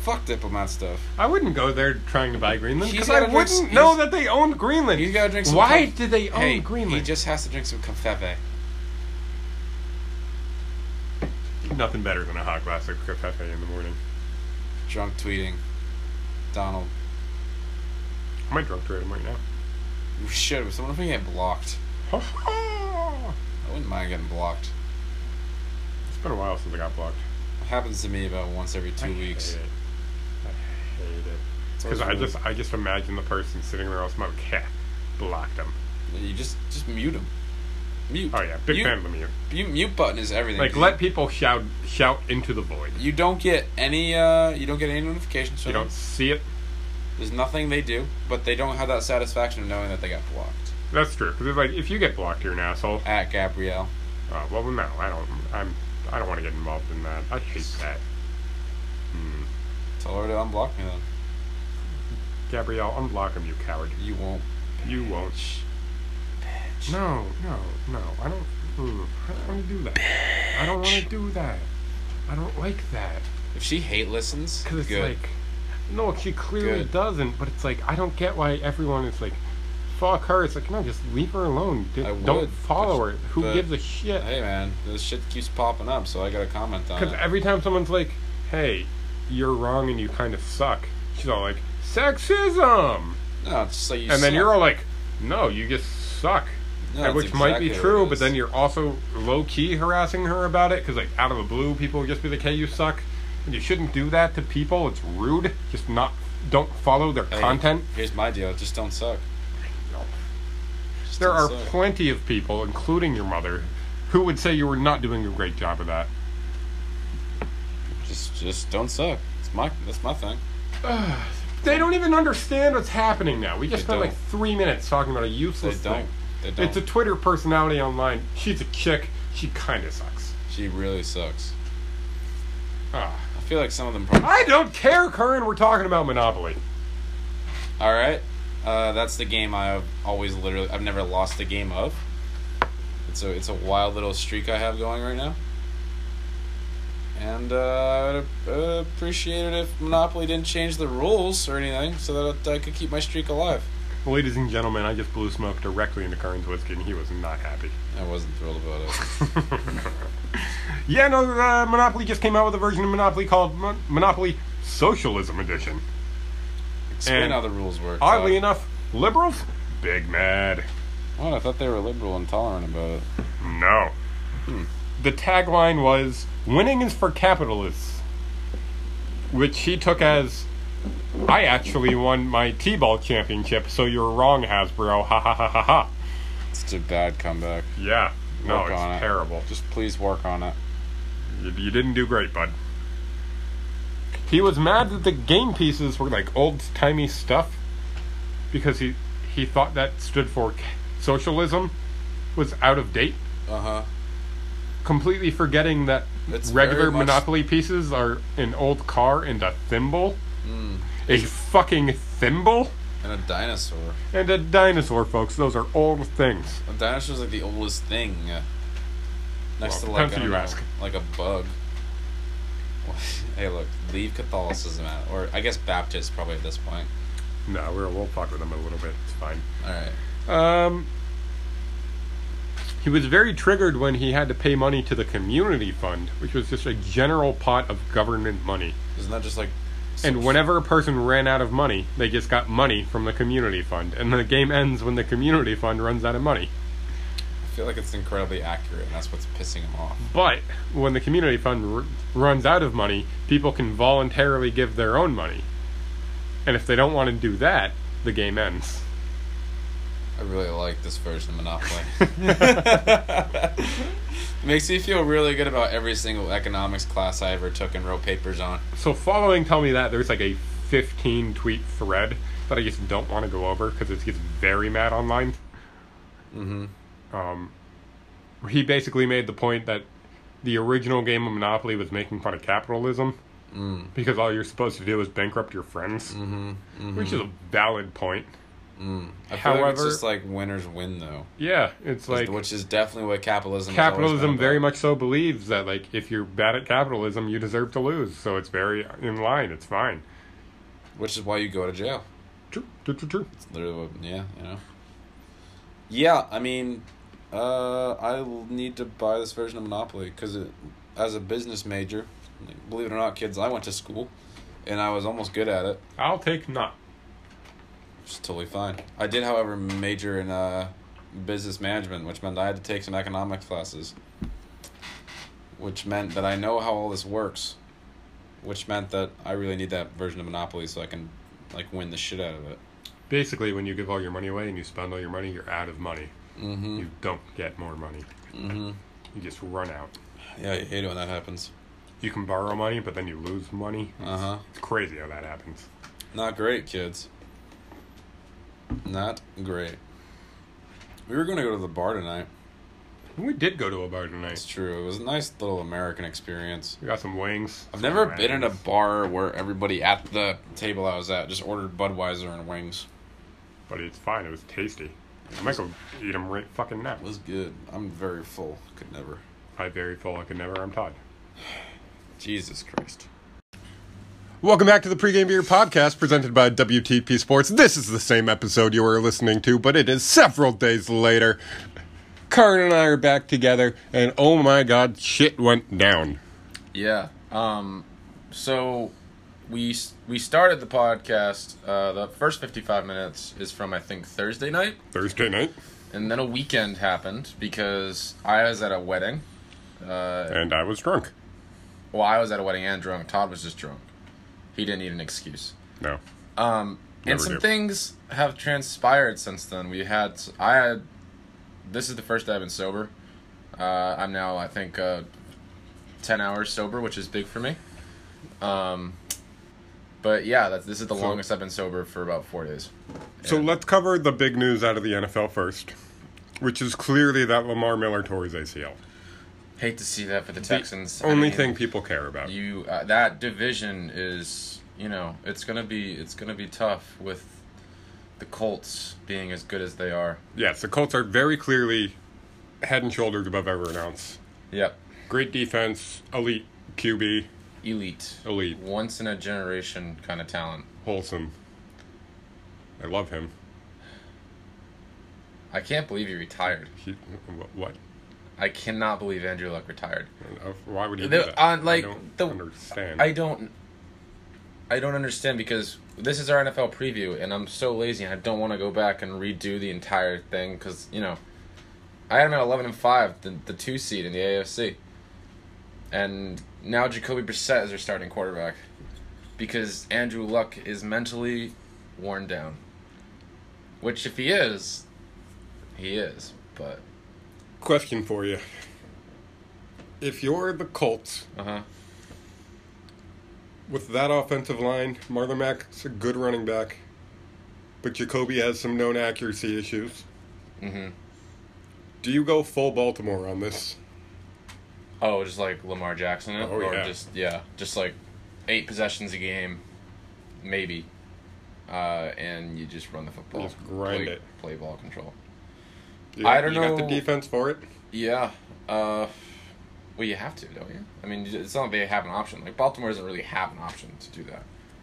[SPEAKER 2] Fuck diplomat stuff.
[SPEAKER 1] I wouldn't go there trying to buy Greenland
[SPEAKER 2] He's
[SPEAKER 1] because I
[SPEAKER 2] gotta drink
[SPEAKER 1] wouldn't
[SPEAKER 2] s-
[SPEAKER 1] know
[SPEAKER 2] he's-
[SPEAKER 1] that they owned Greenland.
[SPEAKER 2] You gotta drink some.
[SPEAKER 1] Why
[SPEAKER 2] conf-
[SPEAKER 1] did they own
[SPEAKER 2] hey, He
[SPEAKER 1] Greenland?
[SPEAKER 2] just has to drink some café.
[SPEAKER 1] Nothing better than a hot glass of cafe in the morning.
[SPEAKER 2] Drunk tweeting. Donald.
[SPEAKER 1] I might drunk trade him right now.
[SPEAKER 2] We should. So what if we get blocked? I wouldn't mind getting blocked.
[SPEAKER 1] it's been a while since I got blocked.
[SPEAKER 2] It happens to me about once every two
[SPEAKER 1] I
[SPEAKER 2] weeks.
[SPEAKER 1] Hate it. I hate it.
[SPEAKER 2] It's
[SPEAKER 1] Because
[SPEAKER 2] always
[SPEAKER 1] I
[SPEAKER 2] weird.
[SPEAKER 1] just I just imagine the person sitting there all smoke. Yeah, blocked him.
[SPEAKER 2] you just just mute him. Mute.
[SPEAKER 1] Oh yeah, big
[SPEAKER 2] You-
[SPEAKER 1] fan of Lemieux.
[SPEAKER 2] You mute button is everything.
[SPEAKER 1] Like let people shout shout into the void.
[SPEAKER 2] you don't get any uh you don't get any notifications from
[SPEAKER 1] You don't
[SPEAKER 2] them.
[SPEAKER 1] see it.
[SPEAKER 2] There's nothing they do, but they don't have that satisfaction of knowing that they got blocked.
[SPEAKER 1] That's true. Because like if you get blocked, you're an asshole.
[SPEAKER 2] At Gabrielle.
[SPEAKER 1] Uh, well, no, I don't. I'm. I don't want to get involved in that. I hate that. Hmm.
[SPEAKER 2] Tell her to unblock me then.
[SPEAKER 1] Gabrielle, unblock him, you coward.
[SPEAKER 2] You won't.
[SPEAKER 1] You won't.
[SPEAKER 2] Bitch.
[SPEAKER 1] No, no, no. I don't. mm, I don't want to do that. I don't want to do that. I don't like that.
[SPEAKER 2] If she hate listens,
[SPEAKER 1] Because it's
[SPEAKER 2] good.
[SPEAKER 1] like, no, she clearly
[SPEAKER 2] Good.
[SPEAKER 1] doesn't. But it's like I don't get why everyone is like, fuck her. It's like no, just leave her alone. D-
[SPEAKER 2] I
[SPEAKER 1] don't
[SPEAKER 2] would,
[SPEAKER 1] follow her.
[SPEAKER 2] but-
[SPEAKER 1] Who
[SPEAKER 2] but-
[SPEAKER 1] gives a shit?
[SPEAKER 2] hey man, this shit keeps popping up, so I gotta comment on
[SPEAKER 1] Because
[SPEAKER 2] it.
[SPEAKER 1] every time someone's like, hey, you're wrong and you kind of suck, she's all like, sexism.
[SPEAKER 2] no, it's just like you
[SPEAKER 1] and then
[SPEAKER 2] suck.
[SPEAKER 1] you're all like, no, you just suck.
[SPEAKER 2] No,
[SPEAKER 1] And
[SPEAKER 2] that's
[SPEAKER 1] which might be
[SPEAKER 2] exactly what
[SPEAKER 1] true,
[SPEAKER 2] it
[SPEAKER 1] but
[SPEAKER 2] is.
[SPEAKER 1] then you're also low key harassing her about it because, like, out of the blue, people will just be like, hey, you suck. And you shouldn't do that to people. It's rude. Just not, don't follow their
[SPEAKER 2] Hey,
[SPEAKER 1] content.
[SPEAKER 2] Here's my deal: just don't suck. Just
[SPEAKER 1] There
[SPEAKER 2] don't
[SPEAKER 1] are
[SPEAKER 2] suck.
[SPEAKER 1] plenty of people, including your mother, who would say you were not doing a great job of that.
[SPEAKER 2] just just don't suck. It's my that's my thing.
[SPEAKER 1] They don't even understand what's happening now. We just
[SPEAKER 2] They
[SPEAKER 1] spent like
[SPEAKER 2] don't.
[SPEAKER 1] three minutes talking about a
[SPEAKER 2] They
[SPEAKER 1] useless
[SPEAKER 2] don't.
[SPEAKER 1] thing.
[SPEAKER 2] They don't.
[SPEAKER 1] It's a Twitter personality online. She's a chick. She kind of sucks.
[SPEAKER 2] she really sucks.
[SPEAKER 1] Ah.
[SPEAKER 2] I feel like some of them. Probably,
[SPEAKER 1] I don't care, Curran. We're talking about Monopoly.
[SPEAKER 2] all right, uh, that's the game I've always literally. I've never lost a game of. It's a it's a wild little streak I have going right now. And uh, I'd uh, appreciate it if Monopoly didn't change the rules or anything, so that I could keep my streak alive.
[SPEAKER 1] Ladies and gentlemen, I just blew smoke directly into Curran's whiskey, and he was not happy.
[SPEAKER 2] I wasn't thrilled about it.
[SPEAKER 1] yeah, no, uh, Monopoly just came out with a version of Monopoly called Mon- Monopoly Socialism Edition.
[SPEAKER 2] Explain
[SPEAKER 1] And
[SPEAKER 2] how the rules work.
[SPEAKER 1] Oddly
[SPEAKER 2] Todd.
[SPEAKER 1] enough, liberals, big mad.
[SPEAKER 2] What? I thought they were liberal and tolerant about it.
[SPEAKER 1] No. Hmm. The tagline was "Winning is for capitalists," which he took as, "I actually won my T-ball championship, so you're wrong, Hasbro." Ha ha ha ha ha.
[SPEAKER 2] It's a bad comeback.
[SPEAKER 1] Yeah. No,
[SPEAKER 2] Work on
[SPEAKER 1] it's
[SPEAKER 2] it.
[SPEAKER 1] terrible.
[SPEAKER 2] Just please work on it.
[SPEAKER 1] You, you didn't do great, bud. He was mad that the game pieces were like old timey stuff because he he thought that stood for c- socialism was out of date.
[SPEAKER 2] Uh huh.
[SPEAKER 1] completely forgetting that
[SPEAKER 2] It's
[SPEAKER 1] regular
[SPEAKER 2] very much-
[SPEAKER 1] Monopoly pieces are an old car and a thimble.
[SPEAKER 2] Hmm.
[SPEAKER 1] A fucking thimble?
[SPEAKER 2] And a dinosaur.
[SPEAKER 1] And a dinosaur, folks. Those are old things.
[SPEAKER 2] A dinosaur's like the oldest thing. uh, Next
[SPEAKER 1] Well,
[SPEAKER 2] to
[SPEAKER 1] depends
[SPEAKER 2] like I
[SPEAKER 1] who
[SPEAKER 2] don't
[SPEAKER 1] you
[SPEAKER 2] know,
[SPEAKER 1] ask.
[SPEAKER 2] like a bug. hey, look, leave Catholicism out, or I guess Baptist probably at this point.
[SPEAKER 1] No, we're, we'll fuck with them a little bit. It's fine.
[SPEAKER 2] All right.
[SPEAKER 1] Um, he was very triggered when he had to pay money to the community fund, which was just a general pot of government money.
[SPEAKER 2] Isn't that just like?
[SPEAKER 1] And
[SPEAKER 2] some-
[SPEAKER 1] whenever a person ran out of money, they just got money from the community fund. And the game ends when the community fund runs out of money.
[SPEAKER 2] I feel like it's incredibly accurate, and that's what's pissing him off.
[SPEAKER 1] But when the community fund r- runs out of money, people can voluntarily give their own money. And if they don't want to do that, the game ends.
[SPEAKER 2] I really like this version of Monopoly. it makes me feel really good about every single economics class I ever took and wrote papers on.
[SPEAKER 1] So, following Tell Me That, there's like a 15 tweet thread that I just don't want to go over because it gets very mad online. Mm-hmm. Um, he basically made the point that the original game of Monopoly was making fun of capitalism
[SPEAKER 2] Mm,
[SPEAKER 1] because all you're supposed to do is bankrupt your friends,
[SPEAKER 2] Mm-hmm.
[SPEAKER 1] which is a valid point.
[SPEAKER 2] I feel like it's
[SPEAKER 1] However-
[SPEAKER 2] just like winners win though,
[SPEAKER 1] Yeah, it's like
[SPEAKER 2] which is definitely what capitalism. has always been
[SPEAKER 1] capitalism very
[SPEAKER 2] about.
[SPEAKER 1] much so believes that like if you're bad at capitalism you deserve to lose so it's very in line it's fine
[SPEAKER 2] which is why you go to jail.
[SPEAKER 1] true true true true
[SPEAKER 2] It's literally, what- yeah, you know. Yeah, I mean, uh, I will need to buy this version of Monopoly because, as a business major, believe it or not, kids, I went to school.
[SPEAKER 3] and I was almost good at it.
[SPEAKER 1] I'll take not.
[SPEAKER 3] It's totally fine. I did, however, major in uh, business management, which meant I had to take some economics classes, which meant that I know how all this works, which meant that I really need that version of Monopoly so I can like win the shit out of it.
[SPEAKER 1] Basically, when you give all your money away and you spend all your money, you're out of money.
[SPEAKER 3] Mm-hmm.
[SPEAKER 1] You don't get more money.
[SPEAKER 3] Mm-hmm.
[SPEAKER 1] You just run out.
[SPEAKER 3] Yeah, I hate it when that happens.
[SPEAKER 1] You can borrow money, but then you lose money.
[SPEAKER 3] Uh huh.
[SPEAKER 1] It's crazy how that happens.
[SPEAKER 3] Not great, kids. Not great. We were going to go to the bar tonight.
[SPEAKER 1] We did go to a bar
[SPEAKER 3] It's
[SPEAKER 1] tonight.
[SPEAKER 3] true. It was a nice little American experience.
[SPEAKER 1] We got some wings.
[SPEAKER 3] I've
[SPEAKER 1] some
[SPEAKER 3] never been in a
[SPEAKER 1] wings.
[SPEAKER 3] bar where everybody at the table I was at just ordered Budweiser and wings.
[SPEAKER 1] But it's fine. It was tasty. I might go eat them right fucking now.
[SPEAKER 3] It was good. I'm very full. Could never.
[SPEAKER 1] I very full. I could never. I'm Todd.
[SPEAKER 3] Jesus Christ.
[SPEAKER 1] Welcome back to the Pregame Beer Podcast presented by WTP Sports. This is the same episode you were listening to, but it is several days later. Karen and I are back together, and oh my god, shit went down.
[SPEAKER 2] Yeah. Um, so we we started the podcast. Uh, the first fifty five minutes is from I think Thursday night,
[SPEAKER 1] Thursday night,
[SPEAKER 2] and then a weekend happened because I was at a wedding. Uh,
[SPEAKER 1] and I was drunk.
[SPEAKER 2] well, I was at a wedding and drunk. Todd was just drunk. He didn't need an excuse.
[SPEAKER 1] No.
[SPEAKER 2] Um,
[SPEAKER 1] Never
[SPEAKER 2] and some
[SPEAKER 1] do.
[SPEAKER 2] things have transpired since then. We had I had this is the first I've been sober. Uh, I'm now I think uh, ten hours sober, which is big for me. Um, but yeah, that's, this is the
[SPEAKER 1] So-
[SPEAKER 2] longest I've been sober for about four days.
[SPEAKER 1] So
[SPEAKER 2] And-
[SPEAKER 1] let's cover the big news out of the NFL first, which is clearly that Lamar Miller tore his ACL.
[SPEAKER 2] Hate to see that for the Texans. I
[SPEAKER 1] Only
[SPEAKER 2] mean,
[SPEAKER 1] thing people care about.
[SPEAKER 2] you uh, that division is you know it's gonna be it's gonna be tough with the Colts being as good as they are.
[SPEAKER 1] Yes, the Colts are very clearly head and shoulders above everyone else.
[SPEAKER 2] Yep,
[SPEAKER 1] Great defense, elite QB,
[SPEAKER 2] elite.
[SPEAKER 1] elite,
[SPEAKER 2] once in a generation kind of talent.
[SPEAKER 1] wholesome. I love him.
[SPEAKER 2] I can't believe he retired.
[SPEAKER 1] He, wh- what?
[SPEAKER 2] I cannot believe Andrew Luck retired.
[SPEAKER 1] Uh, Why would he do
[SPEAKER 2] The-
[SPEAKER 1] that?
[SPEAKER 2] on, like,
[SPEAKER 1] I don't
[SPEAKER 2] the-
[SPEAKER 1] understand.
[SPEAKER 2] I don't I don't understand because this is our NFL preview and I'm so lazy and I don't want to go back and redo the entire thing cuz you know I had him at 11 and 5, the, the 2 seed in the AFC. And now Jacoby Brissett is their starting quarterback because Andrew Luck is mentally worn down. Which if he is, he is, but
[SPEAKER 1] Question for you: If you're the Colts
[SPEAKER 2] uh-huh.
[SPEAKER 1] with that offensive line, Marlon Mack's a good running back, but Jacoby has some known accuracy issues.
[SPEAKER 2] Mhm.
[SPEAKER 1] Do you go full Baltimore on this?
[SPEAKER 2] Oh, just like Lamar Jackson, it?
[SPEAKER 1] Oh,
[SPEAKER 2] or
[SPEAKER 1] yeah.
[SPEAKER 2] just yeah, just like eight possessions a game, maybe, uh, and you just run the football,
[SPEAKER 1] Just grind
[SPEAKER 2] play,
[SPEAKER 1] it.
[SPEAKER 2] play ball control.
[SPEAKER 1] You,
[SPEAKER 2] I don't
[SPEAKER 1] you got
[SPEAKER 2] know.
[SPEAKER 1] the defense for it.
[SPEAKER 2] Yeah, uh, well, you have to, don't you? I mean, it's not like they have an option. Like Baltimore doesn't really have an option to do that.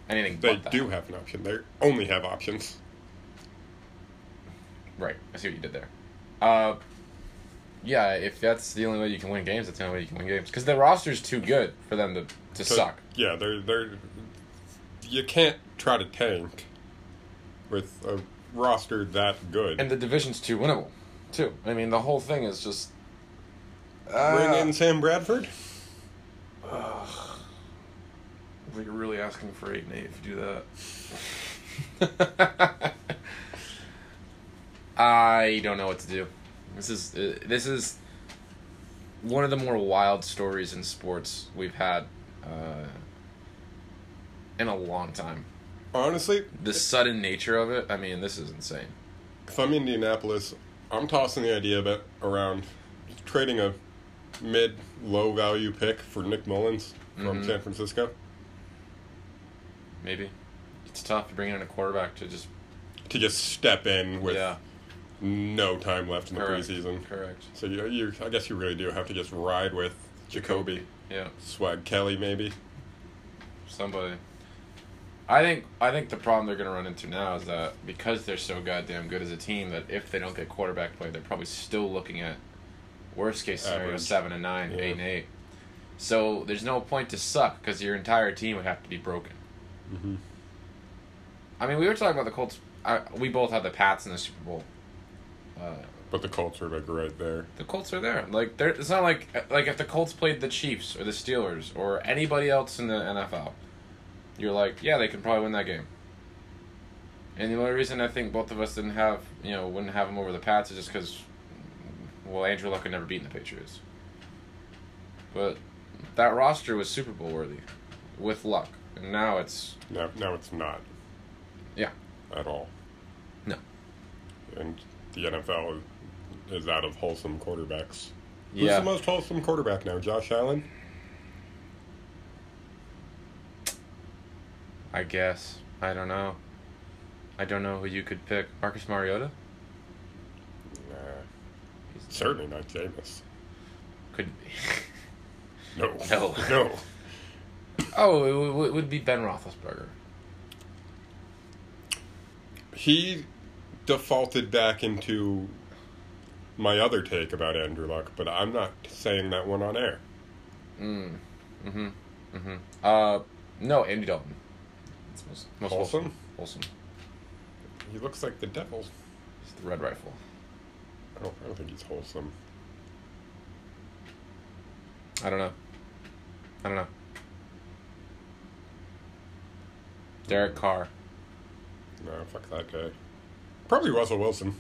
[SPEAKER 2] Anything
[SPEAKER 1] They
[SPEAKER 2] but that.
[SPEAKER 1] do have an option. They only have options.
[SPEAKER 2] Right, I see what you did there. Uh, yeah, if that's the only way you can win games, that's the only way you can win games because the roster's too good for them to to
[SPEAKER 1] So,
[SPEAKER 2] suck.
[SPEAKER 1] Yeah, they're they're. You can't try to tank with a roster that good.
[SPEAKER 2] and the division's too winnable, too. I mean, the whole thing is just. uh,
[SPEAKER 1] Bring in Sam Bradford.
[SPEAKER 2] Like you're really asking for eight and eight if you do that. I don't know what to do. This is uh, this is one of the more wild stories in sports we've had uh, in a long time.
[SPEAKER 1] Honestly,
[SPEAKER 2] The sudden nature of it. I mean, this is insane.
[SPEAKER 1] if I'm Indianapolis, I'm tossing the idea of it around trading a mid low value pick for Nick Mullins from
[SPEAKER 2] Mhm.
[SPEAKER 1] San Francisco
[SPEAKER 2] Maybe it's tough bringing in a quarterback to just
[SPEAKER 1] to just step in with
[SPEAKER 2] yeah
[SPEAKER 1] no time left in the
[SPEAKER 2] correct
[SPEAKER 1] preseason.
[SPEAKER 2] correct
[SPEAKER 1] So you, you, I guess you really do have to just ride with Jacoby,
[SPEAKER 2] yeah.
[SPEAKER 1] Swag Kelly, maybe.
[SPEAKER 2] somebody. I think I think the problem they're going to run into now is that because they're so goddamn good as a team that if they don't get quarterback play, they're probably still looking at worst case scenario
[SPEAKER 1] Average.
[SPEAKER 2] seven and nine,
[SPEAKER 1] Yeah.
[SPEAKER 2] eight and eight. So there's no point to suck because your entire team would have to be broken.
[SPEAKER 1] Mm-hmm.
[SPEAKER 2] I mean, we were talking about the Colts. I, we both had the Pats in the Super Bowl. Uh,
[SPEAKER 4] But the Colts are like right there.
[SPEAKER 2] the Colts are there. Like, they're, it's not like like if the Colts played the Chiefs or the Steelers or anybody else in the NFL, you're like, yeah, they can probably win that game. And the only reason I think both of us didn't have you know wouldn't have them over the Pats is just because, well, Andrew Luck had never beaten the Patriots. But that roster was Super Bowl worthy, with luck, and now it's
[SPEAKER 1] No, no, it's not
[SPEAKER 2] yeah.
[SPEAKER 1] at all.
[SPEAKER 2] No.
[SPEAKER 1] And the NFL is out of wholesome quarterbacks. Who's
[SPEAKER 2] Yeah.
[SPEAKER 1] the most wholesome quarterback now? Josh Allen?
[SPEAKER 2] I guess. I don't know. I don't know who you could pick. Marcus Mariota?
[SPEAKER 1] Nah. Certainly not Jameis.
[SPEAKER 2] Could be.
[SPEAKER 1] No.
[SPEAKER 2] No.
[SPEAKER 1] No.
[SPEAKER 2] oh, it w- it would be Ben Roethlisberger.
[SPEAKER 1] He defaulted back into my other take about Andrew Luck, but I'm not saying that one on air.
[SPEAKER 2] Mm. Mm-hmm. Mm-hmm. Uh, no, Andy Dalton. It's most, most
[SPEAKER 1] Wholesome?
[SPEAKER 2] Wholesome.
[SPEAKER 1] He looks like the devil.
[SPEAKER 2] It's the red rifle.
[SPEAKER 1] I don't, I don't think he's wholesome.
[SPEAKER 2] I don't know. I don't know. Derek Carr.
[SPEAKER 1] No, fuck that guy. Probably Russell Wilson.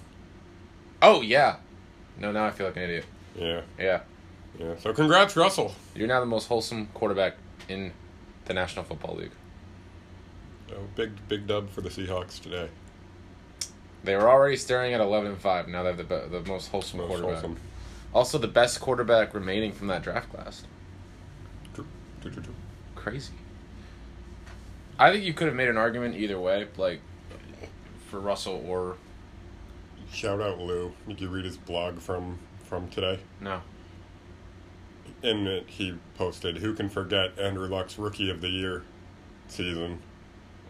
[SPEAKER 2] Oh, yeah. No, now I feel like an idiot.
[SPEAKER 1] Yeah,
[SPEAKER 2] Yeah.
[SPEAKER 1] yeah. So congrats, Russell.
[SPEAKER 2] You're now the most wholesome quarterback in the National Football League.
[SPEAKER 1] Oh, big, big dub for the Seahawks today.
[SPEAKER 2] They were already staring at eleven and five. Now they have the be- the most wholesome
[SPEAKER 1] Most
[SPEAKER 2] quarterback.
[SPEAKER 1] wholesome.
[SPEAKER 2] Also, the best quarterback remaining from that draft class.
[SPEAKER 1] True, true, true, true.
[SPEAKER 2] Crazy. I think you could have made an argument either way, like for Russell or
[SPEAKER 1] Shout out Lou. Did you read his blog from from today?
[SPEAKER 2] no.
[SPEAKER 1] In it, he posted, "Who can forget Andrew Luck's Rookie of the Year season?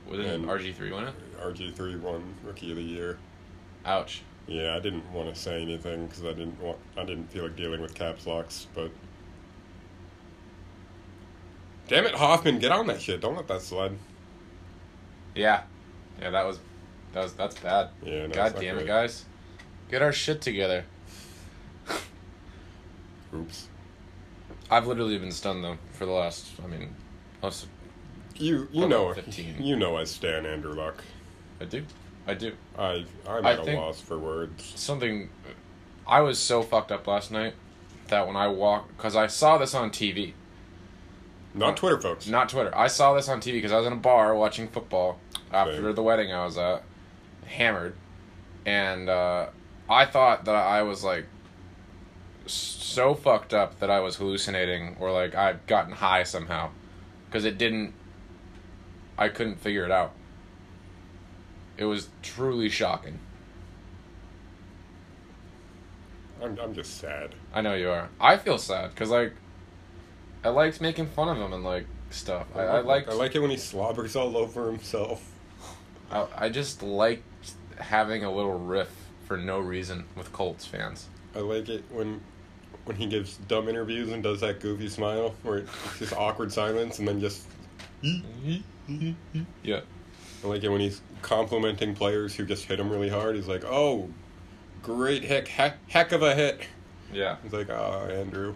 [SPEAKER 2] Was it
[SPEAKER 1] And-
[SPEAKER 2] RG three? Wasn't it?
[SPEAKER 1] RG three won Rookie of the Year."
[SPEAKER 2] Ouch.
[SPEAKER 1] Yeah, I didn't want to say anything because I didn't want, I didn't feel like dealing with caps locks, but. Damn it, Hoffman! Get on that shit. Don't let that slide.
[SPEAKER 2] Yeah, yeah. That was that was that's bad.
[SPEAKER 1] Yeah, no, it's
[SPEAKER 2] God
[SPEAKER 1] not
[SPEAKER 2] damn it,
[SPEAKER 1] great.
[SPEAKER 2] guys. Get our shit together.
[SPEAKER 1] Oops.
[SPEAKER 2] I've literally been stunned though for the last. I mean, most
[SPEAKER 1] You you
[SPEAKER 2] Probably
[SPEAKER 1] know
[SPEAKER 2] 15.
[SPEAKER 1] you know I stan Andrew Luck.
[SPEAKER 2] I do. I do.
[SPEAKER 1] I I'm
[SPEAKER 2] I
[SPEAKER 1] at a
[SPEAKER 2] think-
[SPEAKER 1] loss for words.
[SPEAKER 2] something I was so fucked up last night that when I walked cuz I saw this on TV,
[SPEAKER 1] Not Twitter, folks.
[SPEAKER 2] not Twitter. I saw this on TV cuz I was in a bar watching football after
[SPEAKER 1] Same.
[SPEAKER 2] the wedding I was at, hammered, and uh, I thought that I was like s- so fucked up that I was hallucinating or like I'd gotten high somehow cuz it didn't I couldn't figure it out. It was truly shocking.
[SPEAKER 1] I'm I'm just sad.
[SPEAKER 2] I know you are. I feel sad because like, I liked making fun of him and like stuff. I, I liked.
[SPEAKER 1] I
[SPEAKER 2] I, like,
[SPEAKER 1] like it when he slobbers all over himself.
[SPEAKER 2] I, just liked having a little riff for no reason with Colts fans.
[SPEAKER 1] I like it when when he gives dumb interviews and does that goofy smile where it's just awkward silence and then just
[SPEAKER 2] Yeah.
[SPEAKER 1] I like it when he's complimenting players who just hit him really hard. He's like, "Oh, great heck heck, heck of a hit."
[SPEAKER 2] Yeah.
[SPEAKER 1] He's like, "Ah, Andrew."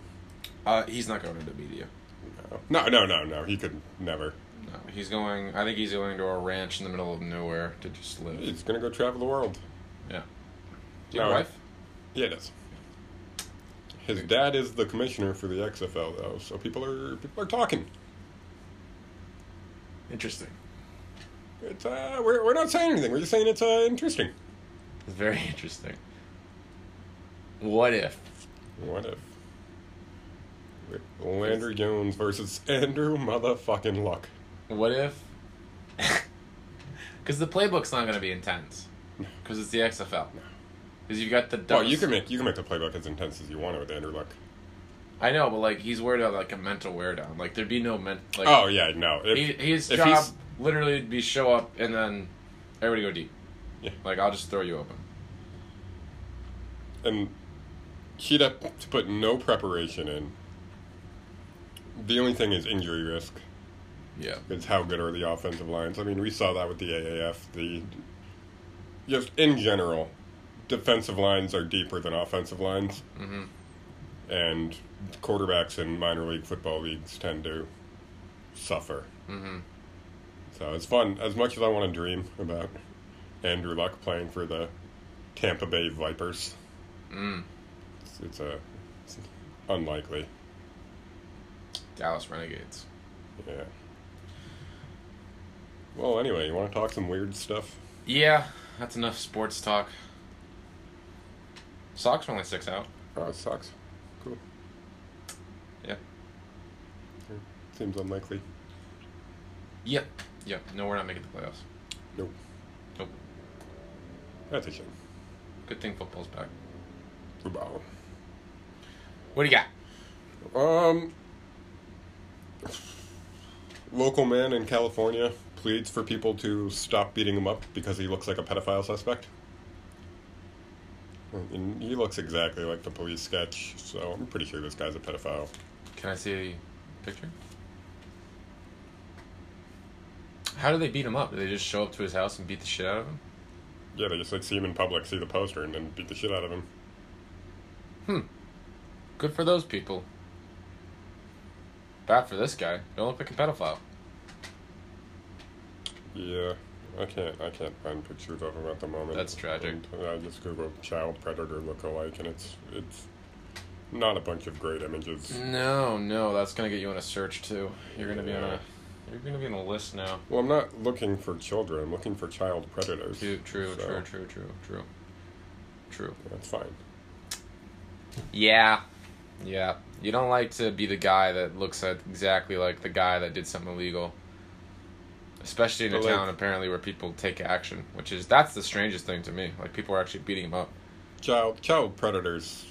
[SPEAKER 2] Uh, he's not going into media.
[SPEAKER 1] No, no, no, no. He could never.
[SPEAKER 2] No, he's going. I think he's going to a ranch in the middle of nowhere to just live.
[SPEAKER 1] He's going to go travel the world.
[SPEAKER 2] Yeah. Do you have a
[SPEAKER 1] No.
[SPEAKER 2] wife?
[SPEAKER 1] Yeah, it is. His dad is the commissioner for the XFL, though, so people are people are talking.
[SPEAKER 2] Interesting.
[SPEAKER 1] It's uh, we're we're not saying anything. We're just saying it's uh, interesting.
[SPEAKER 2] It's very interesting. What if?
[SPEAKER 1] What if Landry Jones versus Andrew motherfucking Luck?
[SPEAKER 2] What if? Because the playbook's not going to be intense. Because it's the XFL. Because you've got the.
[SPEAKER 1] Oh,
[SPEAKER 2] dumbest-
[SPEAKER 1] you can make you can make the playbook as intense as you want with Andrew Luck.
[SPEAKER 2] I know, but like he's worried about like a mental wear down. Like there'd be no men. Like,
[SPEAKER 1] Oh yeah, no. If,
[SPEAKER 2] he, his
[SPEAKER 1] if
[SPEAKER 2] job
[SPEAKER 1] he's-
[SPEAKER 2] literally would be show up and then everybody go deep.
[SPEAKER 1] Yeah.
[SPEAKER 2] Like I'll just throw you open.
[SPEAKER 1] and he'd have to put no preparation in. The only thing is injury risk.
[SPEAKER 2] Yeah.
[SPEAKER 1] It's how good are the offensive lines? I mean, we saw that with the AAF. The just in general, defensive lines are deeper than offensive lines,
[SPEAKER 2] Mhm.
[SPEAKER 1] and quarterbacks in minor league football leagues tend to suffer.
[SPEAKER 2] Mm-hmm.
[SPEAKER 1] So it's fun. As much as I want to dream about Andrew Luck playing for the Tampa Bay Vipers,
[SPEAKER 2] Mm.
[SPEAKER 1] it's, it's a it's unlikely.
[SPEAKER 2] Dallas Renegades.
[SPEAKER 1] Yeah. Well, anyway, you want to talk some weird stuff?
[SPEAKER 2] Yeah, that's enough sports talk. Sox are only six out.
[SPEAKER 1] Oh, it sucks. Cool.
[SPEAKER 2] Yeah.
[SPEAKER 1] Seems unlikely.
[SPEAKER 2] Yep. Yep. No, we're not making the playoffs.
[SPEAKER 1] Nope.
[SPEAKER 2] Nope.
[SPEAKER 1] That's a shame.
[SPEAKER 2] Good thing football's back.
[SPEAKER 1] Wow.
[SPEAKER 2] What do you got?
[SPEAKER 1] Um. Local man in California pleads for people to stop beating him up because he looks like a pedophile suspect. And he looks exactly like the police sketch, so I'm pretty sure this guy's a pedophile.
[SPEAKER 2] Can I see a picture? How do they beat him up? Do they just show up to his house and beat the shit out of him?
[SPEAKER 1] Yeah, they just like see him in public, see the poster, and then beat the shit out of him.
[SPEAKER 2] Good for those people. Bad for this guy. Don't look like a pedophile.
[SPEAKER 1] Yeah, I can't. I can't find pictures of him at the moment.
[SPEAKER 2] That's tragic.
[SPEAKER 1] And uh, I just Googled child predator lookalike, and it's it's not a bunch of great images.
[SPEAKER 2] Mm. No, no, that's gonna get you in a search too. You're gonna be on
[SPEAKER 1] Yeah.
[SPEAKER 2] a, you're gonna be on a list now.
[SPEAKER 1] Well, I'm not looking for children. I'm looking for child predators.
[SPEAKER 2] True, true,
[SPEAKER 1] So,
[SPEAKER 2] true, true, true, true, true.
[SPEAKER 1] That's fine.
[SPEAKER 2] Yeah, yeah. You don't like to be the guy that looks at exactly like the guy that did something illegal, especially in a
[SPEAKER 1] But, like-
[SPEAKER 2] town apparently where people take action, which is that's the strangest thing to me. Like people are actually beating him up.
[SPEAKER 1] Child child predators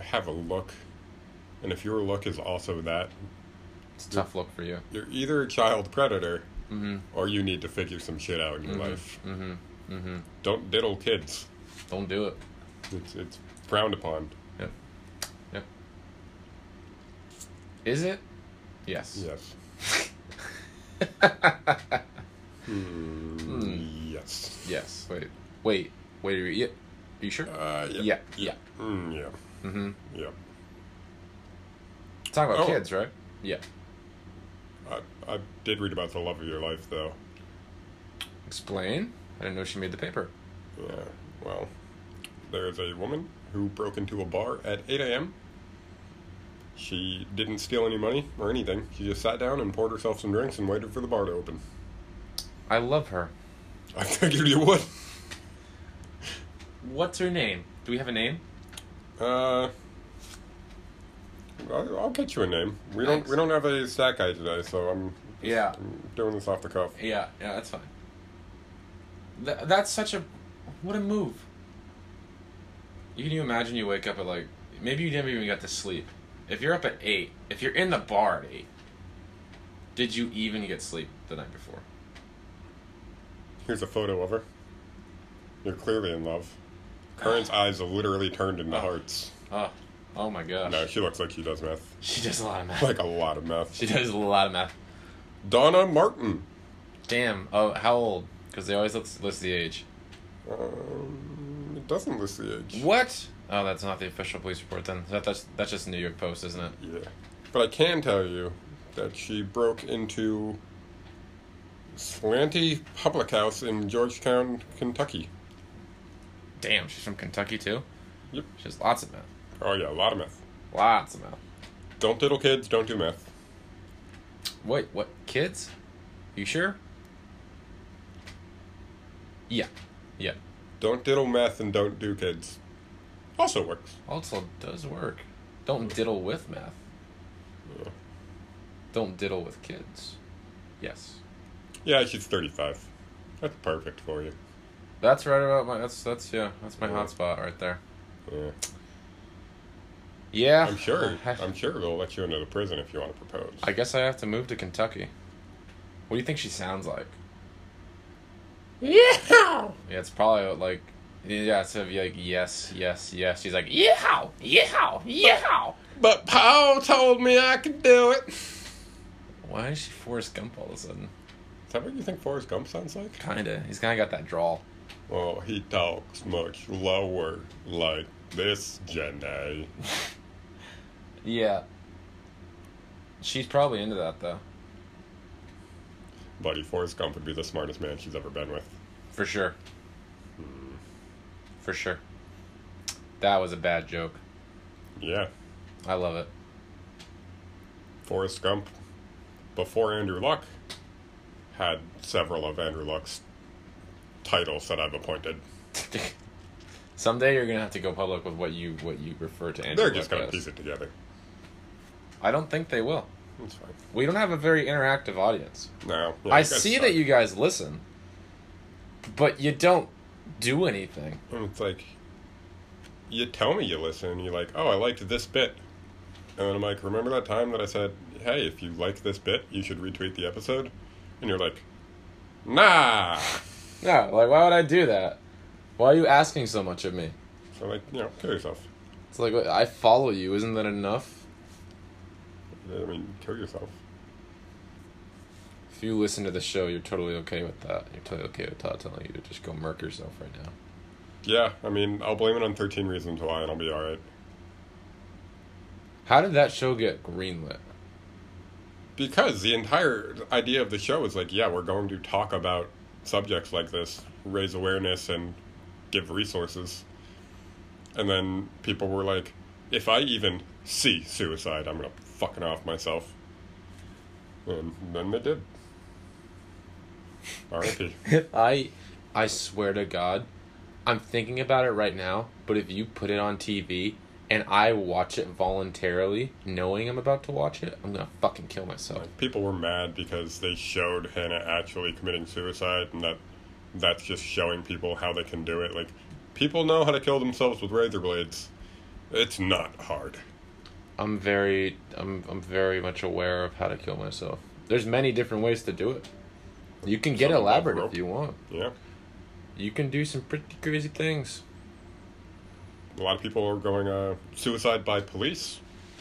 [SPEAKER 1] have a look, and if your look is also that,
[SPEAKER 2] It's a tough look for you.
[SPEAKER 1] you're either a child predator
[SPEAKER 2] Mm-hmm.
[SPEAKER 1] or you need to figure some shit out in your life.
[SPEAKER 2] Mm-hmm. Mm-hmm.
[SPEAKER 1] Don't diddle kids.
[SPEAKER 2] Don't do it.
[SPEAKER 1] It's it's frowned upon.
[SPEAKER 2] Is it? Yes.
[SPEAKER 1] Yes. Hmm, Yes.
[SPEAKER 2] Yes. Wait. Wait. Wait. Are you, yeah. Are you sure?
[SPEAKER 1] Uh, yeah.
[SPEAKER 2] Yeah. Yeah.
[SPEAKER 1] Mm, yeah.
[SPEAKER 2] Mm-hmm.
[SPEAKER 1] Yeah.
[SPEAKER 2] Talking about
[SPEAKER 1] Oh.
[SPEAKER 2] kids, right? Yeah.
[SPEAKER 1] I, I did read about the love of your life, though.
[SPEAKER 2] Explain. I didn't know she made the paper.
[SPEAKER 1] Yeah. Uh, Well, there's a woman who broke into a bar at 8 a.m. She didn't steal any money or anything. She just sat down and poured herself some drinks and waited for the bar to open.
[SPEAKER 2] I love her.
[SPEAKER 1] I figured you would.
[SPEAKER 2] What's her name? Do we have a name?
[SPEAKER 1] Uh, I- I'll get you a name. We don't we don't have a stat guy today, so I'm,
[SPEAKER 2] Yeah.
[SPEAKER 1] I'm doing this off the cuff.
[SPEAKER 2] Yeah. Yeah. That's fine. Th- that's such a what a move. You can you imagine you wake up at like maybe you never even got to sleep. If you're up at eight, if you're in the bar at eight, did you even get sleep the night before?
[SPEAKER 1] Here's a photo of her. You're clearly in love. Current's eyes have literally turned into hearts.
[SPEAKER 2] Oh, oh my gosh.
[SPEAKER 1] No, she looks like she does meth.
[SPEAKER 2] She does a lot of math.
[SPEAKER 1] Like a lot of meth.
[SPEAKER 2] she does a lot of math.
[SPEAKER 1] Donna Martin.
[SPEAKER 2] Damn. Oh, how old? Because they always list, list the age.
[SPEAKER 1] Um, it doesn't list the age.
[SPEAKER 2] What? Oh, that's not the official police report then. That, that's that's just the New York Post, isn't it?
[SPEAKER 1] Yeah. But I can tell you that she broke into Slanty Public House in Georgetown, Kentucky.
[SPEAKER 2] Damn, she's from Kentucky too.
[SPEAKER 1] Yep.
[SPEAKER 2] She has lots of math.
[SPEAKER 1] Oh, yeah, a lot of meth.
[SPEAKER 2] Lots of math.
[SPEAKER 1] Don't diddle kids, don't do meth.
[SPEAKER 2] Wait, what? Kids? You sure? Yeah. Yeah.
[SPEAKER 1] Don't diddle meth and don't do kids. Also works.
[SPEAKER 2] Also does work. Don't diddle with math.
[SPEAKER 1] Yeah.
[SPEAKER 2] Don't diddle with kids. Yes.
[SPEAKER 1] Yeah, she's 35. That's perfect for you.
[SPEAKER 2] That's right about my. That's that's yeah. That's my
[SPEAKER 1] Yeah.
[SPEAKER 2] hot spot right there.
[SPEAKER 1] Yeah.
[SPEAKER 2] Yeah.
[SPEAKER 1] I'm sure.
[SPEAKER 2] I-
[SPEAKER 1] I'm sure they'll let you into the prison if you want to propose.
[SPEAKER 2] Oh, I guess I have to move to Kentucky. What do you think she sounds like?
[SPEAKER 1] Yeah.
[SPEAKER 2] Yeah, it's probably uh, like, yeah, it's gonna be like yes, yes, yes. She's like yeah, yeah, yeah.
[SPEAKER 1] But Paul told me I could do it.
[SPEAKER 2] Why is she Forrest Gump all of a sudden?
[SPEAKER 1] Is that what you think Forrest Gump sounds like?
[SPEAKER 2] Kinda. He's kind of got that drawl.
[SPEAKER 1] Well, he talks much lower, like this, Jenny.
[SPEAKER 2] Yeah. She's probably into that though,
[SPEAKER 1] Buddy, Forrest Gump would be the smartest man she's ever been with.
[SPEAKER 2] for sure.
[SPEAKER 1] Hmm.
[SPEAKER 2] For sure. That was a bad joke.
[SPEAKER 1] Yeah,
[SPEAKER 2] I love it.
[SPEAKER 1] Forrest Gump, before Andrew Luck, had several of Andrew Luck's titles that I've appointed.
[SPEAKER 2] Someday you're gonna have to go public with what you what you refer to Andrew.
[SPEAKER 1] They're just
[SPEAKER 2] Luck
[SPEAKER 1] going to
[SPEAKER 2] as.
[SPEAKER 1] piece it together.
[SPEAKER 2] I don't think they will.
[SPEAKER 1] That's fine.
[SPEAKER 2] We don't have a very interactive audience.
[SPEAKER 1] No. yeah,
[SPEAKER 2] I
[SPEAKER 1] you guys
[SPEAKER 2] see
[SPEAKER 1] suck.
[SPEAKER 2] that you guys listen, but you don't do anything.
[SPEAKER 1] And it's like, you tell me you listen, and you're like, oh, I liked this bit. And then I'm like, remember that time that I said, hey, if you like this bit, you should retweet the episode? And you're like, nah.
[SPEAKER 2] No, like why would I do that? Why are you asking so much of me?
[SPEAKER 1] So, like, you know, kill yourself.
[SPEAKER 2] It's like I follow you. Isn't that enough?
[SPEAKER 1] I mean, kill yourself.
[SPEAKER 2] If you listen to the show, you're totally okay with that. You're totally okay with Todd telling you to just go murk yourself right now.
[SPEAKER 1] Yeah, I mean, I'll blame it on 13 Reasons Why, and I'll be alright.
[SPEAKER 2] How did that show get greenlit?
[SPEAKER 1] Because the entire idea of the show is like, yeah, we're going to talk about subjects like this, raise awareness, and give resources. And then people were like, if I even see suicide, I'm going to fucking off myself. And then they did. R.I.P.
[SPEAKER 2] I, I swear to God, I'm thinking about it right now. But if you put it on TV and I watch it voluntarily, knowing I'm about to watch it, I'm gonna fucking kill myself.
[SPEAKER 1] people were mad because they showed Hannah actually committing suicide, and that that's just showing people how they can do it. Like, people know how to kill themselves with razor blades. It's not hard.
[SPEAKER 2] I'm very, I'm, I'm very much aware of how to kill myself. There's many different ways to do it. You can get
[SPEAKER 1] Some involve
[SPEAKER 2] elaborate
[SPEAKER 1] rope.
[SPEAKER 2] if you want.
[SPEAKER 1] Yeah,
[SPEAKER 2] You can do some pretty crazy things.
[SPEAKER 1] a lot of people are going uh, suicide by police.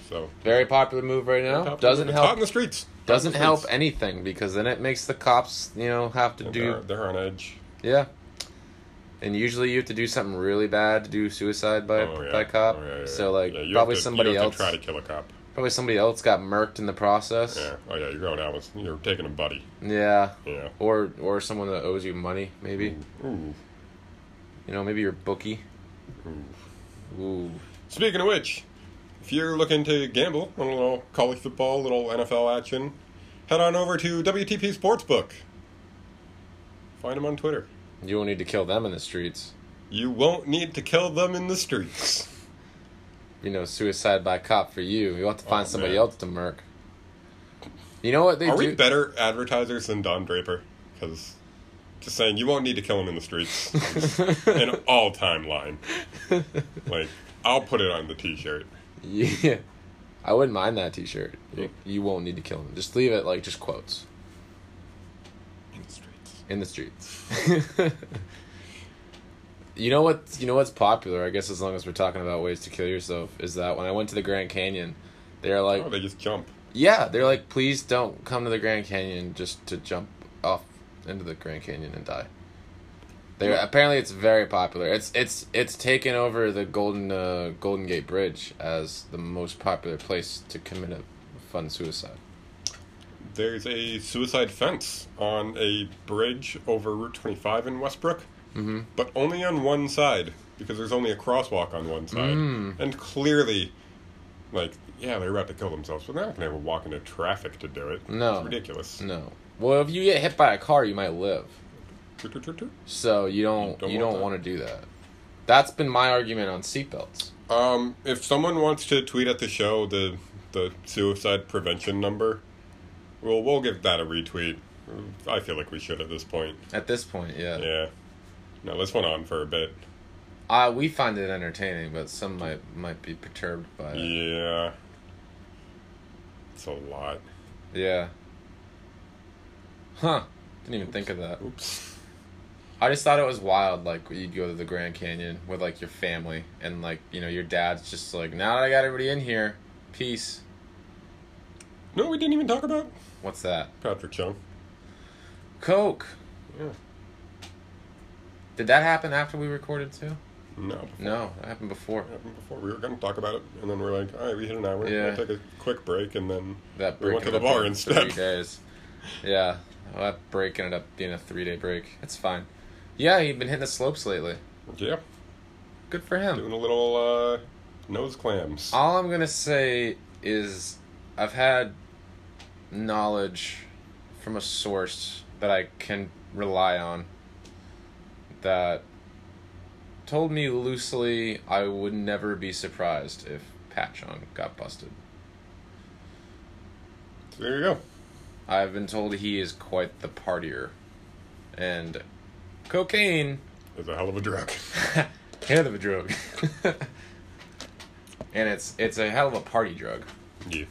[SPEAKER 1] So
[SPEAKER 2] Very popular move right now.
[SPEAKER 1] Top-
[SPEAKER 2] Doesn't
[SPEAKER 1] it's Hot in
[SPEAKER 2] help.
[SPEAKER 1] the streets.
[SPEAKER 2] Doesn't
[SPEAKER 1] Hot in the
[SPEAKER 2] help
[SPEAKER 1] streets.
[SPEAKER 2] anything because then it makes the cops, you know, have to
[SPEAKER 1] And
[SPEAKER 2] do
[SPEAKER 1] they're, they're on edge.
[SPEAKER 2] Yeah. And usually you have to do something really bad to do suicide by
[SPEAKER 1] Oh, yeah.
[SPEAKER 2] by cop.
[SPEAKER 1] Oh, yeah, yeah,
[SPEAKER 2] So
[SPEAKER 1] yeah.
[SPEAKER 2] like
[SPEAKER 1] Yeah, you have
[SPEAKER 2] probably
[SPEAKER 1] to-
[SPEAKER 2] somebody
[SPEAKER 1] you have
[SPEAKER 2] else
[SPEAKER 1] to try to kill a cop.
[SPEAKER 2] probably somebody else got murked in the process.
[SPEAKER 1] Yeah. Oh yeah, you're going out with you're taking a buddy.
[SPEAKER 2] Yeah.
[SPEAKER 1] Yeah.
[SPEAKER 2] Or or someone that owes you money, maybe.
[SPEAKER 1] Ooh.
[SPEAKER 2] You know, maybe your bookie.
[SPEAKER 1] Ooh.
[SPEAKER 2] Ooh.
[SPEAKER 1] Speaking of which, if you're looking to gamble on a little college football, little NFL action, head on over to WTP Sportsbook. Find them on Twitter.
[SPEAKER 2] You won't need to kill them in the streets.
[SPEAKER 1] You won't need to kill them in the streets.
[SPEAKER 2] You know, suicide by cop for you. You'll have to find
[SPEAKER 1] Oh,
[SPEAKER 2] somebody
[SPEAKER 1] man.
[SPEAKER 2] else to murk. You know what they
[SPEAKER 1] Are
[SPEAKER 2] do?
[SPEAKER 1] we better advertisers than Don Draper? Because just saying, you won't need to kill him in the streets. is an all time line. Like, I'll put it on the t shirt.
[SPEAKER 2] Yeah. I wouldn't mind that t shirt. You won't need to kill him. Just leave it like just quotes.
[SPEAKER 1] In the streets.
[SPEAKER 2] in the streets. you know what? You know what's popular? I guess as long as we're talking about ways to kill yourself, is that when I went to the Grand Canyon, they're like,
[SPEAKER 1] Oh, they just jump.
[SPEAKER 2] yeah, they're like, please don't come to the Grand Canyon just to jump off into the Grand Canyon and die. They are apparently it's very popular. It's it's it's taken over the Golden uh, Golden Gate Bridge as the most popular place to commit a fun suicide.
[SPEAKER 1] There's a suicide fence on a bridge over Route 25 in Westbrook, mm-hmm. but only on one side because there's only a crosswalk on one side. And clearly, like, yeah, they're about to kill themselves, but they're not going to walk into traffic to do it.
[SPEAKER 2] No. Mm.
[SPEAKER 1] It's ridiculous.
[SPEAKER 2] No. Well, if you get hit by a car, you might live.
[SPEAKER 1] Toot, toot, toot, toot.
[SPEAKER 2] So you don't,
[SPEAKER 1] Don't
[SPEAKER 2] you
[SPEAKER 1] want
[SPEAKER 2] don't
[SPEAKER 1] that.
[SPEAKER 2] want to do that. That's been my argument on seatbelts.
[SPEAKER 1] Um, if someone wants to tweet at the show the the suicide prevention number, well, we'll give that a retweet. I feel like we should at this point.
[SPEAKER 2] At this point, yeah.
[SPEAKER 1] Yeah. No, this went on for a bit.
[SPEAKER 2] Uh, we find it entertaining, but some might might be perturbed by it.
[SPEAKER 1] Mm. Yeah. It's a lot.
[SPEAKER 2] Yeah. Huh. Didn't even think of that.
[SPEAKER 1] Oops.
[SPEAKER 2] I just thought it was wild. Like you'd go to the Grand Canyon with like your family, and like you know your dad's just like, now that I got everybody in here, peace.
[SPEAKER 1] No, we didn't even talk about
[SPEAKER 2] What's that?
[SPEAKER 1] Patrick Chung.
[SPEAKER 2] Coke.
[SPEAKER 1] Yeah.
[SPEAKER 2] Did that happen after we recorded too?
[SPEAKER 1] No.
[SPEAKER 2] No, that happened before.
[SPEAKER 1] happened Before we were going to talk about it, and then we we're like, all right, we hit an hour. We'll
[SPEAKER 2] Yeah.
[SPEAKER 1] take a quick break, and then
[SPEAKER 2] That
[SPEAKER 1] We went
[SPEAKER 2] breaking
[SPEAKER 1] to
[SPEAKER 2] it
[SPEAKER 1] the
[SPEAKER 2] up
[SPEAKER 1] bar
[SPEAKER 2] in
[SPEAKER 1] instead.
[SPEAKER 2] Three days. Yeah, well, that breaking it up being a three-day break. It's fine. Yeah, he'd been hitting the slopes lately.
[SPEAKER 1] yeah,
[SPEAKER 2] Good for him.
[SPEAKER 1] doing a little uh, nose clams.
[SPEAKER 2] All I'm gonna say is I've had knowledge from a source that I can rely on that told me loosely I would never be surprised if Patchon got busted.
[SPEAKER 1] So there you go.
[SPEAKER 2] I've been told he is quite the partier. And cocaine
[SPEAKER 1] It's a hell of a drug.
[SPEAKER 2] hell of a drug. and it's it's a hell of a party drug.
[SPEAKER 1] yeah.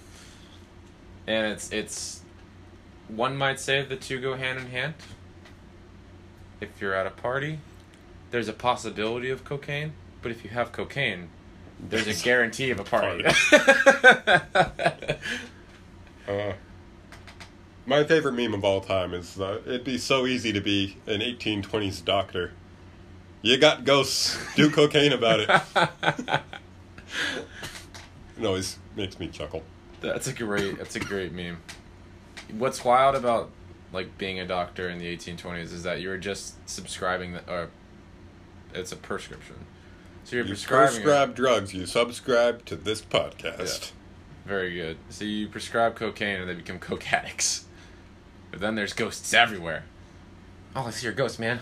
[SPEAKER 2] and it's it's one might say the two go hand in hand if you're at a party there's a possibility of cocaine but if you have cocaine there's a guarantee of a party
[SPEAKER 1] Uh, my favorite meme of all time is uh, it'd be so easy to be an 1820s doctor. You got ghosts. Do cocaine about it. it always makes me chuckle.
[SPEAKER 2] that's a great that's a great meme what's wild about like being a doctor in the 1820s is that you were just subscribing the, or it's a prescription so you're
[SPEAKER 1] You
[SPEAKER 2] prescribing it.
[SPEAKER 1] prescribe drugs. You subscribe to this podcast.
[SPEAKER 2] Very good. So you prescribe cocaine and they become coke addicts. But then there's ghosts everywhere. Oh, I see your ghost, man.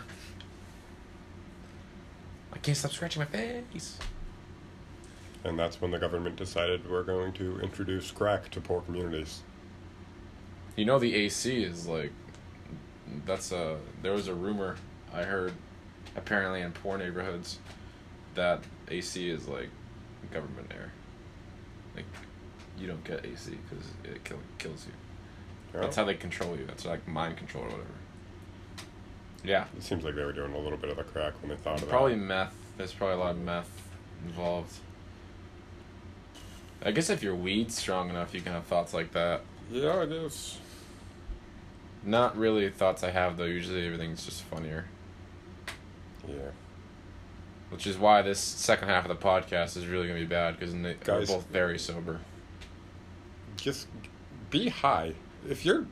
[SPEAKER 2] I can't stop scratching my face.
[SPEAKER 1] And that's when the government decided we're going to introduce crack to poor communities.
[SPEAKER 2] You know the AC is like that's a there was a rumor I heard apparently in poor neighborhoods that AC is like government air. Like you don't get AC because it kill, kills you. That's how they control you. That's like mind control or whatever. Yeah.
[SPEAKER 1] it seems like they were doing a little bit of the crack when they thought of
[SPEAKER 2] Probably
[SPEAKER 1] that.
[SPEAKER 2] meth. There's probably a lot of meth involved. I guess if your weed's strong enough, you can have thoughts like that.
[SPEAKER 1] Yeah, it is.
[SPEAKER 2] Not really thoughts I have though. Usually everything's just funnier,
[SPEAKER 1] Yeah.
[SPEAKER 2] which is why this second half of the podcast is really gonna be bad because we're
[SPEAKER 1] Guys-
[SPEAKER 2] both very sober.
[SPEAKER 1] just be high. If you're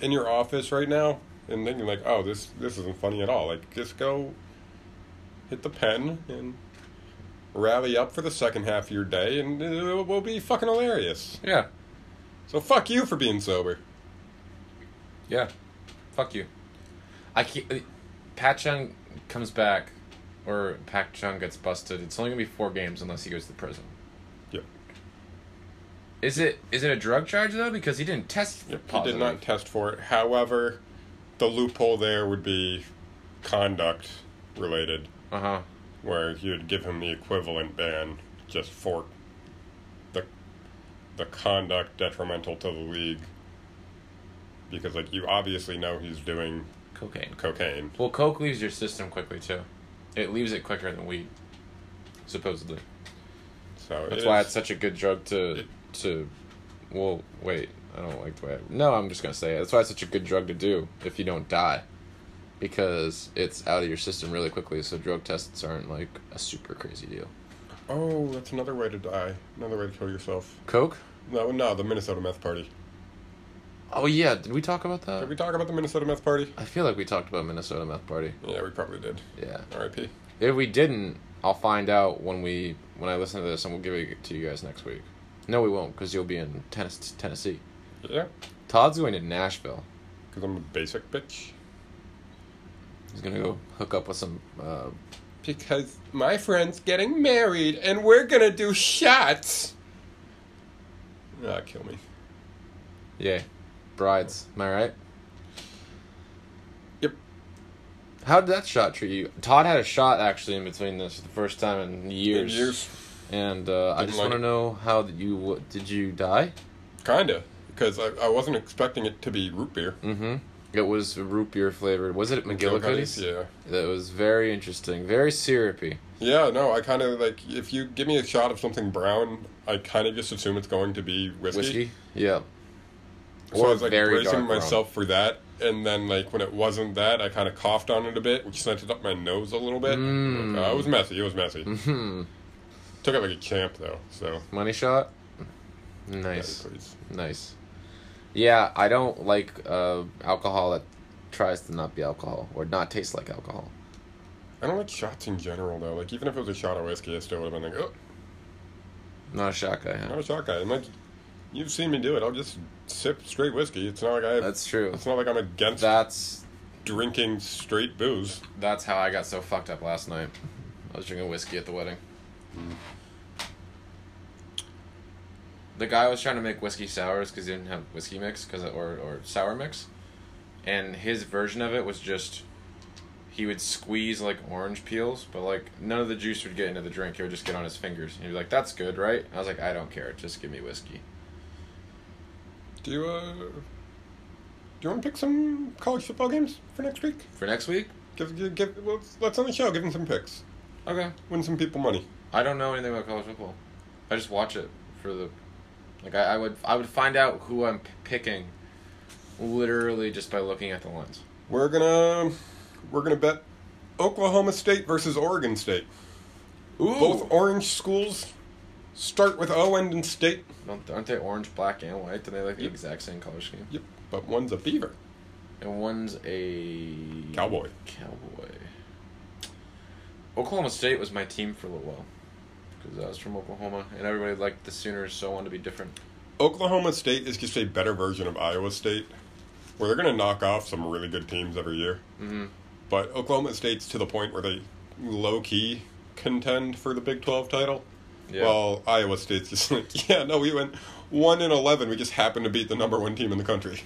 [SPEAKER 1] in your office right now and thinking like, "Oh, this this isn't funny at all," like just go hit the pen and rally up for the second half of your day, and it will be fucking hilarious.
[SPEAKER 2] Yeah,
[SPEAKER 1] So fuck you for being sober.
[SPEAKER 2] yeah. Fuck you. I can't. uh, Pat Chung comes back, or Pat Chung gets busted. It's only gonna be four games unless he goes to prison.
[SPEAKER 1] Yep.
[SPEAKER 2] Is it is it a drug charge though? Because he didn't test.
[SPEAKER 1] Yep. He did
[SPEAKER 2] positive.
[SPEAKER 1] not test for it. However, the loophole there would be conduct related,
[SPEAKER 2] Uh huh.
[SPEAKER 1] where you would give him the equivalent ban just for the the conduct detrimental to the league. Because like you obviously know he's doing
[SPEAKER 2] Cocaine.
[SPEAKER 1] cocaine.
[SPEAKER 2] Well, coke leaves your system quickly too. It leaves it quicker than weed, supposedly.
[SPEAKER 1] So
[SPEAKER 2] That's
[SPEAKER 1] it
[SPEAKER 2] why
[SPEAKER 1] is-
[SPEAKER 2] it's such a good drug to to. Well, wait. I don't like the way. I, no, I'm just gonna say it. That's why it's such a good drug to do if you don't die, because it's out of your system really quickly. So drug tests aren't like a super crazy deal.
[SPEAKER 1] Oh, that's another way to die. Another way to kill yourself.
[SPEAKER 2] Coke.
[SPEAKER 1] No, no, the Minnesota meth party.
[SPEAKER 2] Oh yeah, did we talk about
[SPEAKER 1] Did we
[SPEAKER 2] that?
[SPEAKER 1] talk about the Minnesota meth party?
[SPEAKER 2] I feel like we talked about Minnesota meth party.
[SPEAKER 1] Yeah, we probably did.
[SPEAKER 2] Yeah.
[SPEAKER 1] R.I.P.
[SPEAKER 2] If we didn't, I'll find out when we when I listen to this, and we'll give it to you guys next week. No, we won't, because you'll be in Tennes- Tennessee.
[SPEAKER 1] Yeah,
[SPEAKER 2] Todd's going to Nashville.
[SPEAKER 1] because I'm a basic bitch.
[SPEAKER 2] He's gonna go hook up with some. Uh,
[SPEAKER 1] Because my friend's getting married and we're gonna do shots. Ah, kill me.
[SPEAKER 2] yeah, brides. Am I right?
[SPEAKER 1] Yep.
[SPEAKER 2] How did that shot treat you? Todd had a shot actually in between this the first time in years.
[SPEAKER 1] Years.
[SPEAKER 2] And uh, I
[SPEAKER 1] Didn't
[SPEAKER 2] just
[SPEAKER 1] like
[SPEAKER 2] want to
[SPEAKER 1] it.
[SPEAKER 2] know how that you what, did you die?
[SPEAKER 1] Kinda. Because I, I wasn't expecting it to be root beer.
[SPEAKER 2] Mm-hmm. It was root beer flavored. Was it at McGillicuddy's?
[SPEAKER 1] Yeah.
[SPEAKER 2] That was very interesting. Very syrupy.
[SPEAKER 1] Yeah, no, I kinda like, if you give me a shot of something brown, I kinda just assume it's going to be whiskey.
[SPEAKER 2] Whiskey. Yeah.
[SPEAKER 1] so I was like
[SPEAKER 2] very
[SPEAKER 1] bracing
[SPEAKER 2] dark brown.
[SPEAKER 1] myself for that, and then like when it wasn't that, I kind of coughed on it a bit, which sent it up my nose a little bit.
[SPEAKER 2] Mm.
[SPEAKER 1] Uh, it was messy. It was messy.
[SPEAKER 2] Hmm.
[SPEAKER 1] Took it like a champ though. So
[SPEAKER 2] Money shot.
[SPEAKER 1] yes,
[SPEAKER 2] Nice.
[SPEAKER 1] please.
[SPEAKER 2] Nice. Yeah, I don't like uh, alcohol that tries to not be alcohol or not taste like alcohol.
[SPEAKER 1] I don't like shots in general though. Like even if it was a shot of whiskey, I still would have been like, oh,
[SPEAKER 2] Not a shot guy. Huh?
[SPEAKER 1] I'm a shot guy. And like you've seen me do it. I'll just sip straight whiskey. It's not like I.
[SPEAKER 2] That's true.
[SPEAKER 1] It's not like I'm against
[SPEAKER 2] That's
[SPEAKER 1] drinking straight booze.
[SPEAKER 2] that's how I got so fucked up last night. I was drinking whiskey at the wedding. The guy was trying to make whiskey sours because he didn't have whiskey mix, cause or or sour mix, and his version of it was just he would squeeze like orange peels, but like none of the juice would get into the drink. It would just get on his fingers. And he'd be like, "That's good, right?" I was like, "I don't care. Just give me whiskey."
[SPEAKER 1] Do you uh, do you want to pick some college football games for next week?
[SPEAKER 2] For next week,
[SPEAKER 1] Give give, give well, let's on the show. Give them some picks.
[SPEAKER 2] okay.
[SPEAKER 1] Win some people money.
[SPEAKER 2] I don't know anything about college football. I just watch it for the, like I, I would I would find out who I'm p- picking, literally just by looking at the lines.
[SPEAKER 1] We're gonna we're gonna bet Oklahoma State versus Oregon State.
[SPEAKER 2] Ooh,
[SPEAKER 1] Both orange schools start with O end in state.
[SPEAKER 2] Don't- aren't they orange, black, and white? Do they like the
[SPEAKER 1] Yep.
[SPEAKER 2] exact same color scheme?
[SPEAKER 1] Yep, but one's a beaver.
[SPEAKER 2] And one's a
[SPEAKER 1] Cowboy.
[SPEAKER 2] Cowboy. Oklahoma State was my team for a little while, because I was from Oklahoma, and everybody liked the Sooners, so I wanted to be different.
[SPEAKER 1] Oklahoma State is just a better version of Iowa State, where they're gonna knock off some really good teams every year.
[SPEAKER 2] Mm-hmm.
[SPEAKER 1] But Oklahoma State's to the point where they low key contend for the Big Twelve title.
[SPEAKER 2] Yeah.
[SPEAKER 1] Well, Iowa State's just like, yeah, no, we went one in eleven. We just happened to beat the number one team in the country.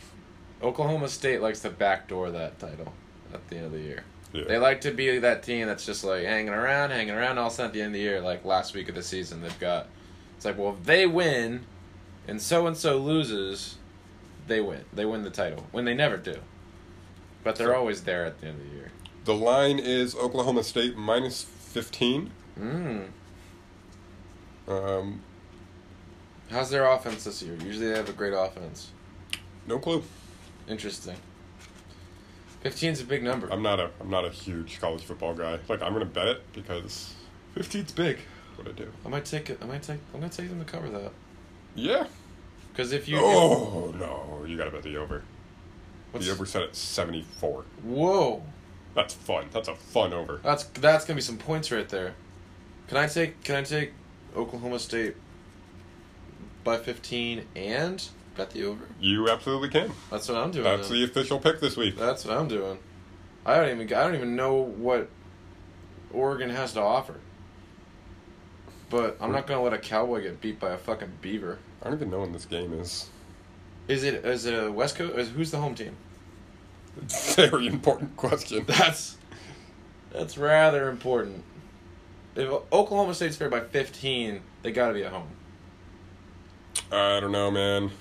[SPEAKER 2] Oklahoma State likes to backdoor that title at the end of the year.
[SPEAKER 1] Yeah.
[SPEAKER 2] They like to be that team that's just like hanging around, hanging around. All of a sudden, at the end of the year, like last week of the season, they've got. It's like, well, if they win, and so and so loses, they win. They win the title when they never do. But they're always there at the end of the year.
[SPEAKER 1] The line is Oklahoma State minus fifteen.
[SPEAKER 2] Mm.
[SPEAKER 1] Um,
[SPEAKER 2] How's their offense this year? Usually, they have a great offense.
[SPEAKER 1] no clue.
[SPEAKER 2] Interesting. 15's a big number.
[SPEAKER 1] I'm not a I'm not a huge college football guy. Like I'm gonna bet it because 15's big. What I do?
[SPEAKER 2] I might take it. I might take. I'm gonna take them to cover that.
[SPEAKER 1] Yeah.
[SPEAKER 2] Because if you,
[SPEAKER 1] oh no, you gotta bet the over.
[SPEAKER 2] what's-
[SPEAKER 1] The over set at seventy four.
[SPEAKER 2] whoa.
[SPEAKER 1] That's fun. That's a fun over.
[SPEAKER 2] That's that's gonna be some points right there. Can I take Can I take Oklahoma State by fifteen and bet the over?
[SPEAKER 1] You absolutely can.
[SPEAKER 2] That's what I'm doing.
[SPEAKER 1] That's
[SPEAKER 2] then.
[SPEAKER 1] the official pick this week.
[SPEAKER 2] that's what I'm doing. I don't even I don't even know what Oregon has to offer. But I'm not gonna let a cowboy get beat by a fucking beaver.
[SPEAKER 1] I don't even know when this game is.
[SPEAKER 2] Is it is it a West Coast? Is, who's the home team?
[SPEAKER 1] It's a very important question.
[SPEAKER 2] That's that's rather important. If Oklahoma State's fair by 15, they got to be at home.
[SPEAKER 1] I don't know, man.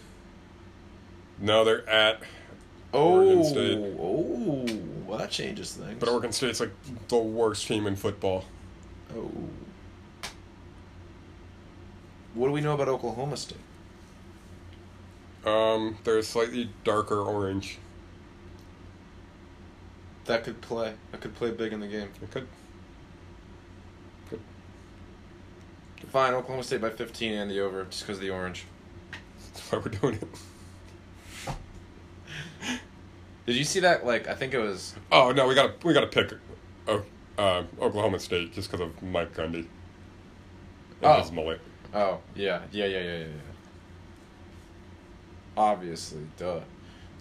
[SPEAKER 1] No, they're at, Oregon
[SPEAKER 2] Oh,
[SPEAKER 1] State.
[SPEAKER 2] oh, well, that changes things.
[SPEAKER 1] but Oregon State's like the worst team in football.
[SPEAKER 2] oh. What do we know about Oklahoma State?
[SPEAKER 1] Um, they're slightly darker orange.
[SPEAKER 2] That could play. That could play big in the game.
[SPEAKER 1] It could.
[SPEAKER 2] Fine, Oklahoma State by 15 and the over, just because of the orange.
[SPEAKER 1] That's why we're doing it.
[SPEAKER 2] Did you see that? Like, I think it was.
[SPEAKER 1] Oh no, we gotta we gotta pick, oh, uh, Oklahoma State just because of Mike Gundy. And
[SPEAKER 2] Oh.
[SPEAKER 1] his mullet.
[SPEAKER 2] Oh, yeah, yeah, yeah, yeah, yeah. yeah. Obviously, duh.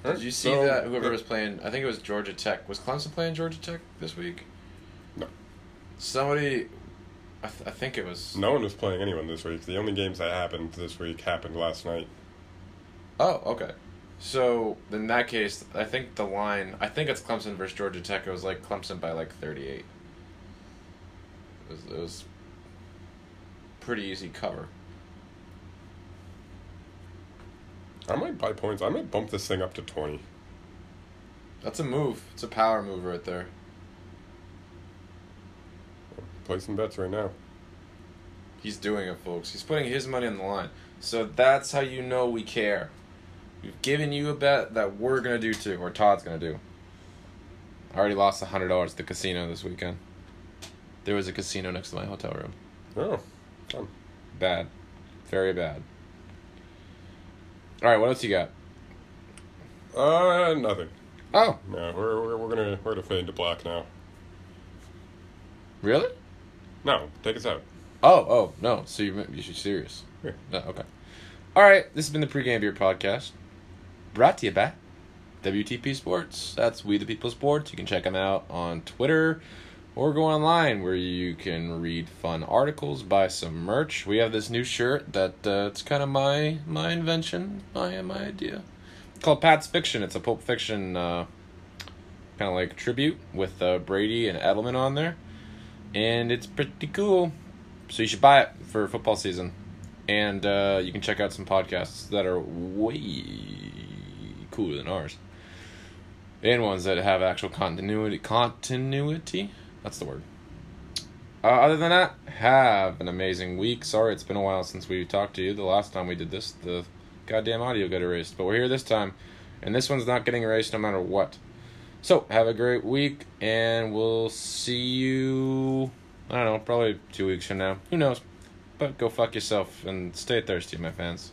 [SPEAKER 2] Did you see
[SPEAKER 1] So-
[SPEAKER 2] that? Whoever was playing, I think it was Georgia Tech. Was Clemson playing Georgia Tech this week?
[SPEAKER 1] No.
[SPEAKER 2] Somebody, I, th- I think it was.
[SPEAKER 1] No one was playing anyone this week. The only games that happened this week happened last night.
[SPEAKER 2] Oh, okay. So in that case, I think the line. I think it's Clemson versus Georgia Tech. It was like Clemson by like thirty-eight. It was, it was pretty easy cover.
[SPEAKER 1] I might buy points. I might bump this thing up to twenty.
[SPEAKER 2] That's a move. It's a power move right there.
[SPEAKER 1] Play some bets right now.
[SPEAKER 2] He's doing it, folks. He's putting his money on the line. So that's how you know we care. We've given you a bet that we're gonna do too, or Todd's gonna do. I already lost hundred dollars at the casino this weekend. There was a casino next to my hotel room.
[SPEAKER 1] Oh, fun.
[SPEAKER 2] Bad, very bad. All right, what else you got?
[SPEAKER 1] Uh, nothing.
[SPEAKER 2] Oh,
[SPEAKER 1] No, we're, we're, we're gonna we're gonna fade to black now.
[SPEAKER 2] really?
[SPEAKER 1] No, take us out.
[SPEAKER 2] Oh, oh no. So you you should serious.
[SPEAKER 1] Yeah.
[SPEAKER 2] No, okay. All right. This has been the pregame beer podcast, brought to you by WTP Sports. That's We the People Sports. You can check them out on Twitter or go online where you can read fun articles, buy some merch. We have this new shirt that uh, it's kind of my my invention, my my idea. It's called Pat's Fiction. It's a Pulp Fiction uh, kind of like tribute with uh, Brady and Edelman on there, and it's pretty cool. So you should buy it for football season. And uh, you can check out some podcasts that are way cooler than ours. And ones that have actual continuity. Continuity? That's the word. Uh, other than that, have an amazing week. Sorry it's been a while since we talked to you. The last time we did this, the goddamn audio got erased. But we're here this time. And this one's not getting erased no matter what. So, have a great week, and we'll see you. I don't know, probably two weeks from now. Who knows? But go fuck yourself and stay thirsty, my fans.